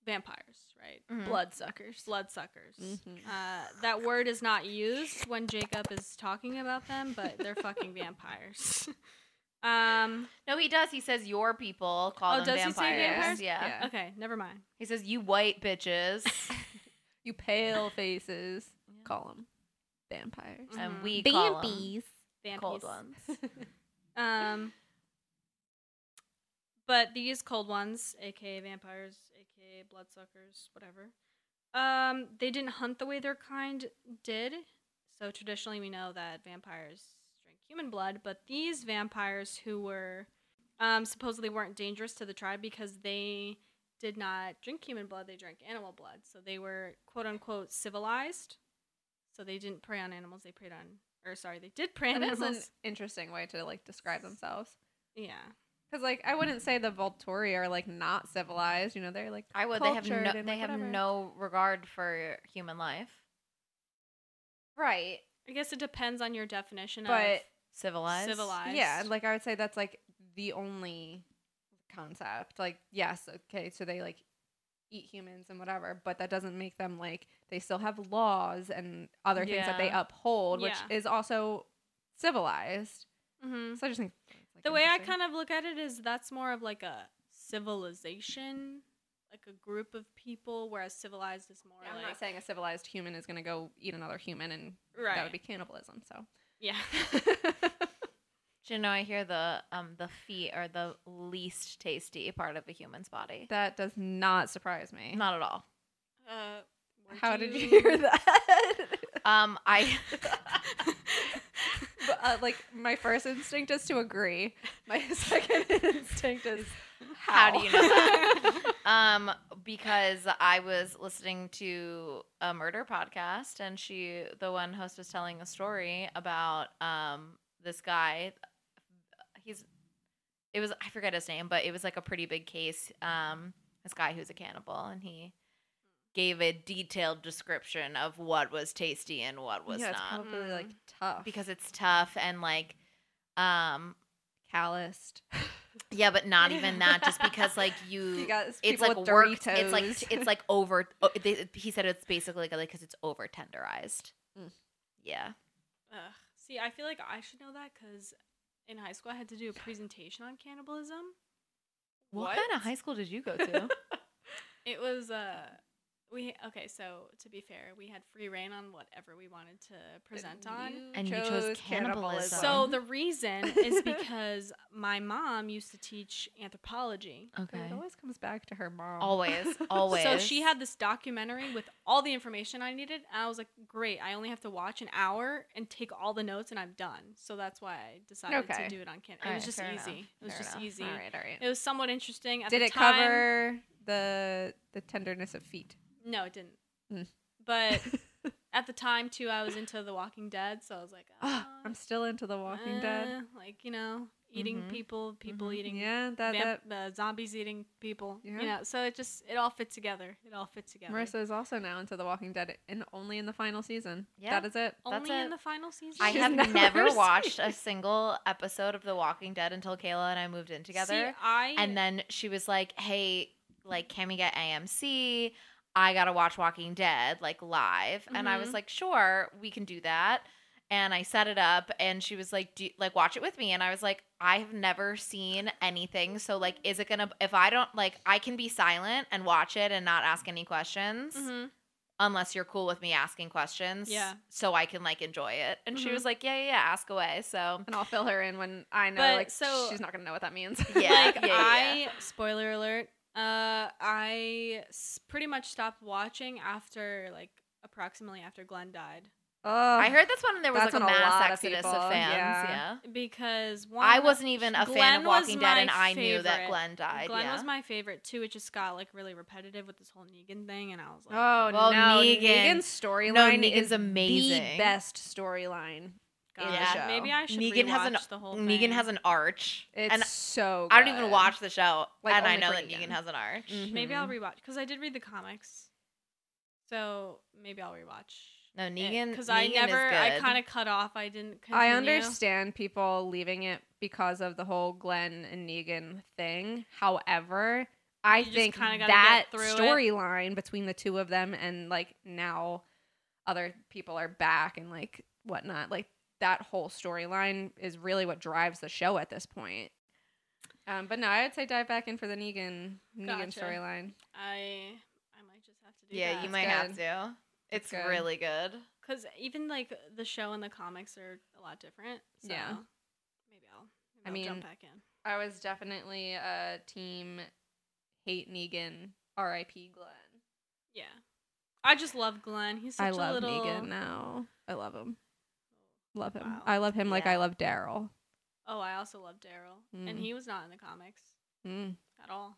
E: vampires, right?
C: Mhm.
G: Bloodsuckers.
E: Bloodsuckers.
G: Mhm.
E: Uh, that word is not used when Jacob is talking about them, but they're fucking vampires. <laughs> Um,
C: No, he does. He says, "Your people call
E: Oh,
C: them
E: does he say
C: vampires."
E: vampires?
C: Yeah.
G: Yeah.
E: okay, never mind.
C: He says, "You white
E: <laughs>
C: bitches,
G: You pale faces. Call them vampires.
C: and
E: Mhm.
C: we call 'em
E: Vampies.
C: cold ones."
E: Um, but these cold ones, aka vampires, aka bloodsuckers, whatever, um, they didn't hunt the way their kind did. So traditionally, we know that vampires drink human blood, but these vampires who were um, supposedly weren't dangerous to the tribe because they did not drink human blood; they drank animal blood. So they were quote unquote civilized. So they didn't prey on animals; they preyed on, or sorry, they did prey on
G: That is
E: animals.
G: an interesting way to like describe themselves.
E: yeah.
G: Because like I wouldn't say the Volturi are like not civilized. You know they're like
C: <laughs> I would. They have
G: cultured
C: no.
G: and,
C: They
G: like,
C: have
G: whatever.
C: no regard for human life.
G: right.
E: I guess it depends on your definition
G: But
E: of
C: Civilized?
E: Civilized.
D: Yeah, like I would say that's like the only concept. Like, yes, okay, so they like eat humans and whatever, but that doesn't make them like they still have laws and other things that they
E: Yeah.
D: uphold, which
E: Yeah.
D: is also civilized.
C: Mm-hmm.
E: Mhm.
D: So I just think that's, like,
E: the way I
D: interesting.
E: kind of look at it is that's more of like a civilization, like a group of people, whereas civilized is more
D: I'm
E: like
D: not saying a civilized human is going to go eat another human, and that
E: Right.
D: would be cannibalism. So <laughs>
E: yeah.
C: Do you know I hear the um the feet are the least tasty part of a human's body?
D: that does not surprise me.
C: Not at all.
E: Uh, were
D: How did you hear that?
E: <laughs>
C: Um, I
D: But, uh, like my first instinct is to agree.
C: <laughs>
D: My second instinct is
C: how do you know that? um, because I was listening to a murder podcast, and she, the one host, was telling a story about um this guy. He's, it was I forget his name, but it was like a pretty big case. Um, this guy who's a cannibal, and he gave a detailed description of what was tasty and what <laughs> was
D: yeah, it's
C: not Mm.
D: probably like tough
C: because it's tough and like um <laughs>
D: calloused.
C: yeah but not even that just because like you,
D: <laughs> You got s-
C: it's
D: people
C: like
D: with
C: worked it's like
D: Doritos. <laughs>
C: it's like over oh, they, he said it's basically like because it's over tenderized
D: Mm.
C: yeah
E: Ugh. See, I feel like I should know that because in high school I had to do a presentation on cannibalism.
C: what, kind of high school did
D: <laughs>
C: you go to
E: <laughs> It was uh we okay, so to be fair, we had free reign on whatever we wanted to present on.
C: and you chose cannibalism
E: So the reason
C: <laughs>
E: is because my mom used to teach anthropology.
C: okay
D: It always comes back to her mom.
C: always <laughs>
D: <laughs>
C: always
E: So she had this documentary with all the information I needed, and I was like, "Great! I only have to watch an hour and take all the notes, and I'm done." So that's why I decided
D: Okay.
E: to do it on camera.
C: All
E: It
C: right,
E: was just
C: fair
E: easy.
C: enough.
E: It was
C: Fair
E: just
C: enough.
E: easy.
D: All right, all right.
E: It was somewhat interesting. At
D: Did
E: the
D: it
E: time-
D: cover the the tenderness of feet?
E: No, it didn't.
D: Mm.
E: But
D: <laughs>
E: at the time too, I was into The Walking Dead, so I was like,
D: Ah,
E: "Ah,
D: I'm still into The Walking
C: Uh,
D: Dead. Mm-hmm.
E: eh," Like you know, eating
C: Mhm.
E: people, people eating,
D: Yeah, that,
E: vamp-
D: that
E: uh, zombies eating people. You
D: Yeah.
E: know, so it just it all fit together. It all fit together.
D: Marissa is also now into The Walking Dead, and only in the final season.
C: Yeah.
D: that is it.
C: That's
E: only
C: it.
E: in the final season.
C: I
D: She's
C: have
D: never
C: never, <laughs>
D: <laughs> seen
C: watched a single episode of The Walking Dead until Kayla and I moved in together.
E: See, I
C: and then she was like, "Hey, like, can we get AMC? I gotta watch Walking Dead like live." And I
D: Mm-hmm.
C: was
E: Mhm.
C: like, "Sure, we can do that." And I set it up, and she was like, "Do like watch it with me?" And I was like, "I have never seen anything, so like, is it gonna? If I don't like, I can be silent and watch it and not ask any questions."
D: Mm-hmm.
E: Mhm.
C: Unless you're cool with me asking questions,
E: Yeah.
C: so I can like enjoy it. And she
D: Mm-hmm.
E: Mhm.
C: was like, "Yeah, yeah, yeah, ask away." So
D: and I'll fill her in when I know.
E: But,
D: like,
E: so-
D: she's not gonna know what that means.
C: <laughs> Yeah,
E: like
C: yeah, yeah,
E: I spoiler alert. Uh, I s- pretty much stopped watching after like approximately after Glenn died
C: I
D: oh.
C: heard that's when there was
D: That's
C: like a
D: when a
C: mass
D: lot of
C: exodus of,
D: people-
C: fans.
D: yeah.
C: yeah.
E: because one,
C: I wasn't even a fan of
E: Glenn was
C: Walking Dead, and
E: my
C: I knew that
E: favorite.
C: Glenn died.
E: Glenn
C: yeah.
E: was my favorite too. It just got like really repetitive with this whole Negan thing, and I was like,
D: Oh
C: Well,
D: no,
C: Negan-
D: Negan's storyline
C: Negan's
D: is
C: amazing.
D: The best storyline.
E: God,
C: Yeah.
E: maybe I should
C: Negan has an
E: rewatch the whole.
C: Negan
E: thing.
C: has an arch,
D: It's
C: and
D: so. Good.
C: I don't even watch the show,
D: Like,
C: and I
D: only
C: know
D: for
C: that
D: Negan.
C: Negan has an arch.
E: Maybe I'll
D: Mhm.
C: Mm-hmm.
E: rewatch because I did read the comics, so maybe I'll rewatch.
C: No, Negan-
E: because I
C: Negan is
E: never, I
C: good.
E: kind of cut off. I didn't. Continue.
D: I understand people leaving it because of the whole Glenn and Negan thing. However, I
E: You just
D: think
E: kinda gotta
D: that
E: get through it.
D: storyline between the two of them and like now other people are back and like whatnot. Like that whole storyline is really what drives the show at this point. Um, but no, I would say dive back in for the Negan Negan
E: Gotcha.
D: storyline.
E: I I might just have to do
C: yeah,
E: that.
C: you might have
D: good.
C: to. It's,
D: It's good.
C: really good.
E: because even like the show and the comics are a lot different. So
D: Yeah.
E: maybe I'll. Maybe
D: I
E: I'll
D: mean-
E: jump back in.
D: I was definitely a team hate Negan, R.I.P. Glenn.
E: Yeah, I just love Glenn. He's such
D: I
E: a
D: love
E: little.
D: Negan now. I love him. Love him.
E: Wow.
D: I love him like I
C: Yeah.
D: love Daryl.
E: Oh, I also love Daryl, and
D: Mm.
E: he was not in the comics
D: Mm.
E: at all.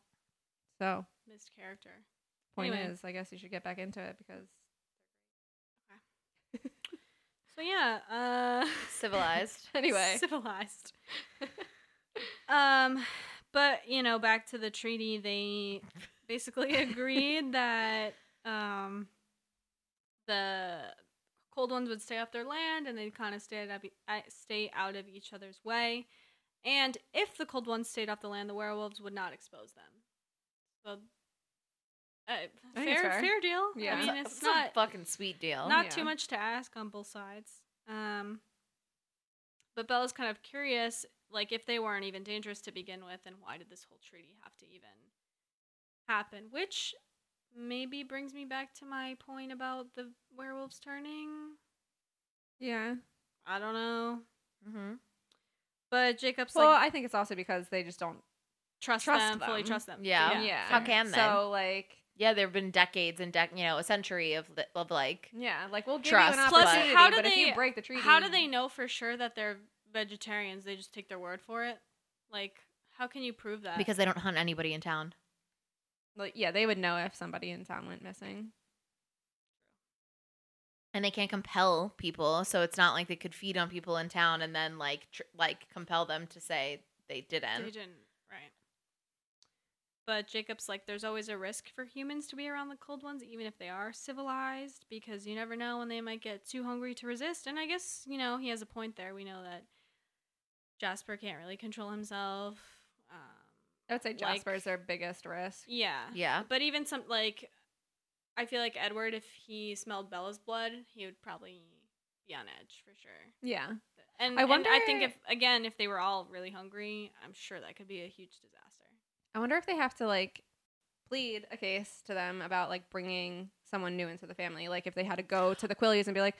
D: So
E: Missed character.
D: point
E: Anyway.
D: is, I guess you should get back into it because
E: So yeah, uh <laughs>
C: <laughs> Civilized.
D: Anyway.
E: civilized. um but you know, back to the treaty, they basically agreed that um the cold ones would stay off their land and they'd kind of stay out, of, uh, stay out of each other's way. And if the cold ones stayed off the land, the werewolves would not expose them. So, uh,
D: think it's
E: fair,
D: fair.
E: fair deal.
D: Yeah.
E: I mean, it's,
C: It's a
E: not
C: fucking sweet deal.
E: Not
D: Oh, Yeah.
E: too much to ask on both sides. Um, but Bella's kind of curious, like if they weren't even dangerous to begin with, then why did this whole treaty have to even happen? Which maybe brings me back to my point about the werewolves turning.
D: Yeah.
E: I don't know,
C: Mm-hmm.
E: but Jacob's
D: Well,
E: like
D: I think it's also because they just don't.
E: trust,
D: trust
E: them, fully
D: them.
E: trust them.
C: Yeah.
D: Yeah.
C: How can they?
D: So like,
C: Yeah, there have been decades and dec- you know a century of li- of like
D: yeah, like we'll give you
C: Trust,
D: an
C: but-
D: opportunity,
E: How do
D: but if
E: they-
D: you break the treaty,
E: How do they know for sure that they're vegetarians? They just take their word for it. Like, how can you prove that?
C: because they don't hunt anybody in town.
D: Like, yeah, they would know if somebody in town went missing.
C: and they can't compel people so it's not like they could feed on people in town and then like tr- like compel them to say they didn't
E: They didn't, right? But Jacob's like, there's always a risk for humans to be around the cold ones, even if they are civilized, because you never know when they might get too hungry to resist. And I guess you know he has a point there. We know that Jasper can't really control himself. Um,
D: I would say
E: Like-
D: Jasper's their biggest risk.
E: yeah,
C: yeah
E: But even some like, I feel like Edward, if he smelled Bella's blood, he would probably be on edge for sure.
D: Yeah,
E: And
D: I
E: and I think
D: wonder-
E: if again, if they were all really hungry, I'm sure that could be a huge disaster.
D: I wonder if they have to like plead a case to them about like bringing someone new into the family. Like if they had to go to the Quillies and be like,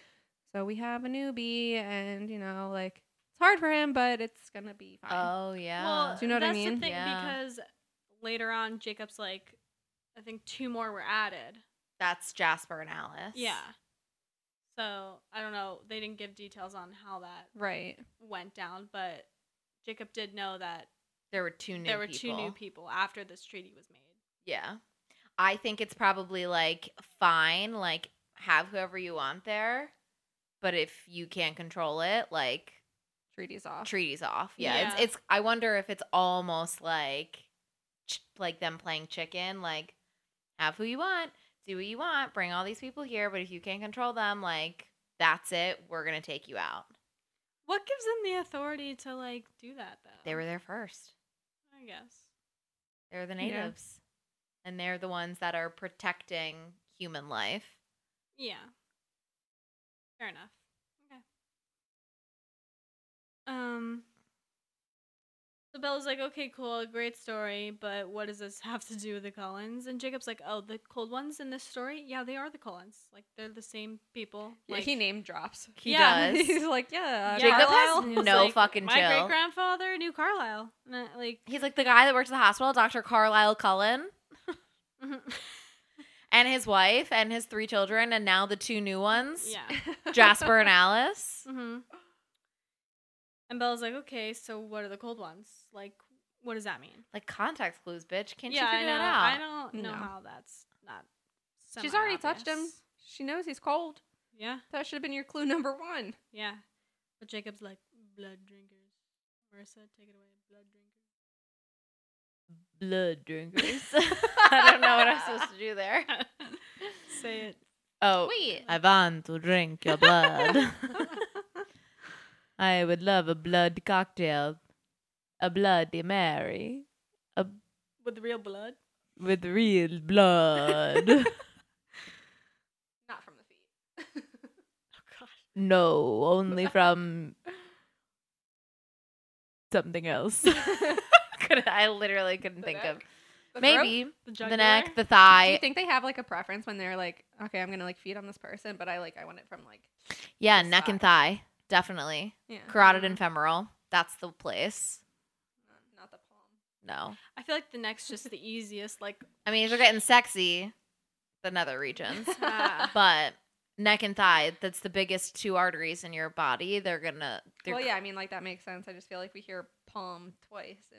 D: "So we have a newbie, and you know, like it's hard for him, but it's gonna be fine."
C: oh yeah
E: Well,
D: Do you know what I
E: that's
D: mean?
E: The thing,
C: Yeah.
E: Because later on, Jacob's like, I think two more were added.
C: that's jasper and alice
E: Yeah. So I don't know. They didn't give details on how that
D: right.
E: went down, but Jacob did know that
C: there were two new
E: there were
C: people.
E: two new people after this treaty was made.
C: yeah i think it's probably like fine like have whoever you want there but if you can't control it like
D: Treaty's off.
C: treaties off yeah,
E: Yeah.
C: It's, it's i wonder if it's almost like ch- like them playing chicken like have who you want do what you want bring all these people here but if you can't control them like that's it we're gonna take you out
E: What gives them the authority to like do that though?
C: they were there first
E: I guess.
C: they're the
D: Yeah.
C: natives and they're the ones that are protecting human life
E: Yeah. Fair enough. Okay. Um. So Bella's like, okay, cool, great story, but what does this <laughs> have to do with the Collins? And Jacob's like, oh, the cold ones in this story? Yeah, they are the Collins. Like, they're the same people.
D: Yeah,
E: Like,
D: he name drops. <laughs>
C: he
E: Yeah, <laughs>
C: does
D: He's like, yeah,
C: <laughs>
D: uh,
E: Yeah.
C: jacob
D: Carlisle."
E: And
C: has
E: he's
C: no
E: like,
C: fucking
E: My great
C: chill
E: grandfather knew Carlisle. And I- Like, <laughs>
C: he's like the guy that works at the hospital dr carlisle cullen and his wife and his three children and now the two new ones
E: yeah. <laughs>
C: Jasper and Alice.
E: Mm-hmm. <gasps> And Bella's like, okay, so what are the cold ones? Like, what does that mean?
C: Like context clues, bitch. Can't
E: yeah,
C: you
E: I
C: figure
E: know.
C: that out?
E: I don't know
D: No.
E: how that's not.
D: she's already touched him.
E: semi-obvious.
D: She knows he's cold.
E: Yeah,
D: That should have been your clue number one.
E: yeah. But Jacob's like blood drinkers. Marissa, take it away, blood drinkers.
C: Blood drinkers. <laughs>
E: <laughs>
C: I don't know what I'm supposed to do there.
E: Say it.
C: Oh,
D: Wait.
C: I want to drink your blood. <laughs> I would love a blood cocktail, a bloody Mary, a
E: With real blood.
C: with real <laughs> blood.
D: Not from the feet.
C: no, only from something else. <laughs> Could I literally couldn't
D: The
C: think
D: neck?
C: of
D: The
C: maybe the
E: jugular?
C: neck, the
D: Do
C: thigh.
D: you think they have like a preference when they're like, okay, I'm gonna like feed on this person, but I like I want it from like
C: Yeah,
D: the
C: neck and thigh, definitely.
D: yeah. Mm-hmm.
C: Carotid and femoral. That's the place.
D: Not- not the palm.
C: No.
E: I feel like the neck's just the easiest. Like,
C: <laughs> I mean, if you're getting sexy, then other
D: <laughs>
C: regions.
E: ah. <laughs>
C: but neck and thigh, that's the biggest two arteries in your body. They're going to.
D: Well, yeah, I mean like that makes sense. I just feel like we hear palm twice in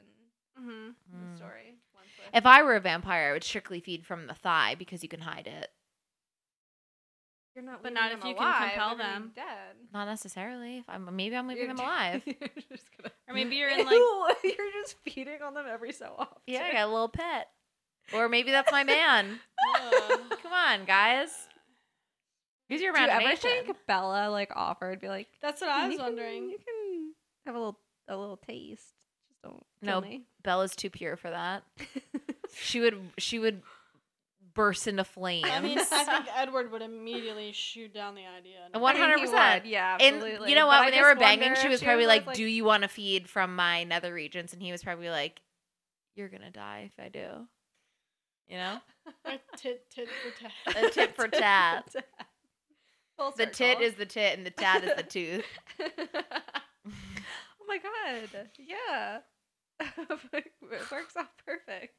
E: hmm
C: Mm.
D: the story. Once with-
C: If I were a vampire, I would strictly feed from the thigh because you can hide it.
D: you're not,
E: But
D: leaving
E: not
D: them
E: if you can
D: alive,
E: compel
D: they're gonna
E: them.
D: be dead.
C: Not necessarily. If I'm maybe I'm leaving
D: You're
C: them
D: ju-
E: <laughs>
C: alive.
D: <laughs> you're just gonna,
E: Or maybe you're <laughs> in, like-
D: Ew, you're just feeding on
E: <laughs>
D: them every so often.
C: yeah, I got a little pet.
D: <laughs>
C: Or maybe that's my man. Come on, guys. Because you're
D: Do you
C: around an
D: ever
C: Asian.
D: think Bella like offered be like
E: That's what I
D: "You
E: was
D: can-
E: wondering.
D: You can have a little a little taste. Just don't
C: No,
D: kill me.
C: Bella's too pure for that. she would she would burst into flames.
D: <laughs>
E: I mean, I <laughs> think Edward would immediately shoot down the idea. and
C: One
D: think
C: hundred
D: he
C: percent.
D: would, yeah,
C: And
D: absolutely.
C: you know
D: But
C: what?
D: I
C: When they
D: just
C: were banging,
D: wonder
C: she
D: if
C: was
D: she
C: probably
D: was
C: like,
D: like-
C: "Do you want to feed from my nether regions?" And he was probably like, "You're gonna die if I do." You know,
E: A tit, tit for tat.
C: a tit
D: <laughs>
C: for tat.
D: Full
C: The tit
D: circle.
C: is the tit, and the tat is the tooth.
D: <laughs> oh my god. Yeah. <laughs> it works out perfect.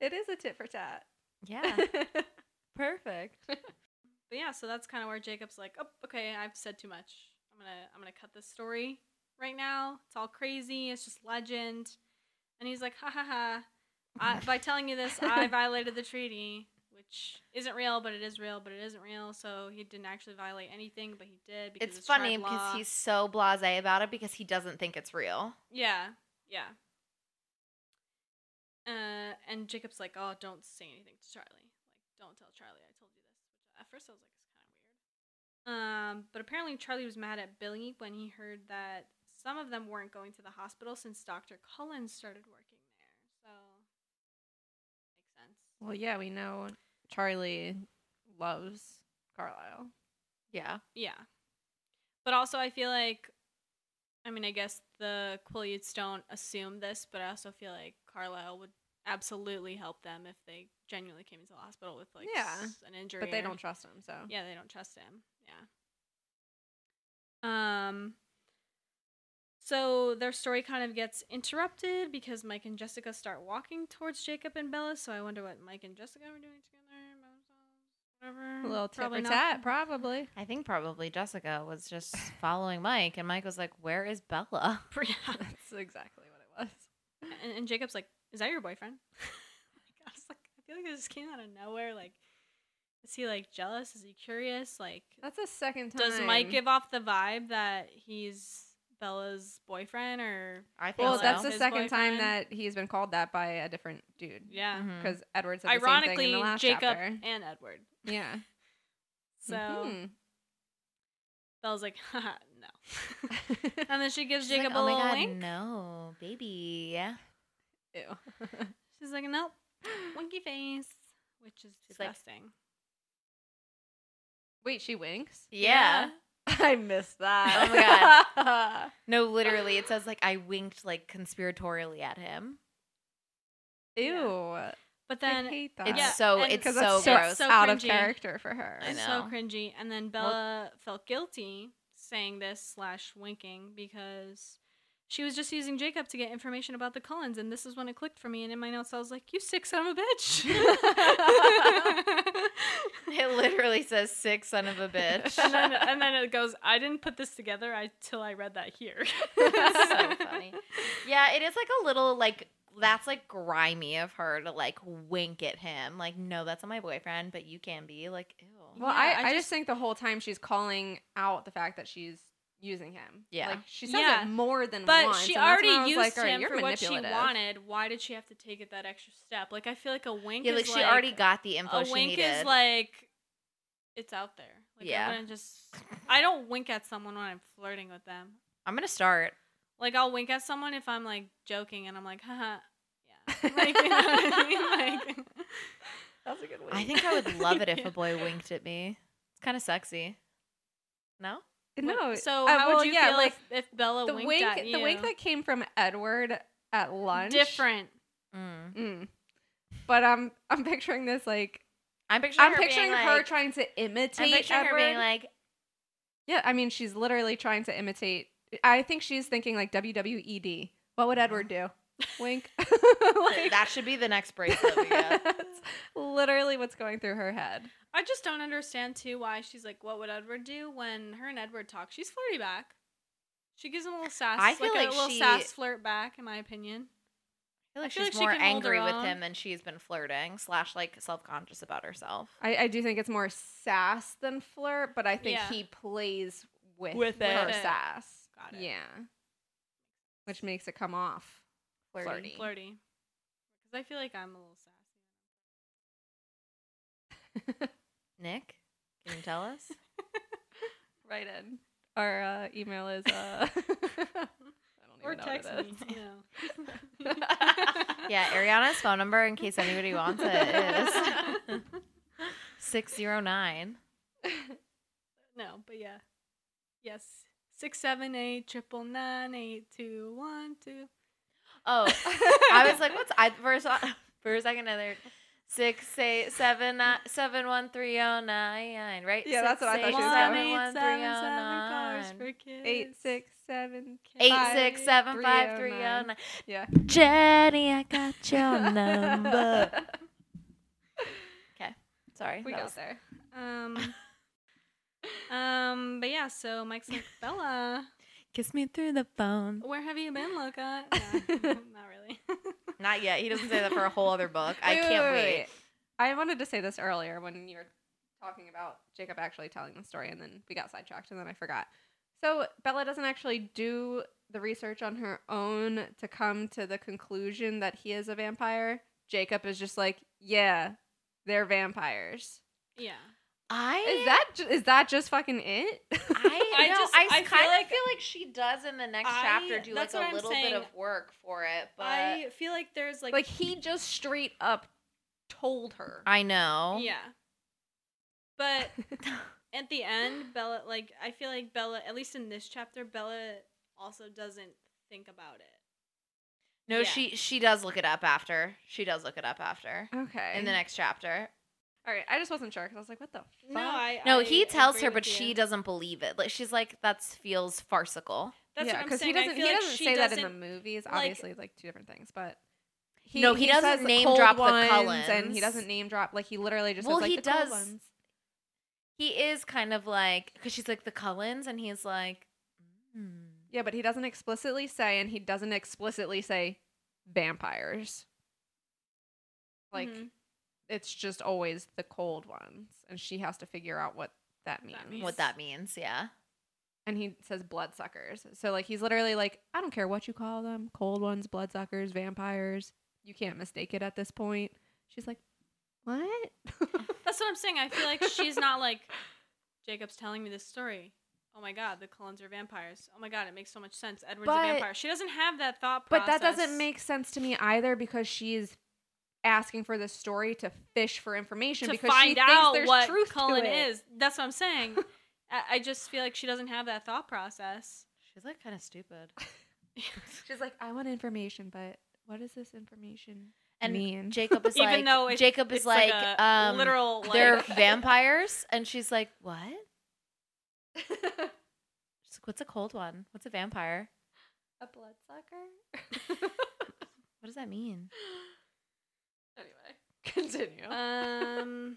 D: It is a tit for tat.
C: <laughs> Yeah,
D: <laughs>
C: perfect.
E: But yeah, so that's kind of where Jacob's like, "Oh, okay, I've said too much. I'm gonna I'm gonna cut this story right now. It's all crazy. It's just legend." And he's like, "Ha ha ha! I, by telling you this,
C: <laughs>
E: I violated the treaty, which isn't real, but it is real, but it isn't real. So he didn't actually violate anything, but he did because
C: It's
E: it's,
C: funny
E: tribe
C: because
E: law.
C: he's so blasé about it because he doesn't think it's real.
E: Yeah, yeah. Uh, and Jacob's like, oh, don't say anything to Charlie. Like, don't tell Charlie I told you this. Which at first I was like, it's kind of weird. Um, but apparently Charlie was mad at Billy when he heard that some of them weren't going to the hospital since Dr. Cullen started working there. So makes sense.
D: Well, yeah, we know Charlie loves Carlisle.
C: Yeah,
E: Yeah. But also, I feel like, I mean, I guess the Quileutes don't assume this, but I also feel like Carlisle would absolutely help them if they genuinely came into the hospital with like
D: Yeah,
E: s- an injury.
D: But they
E: or-
D: don't trust him, so.
E: Yeah, they don't trust him. Yeah. Um. So their story kind of gets interrupted because Mike and Jessica start walking towards Jacob and Bella. So I wonder what Mike and Jessica were doing together. by themselves, Whatever.
D: A little tit
E: Probably
D: for
E: not.
D: tat, probably.
C: I think probably Jessica was just following Mike, and Mike was like, "Where is Bella?"
E: <laughs> Yeah.
D: That's exactly what it was.
E: And, and Jacob's like, "Is that your boyfriend?" <laughs> I was like, I feel like this came out of nowhere. Like, is he like jealous? Is he curious? Like,
D: That's the second time.
E: does Mike give off the vibe that he's Bella's boyfriend or?
C: <laughs> I think
D: Well,
C: so.
D: that's the
E: His
D: second time
E: boyfriend?
D: that he's been called that by a different dude.
E: Yeah. Mm-hmm.
C: Mhm.
D: Because Edward Mm-hmm. said the same thing in
E: Ironically,
D: the last
E: Jacob
D: chapter.
E: and Edward.
D: Yeah.
E: So
D: Mhm.
E: Bella's like, Haha, no.
D: <laughs>
E: and then she gives
C: She's like,
E: Jacob
C: "Oh my
E: a little
C: God,
E: wink.
C: No, baby.
D: <laughs> Ew.
E: She's like, nope, winky face, which is
C: She's like-
E: disgusting.
D: Wait, she
E: <laughs>
D: winks?
C: Yeah.
D: I missed
C: that.
D: Oh my god.
C: No, literally, it says like I winked like conspiratorially at him. <laughs>
D: Ew.
E: <laughs> but then
D: hate that.
C: It's
E: Yeah,
C: so
E: and-
C: it's
E: 'Cause
C: so,
D: that's
E: so-
C: gross.
E: so
D: out of
E: cringy.
D: character for her.
C: I
E: so
C: know.
E: cringy. And then Bella felt guilty saying this slash winking because she was just using Jacob to get information about the Cullens, and this is when it clicked for me. And in my notes, I was like, "You sick son of
C: <laughs>
E: a bitch." <laughs>
C: It literally says sick son of a bitch.
E: and, then, and then it goes, "I didn't put this together until I read that
C: <laughs>
E: here."
C: so
E: <laughs>
C: funny. Yeah, it is like a little like that's like grimy of her to like wink at him. Like, no, that's not my boyfriend, but you can be. Like, ew.
D: Well,
E: Yeah,
D: I, I,
E: I
D: just,
E: just-
D: think the whole time she's calling out the fact that she's using him.
C: Yeah.
D: Like she says
E: Yeah.
D: it more than
E: But
D: once.
E: she
D: and that's when I
E: already
D: was
E: used
D: like, "All right,
E: him
D: you're
E: for what she
D: manipulative."
E: wanted. Why did she have to take it that extra step? Like I feel like a wink.
C: Yeah, like
E: is
C: she already got the info
E: a
C: she
E: wink
C: needed.
E: is like it's out there. Like
C: Yeah.
E: I wouldn't just I don't wink at someone when I'm flirting with them.
C: I'm gonna start.
E: Like I'll wink at someone if I'm like joking and I'm like, haha. Yeah. <laughs> Like, you know what I mean? Like,
D: That's a good one.
C: I think I would love it if
E: Yeah.
C: a boy winked at me. It's kind of sexy. No,
D: <laughs> no.
E: what- So
D: uh,
E: how
D: well,
E: would you
D: yeah,
E: feel
D: like
E: if, if Bella
D: the
E: winked
D: wink
E: at you?
D: the wink that came from Edward at lunch.
E: different.
C: mm.
D: Mm. But I'm I'm picturing this like
C: I'm picturing.
D: I'm
C: her
D: picturing
C: being
D: her
C: like,
D: trying to imitate
C: I'm picturing
D: Edward.
C: her being like,
E: <laughs>
D: yeah, I mean she's literally trying to imitate. I think she's thinking like WWED. What would Edward do? Wink. <laughs> Like-
C: that should be the next bracelet we
E: <laughs>
C: get.
D: <laughs> That's literally what's going through her head.
E: I just don't understand too why she's like, what would Edward do when her and Edward talk? She's flirty back. She gives him a little sass.
C: I feel
E: like,
C: like
E: a little
C: she-
E: sass flirt back, in my opinion.
C: I feel like
E: feel
C: she's
E: like she
C: more
E: can hold her
C: angry with
E: own.
C: him than she's been flirting, slash, like self conscious about herself.
D: I, I do think it's more sass than flirt, but I think
E: Yeah.
D: he plays with,
E: With
D: her
E: it.
D: sass.
E: Got it.
D: Yeah. Which makes it come off flirty.
E: Flirty. Because I feel like I'm a little sassy.
C: Nick? Can you tell
D: <laughs>
C: us?
D: Right in. Our uh, email is uh, <laughs> I don't
E: Or
D: even know what
E: text
D: it
E: me.
D: is.
C: <laughs>
E: No.
C: yeah, Ariana's phone number in case anybody wants <laughs> it is 609.
E: <laughs> No, but yeah. Yes. Six seven eight triple nine eight two one two.
C: Oh, <laughs> I was like, what's I for a, so- for a second there. Six eight seven nine seven one three oh nine right
D: Yeah, that's what I thought she was
E: One
D: going.
C: Seven,
E: eight
C: one, three,
E: seven
C: oh,
E: seven cars
C: nine.
E: for kids.
D: Eight six seven
C: Eight
D: five,
C: six seven
D: three,
C: five
D: oh,
C: three oh
D: nine.
C: nine.
D: Yeah.
C: Jenny, I got your <laughs>
E: <laughs>
C: number. Okay, sorry.
D: we
C: that
D: got
C: was-
D: there.
E: Um. um. But yeah. So Mike's
C: <laughs>
E: like Bella.
C: Kiss me through the phone.
E: Where have you
C: <laughs>
E: been, Luca? No, not really. <laughs>
C: Not yet. He doesn't say that for a whole other book. I
D: Wait,
C: can't wait.
D: I wanted to say this earlier when you were talking about Jacob actually telling the story, and then we got sidetracked, and then I forgot. So Bella doesn't actually do the research on her own to come to the conclusion that he is a vampire. Jacob is just like, yeah, they're vampires.
E: Yeah.
C: I
D: Is that ju- is that just fucking it?
C: <laughs> I,
E: <laughs> I
C: no,
E: just-
C: I,
E: I feel
C: kind of
E: like-
C: feel like she does in the next
E: I-
C: chapter do like
E: that's what
C: a
E: I'm
C: little
E: saying.
C: bit of work for it, but
E: I
C: I,
E: feel like there's
D: <laughs>
E: like.
D: like he just straight up told her.
C: know.
E: Yeah.
C: <laughs>
E: But at the end, Bella like I feel like Bella at least in this chapter, Bella also doesn't think about it.
C: No,
E: Yeah.
C: she she does look it up after. She does look it up after
D: okay.
C: in the next chapter.
D: All right. I just wasn't sure because I was like, what the fuck?
E: No, I
C: No,
E: I
C: he tells
E: agree
C: her,
E: with
C: but
E: you.
C: she doesn't believe it. Like she's like, that feels farcical.
E: That's
D: yeah,
E: what I'm
D: he
E: saying.
D: doesn't.
E: I
D: He
E: feel like
D: doesn't
E: she
D: say
E: doesn't,
D: that in the movies.
E: like-
D: obviously, like two different things, but
C: No, he doesn't
D: says the
C: name
D: cold
C: drop the
D: ones, and
C: Cullens.
D: he doesn't name drop. Like he literally just
C: Well,
D: says like
C: he
D: the cold
C: does-
D: ones.
C: He is kind of like because she's like the Cullens, and he's like, "Mm."
D: Yeah, but he doesn't explicitly say, and he doesn't explicitly say vampires. Like
E: Mhm.
D: it's just always the cold ones, and she has to figure out what that means.
E: That means.
C: what that means. Yeah.
D: And he says bloodsuckers. So like he's literally like, I don't care what you call them, cold ones, bloodsuckers, vampires. You can't mistake it at this point. She's like, what? <laughs>
E: That's what I'm saying. I feel like she's not like Jacob's telling me this story. Oh my god, the Cullens are vampires. Oh my god, it makes so much sense. Edward's
D: But-
E: a vampire. She doesn't have that thought
D: But
E: process.
D: that doesn't make sense to me either because she's asking for this story to fish for information
E: to
D: because
E: find
D: she
E: out
D: thinks there's
E: what
D: truth
E: Cullen
D: to it.
E: is. That's what
D: <laughs>
E: I'm saying. I, I just feel like she doesn't have that thought process.
C: She's like kind of
E: <laughs>
C: stupid.
D: She's like, I want information, but what does this information
C: And
E: <laughs>
D: mean?
C: Jacob is
E: Even
C: like,
E: though it-
C: Jacob is
E: it's
C: like,
E: like a
C: um,
E: literal, like- <laughs>
C: they're vampires, and she's like, what? She's like, what's a cold one? What's a vampire?
D: <laughs> a bloodsucker.
C: What does that mean?
D: anyway, continue.
E: Um,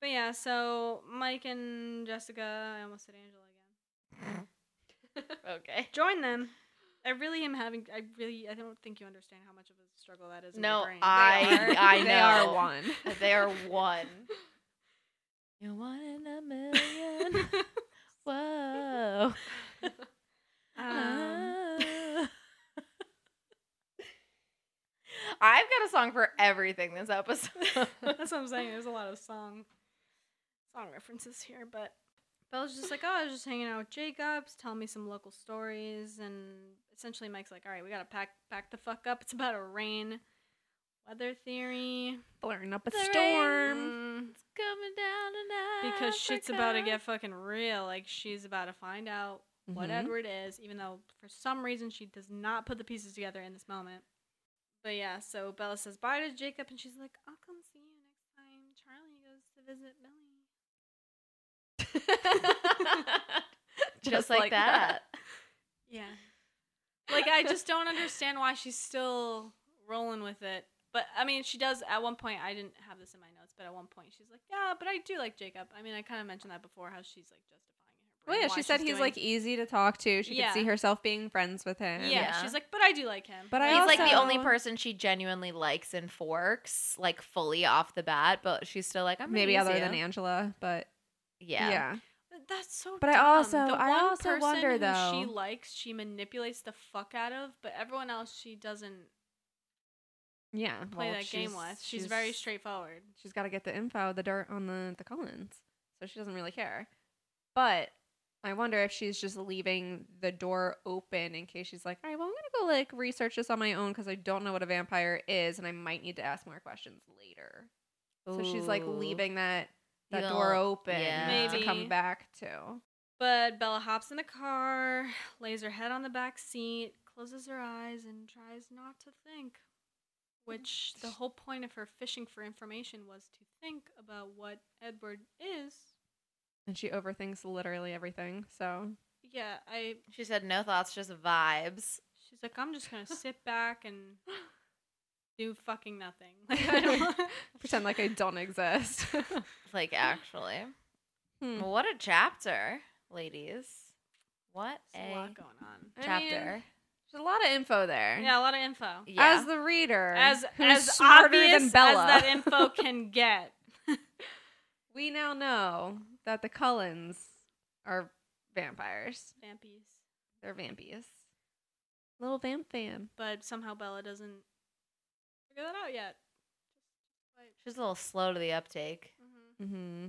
E: but yeah, so Mike and Jessica, I almost said Angela again.
C: Okay.
E: Join them. I really am having. I really. I don't think you understand how much of a struggle that is. in my
C: No,
E: brain.
C: I- I
D: <laughs> they are
C: know.
D: one.
C: They
E: <laughs>
C: are one. You're one in a million. Whoa.
E: <laughs> Um,
C: <laughs>
E: <laughs>
C: I've got a song for everything this
E: <laughs>
C: episode.
E: that's what I'm saying. There's a lot of song song references here, but Bella's just like, oh, I was just hanging out with Jacobs, telling me some local stories, and essentially Mike's like, all right, we gotta pack pack the fuck up. It's about a rain weather theory
D: Blurring up a
C: The rain.
D: storm.
E: Mm,
C: coming down tonight.
E: because shit's about to get fucking real. Like she's about to find out what
D: Mhm.
E: Edward is, even though for some reason she does not put the pieces together in this moment. But yeah, so Bella says bye to Jacob, and she's like, "I'll come see you next time." Charlie goes to visit Billy.
D: <laughs>
C: just, like, that.
E: Yeah. Like I just don't understand why she's still rolling with it. But I mean, she does at one point. I didn't have this in my notes, but at one point she's like, "Yeah, but I do like Jacob." I mean, I kind of mentioned that before how she's like justifying in her brain.
D: Well, yeah,
E: why
D: she said
E: she's
D: he's
E: doing-
D: like easy to talk to. She
E: Yeah.
D: could see herself being friends with him.
E: yeah.
C: Yeah.
E: She's like, "But I do like him."
D: But I
C: He's like the
D: also-
C: only person she genuinely likes in Forks, like fully off the bat, but she's still like, I'm gonna
D: Maybe
C: use
D: other
C: you.
D: than Angela, but
C: yeah.
D: yeah.
E: But that's so.
D: But I
E: dumb.
D: also-
E: The
D: I
E: one
D: also
E: person
D: wonder,
E: who
D: though-
E: She likes. She manipulates the fuck out of, but everyone else she doesn't
D: Yeah.
E: play
D: well,
E: that game
D: she's-
E: with. She's, very straightforward.
D: She's got to get the info, the dirt on the the Collins. so she doesn't really care. But I wonder if she's just leaving the door open in case she's like, all right, well, I'm gonna go like research this on my own because I don't know what a vampire is, and I might need to ask more questions later. So she's like
C: Ooh.
D: leaving that that
C: You
D: door
C: don't-
D: open
C: yeah.
D: to
E: Maybe.
D: come back to.
E: But Bella hops in the car, lays her head on the back seat, closes her eyes, and tries not to think. Which the whole point of her fishing for information was to think about what Edward is.
D: And she overthinks literally everything. So
E: Yeah, I.
C: She said no thoughts, just vibes.
E: She's like, I'm just gonna
D: <laughs>
E: sit back and do fucking nothing. <laughs> Like, I don't-
D: pretend like I don't exist. <laughs>
C: Like actually,
D: Hmm.
C: what a chapter, ladies. What a
E: There's a lot going on.
D: I
C: chapter.
D: There's a lot of info there.
E: Yeah, a lot of info.
C: yeah.
D: As the reader,
E: As
D: who's
E: as
D: smarter
E: obvious
D: than Bella,
E: as that
D: <laughs>
E: info can get.
D: we now know that the Cullens are vampires.
E: Vampies.
D: They're vampies. Little vamp fan.
E: But somehow Bella doesn't figure that out yet.
C: She's a little slow to the uptake.
E: hmm
D: Mm-hmm.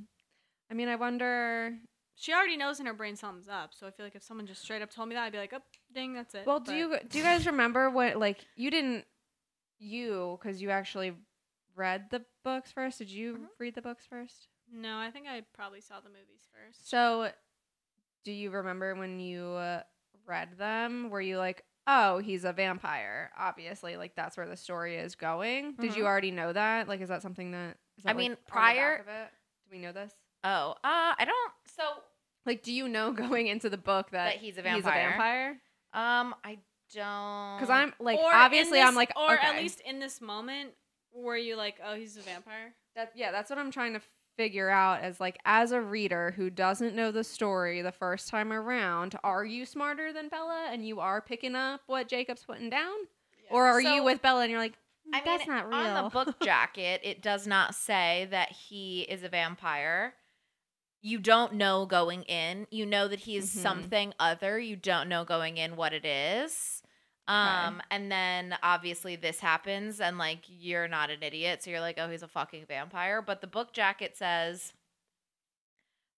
D: I mean, I wonder.
E: She already knows in her brain something's up, so I feel like if someone just straight up told me that, I'd be like, oh, ding, that's it.
D: Well, do
E: But
D: you do you guys remember what like you didn't you because you actually read the books first? Did you
E: Uh-huh.
D: read the books first?
E: No, I think I probably saw the movies first.
D: So, do you remember when you uh, read them? Were you like, oh, he's a vampire? Obviously, like that's where the story is going. Did you
C: Mhm.
D: already know that? Like, is that something that? Is
C: I
D: that, like,
C: mean,
D: on the back
C: prior-
D: of it? Do we know this?
C: Oh, uh, I don't. So,
D: Like, do you know <laughs> going into the book that,
C: That he's a vampire. um, I don't.
D: Because I'm like,
E: Or in
D: obviously, I'm
E: this-
D: like,
E: or at
D: okay.
E: least in this moment, were you like, oh, he's a vampire?
D: That, yeah, that's what I'm trying to figure out as like as a reader who doesn't know the story the first time around, are you smarter than Bella and you are picking up what Jacob's putting down? Or are you
C: So-
D: with Bella and you're like,
C: I mean,
D: that's not real.
C: On the book jacket, it does not say that he is a vampire. You don't know going in. You know that he is
D: Mhm.
C: something other. You don't know going in what it is. Um, and then obviously this happens, and like you're not an idiot, so you're like, oh, he's a fucking vampire. But the book jacket says.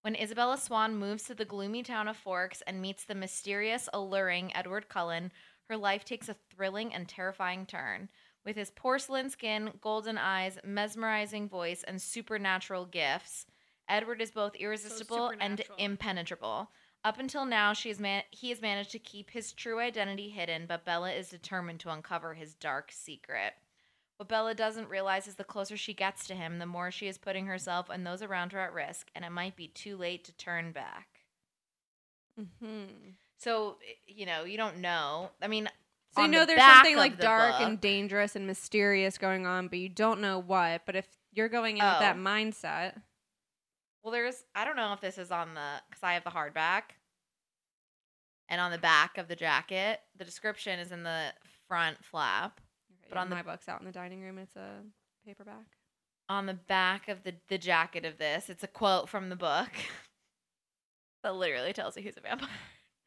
C: When Isabella Swan moves to the gloomy town of Forks and meets the mysterious, alluring Edward Cullen, her life takes a thrilling and terrifying turn. With his porcelain skin, golden eyes, mesmerizing voice, and supernatural gifts, Edward is both irresistible and
E: supernatural.
C: impenetrable. Up until now, she has man- he has managed to keep his true identity hidden, but Bella is determined to uncover his dark secret. What Bella doesn't realize is the closer she gets to him, the more she is putting herself and those around her at risk, and it might be too late to turn back.
D: hmm
C: So, i- you know, you don't know. I mean,
D: <laughs> So you
C: on
D: know
C: the
D: there's
C: back
D: something
C: of
D: like
C: the
D: dark
C: book-
D: and dangerous and mysterious going on, but you don't know what. But if you're going in with that
C: Oh.
D: mindset,
C: Well, there's I don't know if this is on the because I have the hardback, and on the back of the jacket, the description is in the front flap.
D: but
C: yeah,
D: on my
C: my
D: books out in the dining room, it's a paperback.
C: On the back of the the jacket of this, it's a quote from the book <laughs> that literally tells you who's a vampire.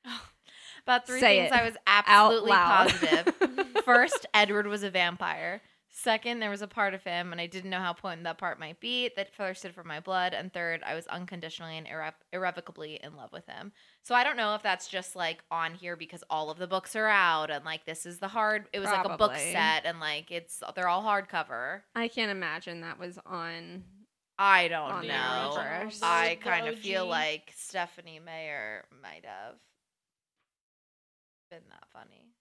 C: <laughs> About three
D: Say
C: things
D: it
C: I was absolutely
D: loud. <laughs>
C: positive. First, Edward was a vampire. Second, there was a part of him, and I didn't know how potent that part might be, that thirsted for my blood. And third, I was unconditionally and irre- irrevocably in love with him. So I don't know if that's just like on here because all of the books are out, and like this is the hard. It was like a book
D: Probably.
C: set, and like it's they're all hardcover.
D: I can't imagine that was on.
C: I don't
D: On the
C: know.
D: original, the-
C: I
E: the
C: kind of feel
E: OG.
C: like Stephanie Mayer might have been that funny.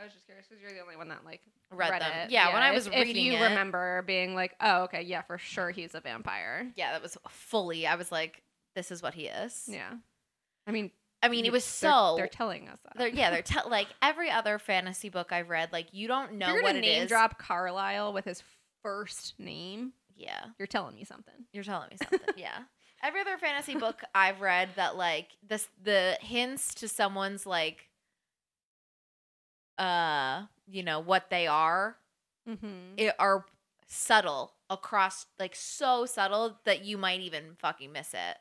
D: I was just curious because you're the only one that like
C: Read,
D: read
C: them.
D: it.
C: Yeah, when I
D: if-
C: was
D: if,
C: reading
D: you
C: it-
D: remember being like, oh, okay, yeah, for sure, he's a vampire.
C: yeah, that was fully. I was like, this is what he is.
D: Yeah, I mean,
C: I mean,
D: you-
C: it was
D: they're-
C: so.
D: They're telling us that.
C: they're- yeah, they're te- like every other fantasy book I've read. Like you don't
D: If
C: know
D: you're
C: what
D: gonna
C: it
D: name
C: is.
D: drop Carlisle with his first name.
C: Yeah,
D: You're telling me something.
C: you're telling me something. yeah, <laughs> every other fantasy book I've read that like this the hints to someone's like, uh, you know what they are
D: Mm-hmm.
C: it, are subtle across like so subtle that you might even fucking miss it.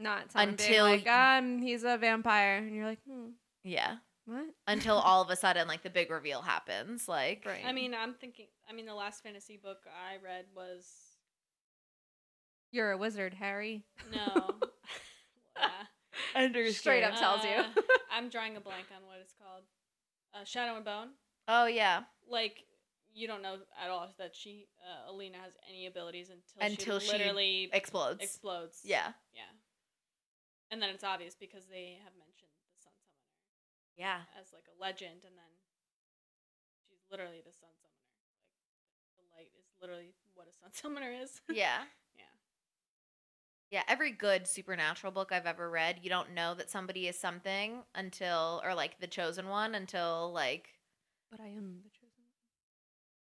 D: Not someone
C: Until-
D: until being like, um, he's a vampire, and you're like, hmm,
C: Yeah,
D: what?
C: <laughs> until all of a sudden like the big reveal happens. Like
D: Right.
E: I mean, I'm thinking. I mean, the last fantasy book I read was
D: <laughs> You're a wizard, Harry.
E: No.
D: <laughs>
E: <laughs> Yeah.
D: Understood. Straight up tells you. <laughs>
E: Uh, I'm drawing a blank on what it's called. Uh, Shadow and Bone.
C: Oh yeah.
E: Like you don't know at all that she uh, Alina has any abilities until
C: Until
E: she
C: she
E: literally
C: explodes.
E: Explodes.
C: Yeah.
E: Yeah. And then it's obvious because they have mentioned the Sun Summoner
C: Yeah.
E: as like a legend, and then she's literally the Sun Summoner. Like the light is literally what a Sun <laughs> Summoner is.
C: Yeah.
E: yeah.
C: Yeah, every good supernatural book I've ever read, you don't know that somebody is something until, or like the chosen one until, like,
D: But I am the chosen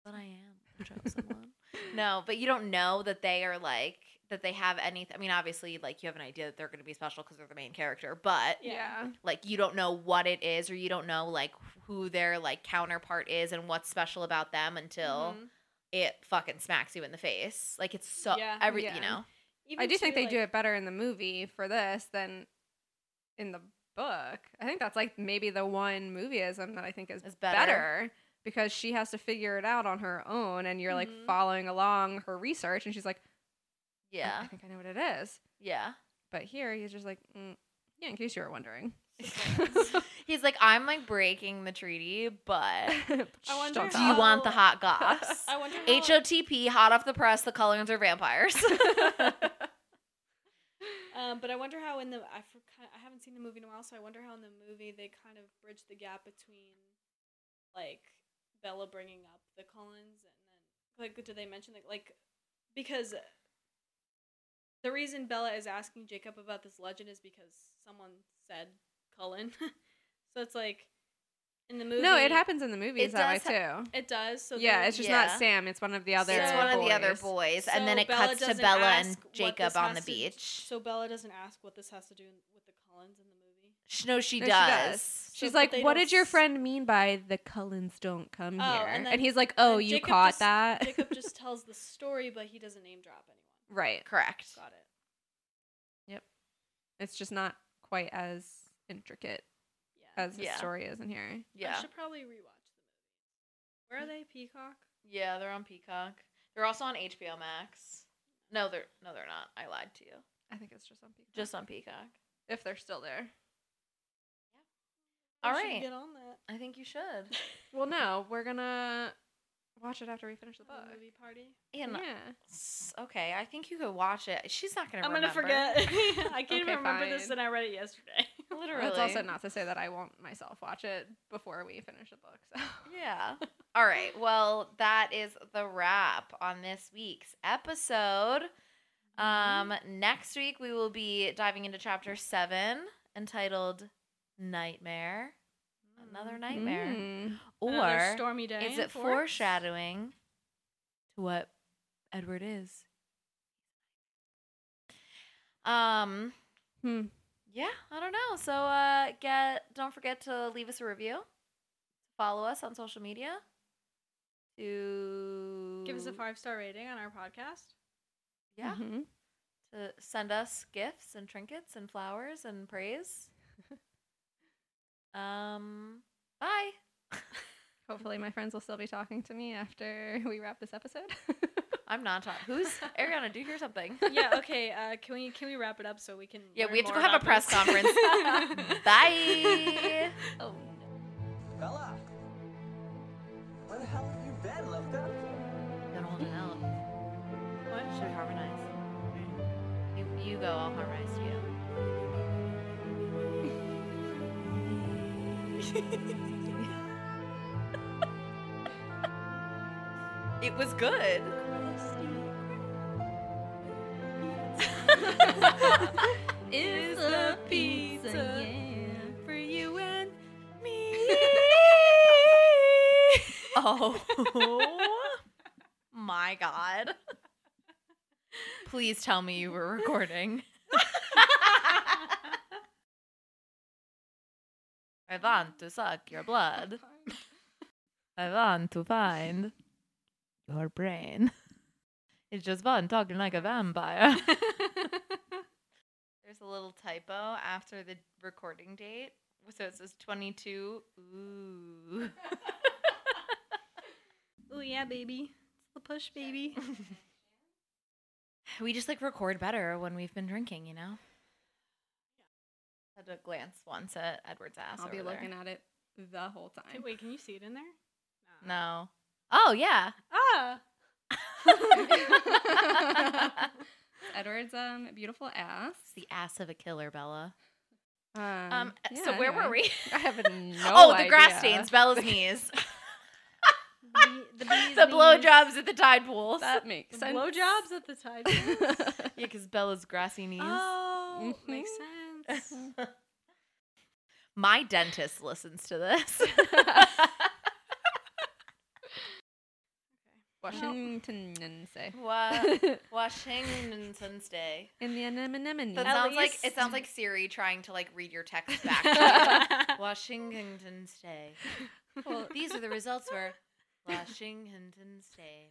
C: but I am the chosen one. <laughs> No, but you don't know that they are like, that they have anything. I mean, obviously, like, you have an idea that they're going to be special because they're the main character, but
E: Yeah.
C: like, you don't know what it is or you don't know, like, who their like counterpart is and what's special about them until
E: Mhm.
C: it fucking smacks you in the face. Like, it's so,
E: Yeah.
C: every,
D: Yeah.
C: you know,
E: Even
D: I do
E: too,
D: think they do
E: like-
D: it better in the movie for this than in the book. I think that's like maybe the one movieism that I think is
C: Is better.
D: better. because she has to figure it out on her own and you're like
C: Mm-hmm.
E: Mhm.
D: following along her research and she's like, "I- I,
C: yeah,
D: think I know what it is.
C: yeah.
D: But here he's just like, mm, yeah, in case you were wondering. <laughs>
C: He's like, I'm like breaking the treaty, <laughs> but
E: I
D: Shh,
E: wonder
D: don't
C: do you
D: tell.
C: want the <laughs> hot goss?
E: <laughs> I wonder. how-
C: HOTP, hot off the press, the Cullens are vampires. <laughs>
D: <laughs>
E: Um, but I wonder how in the I for, I haven't seen the movie in a while, so I wonder how in the movie they kind of bridge the gap between like Bella bringing up the Collins and then like do they mention like like because the reason Bella is asking Jacob about this legend is because someone said Cullen, <laughs> so it's like in the movie
D: No, it happens in the movies
C: It
D: that way
C: does ha-
D: too.
E: It does. So
D: yeah,
E: then-
D: it's just
C: Yeah.
D: not Sam. It's one of the other.
C: it's one of the other
D: boys.
C: boys, and then
E: So
C: it
E: Bella
C: cuts to
E: doesn't
C: Bella and
E: ask what
C: Jacob
E: this
C: on the
E: has to-
C: beach.
E: So Bella doesn't ask what this has to do with the Collins in the movie.
C: Sh- no, she
D: No,
C: does.
E: So-
D: She's
E: but
D: like,
E: they
D: "What
E: don't
D: did your
E: s-
D: friend mean by the Cullens don't come
E: Oh,
D: here?"
E: and
D: And,
E: then-
D: he's like,
E: and then
D: "Oh, you
E: Jacob
D: caught
E: just-
D: that,
E: Jacob just tells the story, but he doesn't name drop anyone.
D: <laughs> right?"
C: Correct.
E: Got it.
D: It's just not quite as intricate
E: Yeah.
D: as the
C: Yeah.
D: story is in here.
E: I
C: Yeah,
E: should probably rewatch the movie. Where are they? Peacock.
C: yeah, they're on Peacock. They're also on HBO Max. No, they're no, they're not. I lied to you.
D: I think it's just on Peacock.
C: Just on Peacock.
D: if they're still there.
E: I
C: All
E: should
C: right.
E: Get on that.
C: I think you should. <laughs>
D: Well, no, we're gonna watch it after we finish the
E: Have a
D: book.
E: movie party.
C: And
D: yeah.
C: S- Okay, I think you could watch it. She's not gonna.
E: I'm gonna
C: remember.
E: forget. I can't
D: Okay,
E: even remember this,
D: fine.
E: and I read it yesterday.
C: <laughs>
E: <laughs>
C: Literally.
D: That's also not to say that I won't myself watch it before we finish the book. So
C: Yeah. All right. Well, that is the wrap on this week's episode. Um, next week we will be diving into chapter seven, entitled "Nightmare," another nightmare,
D: Mm.
E: Another
C: or
E: stormy day.
C: is
E: in
C: it
E: Florence?
C: foreshadowing to what Edward is? Um.
D: Hmm.
C: Yeah, I don't know. So uh get don't forget to leave us a review. Follow us on social media. To
E: Give us a mm-hmm. five star rating on our podcast.
C: Yeah.
D: Mhm.
C: To send us gifts and trinkets and flowers and
E: <laughs>
C: praise. um bye.
D: Hopefully, my friends will still be talking to me after <laughs> we wrap this episode.
C: I'm not talking.
E: <laughs>
C: Who's Ariana? Do you hear something?
E: yeah. Okay. Uh, can we can we wrap it up so we can?
C: Yeah,
E: learn
C: we have to
E: more
C: go have a
E: about
C: press
E: this?
C: <laughs> conference.
E: <laughs>
C: bye.
D: oh.
H: Bella! Where the hell have you been, Lifter?
C: Gotta hold it out.
E: What?
C: Should we harmonize? You, you go, I'll harmonize you. <laughs> it was good.
D: It's a pizza, yeah.
C: For you and me. <laughs> oh my god. Please tell me you were recording. <laughs> I want to suck your <laughs> blood. I want to find your brain. It's just fun talking like a vampire. <laughs> There's a little typo after the recording date. So it says 22. <laughs> Ooh.
E: Oh yeah, baby. It's the push, baby.
C: <laughs> we just like record better when we've been drinking, you know? Had a glance once at Edward's ass.
D: I'll be
C: over there.
D: looking at it the whole time.
E: Can- Wait, can you see it in there?
C: No. Oh <laughs> yeah.
E: Ah.
D: Edward's um beautiful ass.
C: The ass of a killer, Bella.
D: Um,
C: Um, so where were we?
D: I have no
C: <laughs> oh, the grass
D: idea.
C: stains, <laughs> Bella's knees,
E: The,
C: <laughs> the blowjobs at the tide pools. <laughs>
D: That makes sense. <laughs>
E: Blowjobs at the tide. pools.
C: yeah, because Bella's grassy knees. <laughs>
E: oh, makes sense.
C: My dentist listens to <laughs> this.
G: Washington and say.
C: <laughs> Wa- Washington Sunday.
G: In the anemone.
C: That sounds like it sounds like Siri trying to like read your text back. to <laughs> you. Washington State. Well, these are the results <laughs> for Washington State.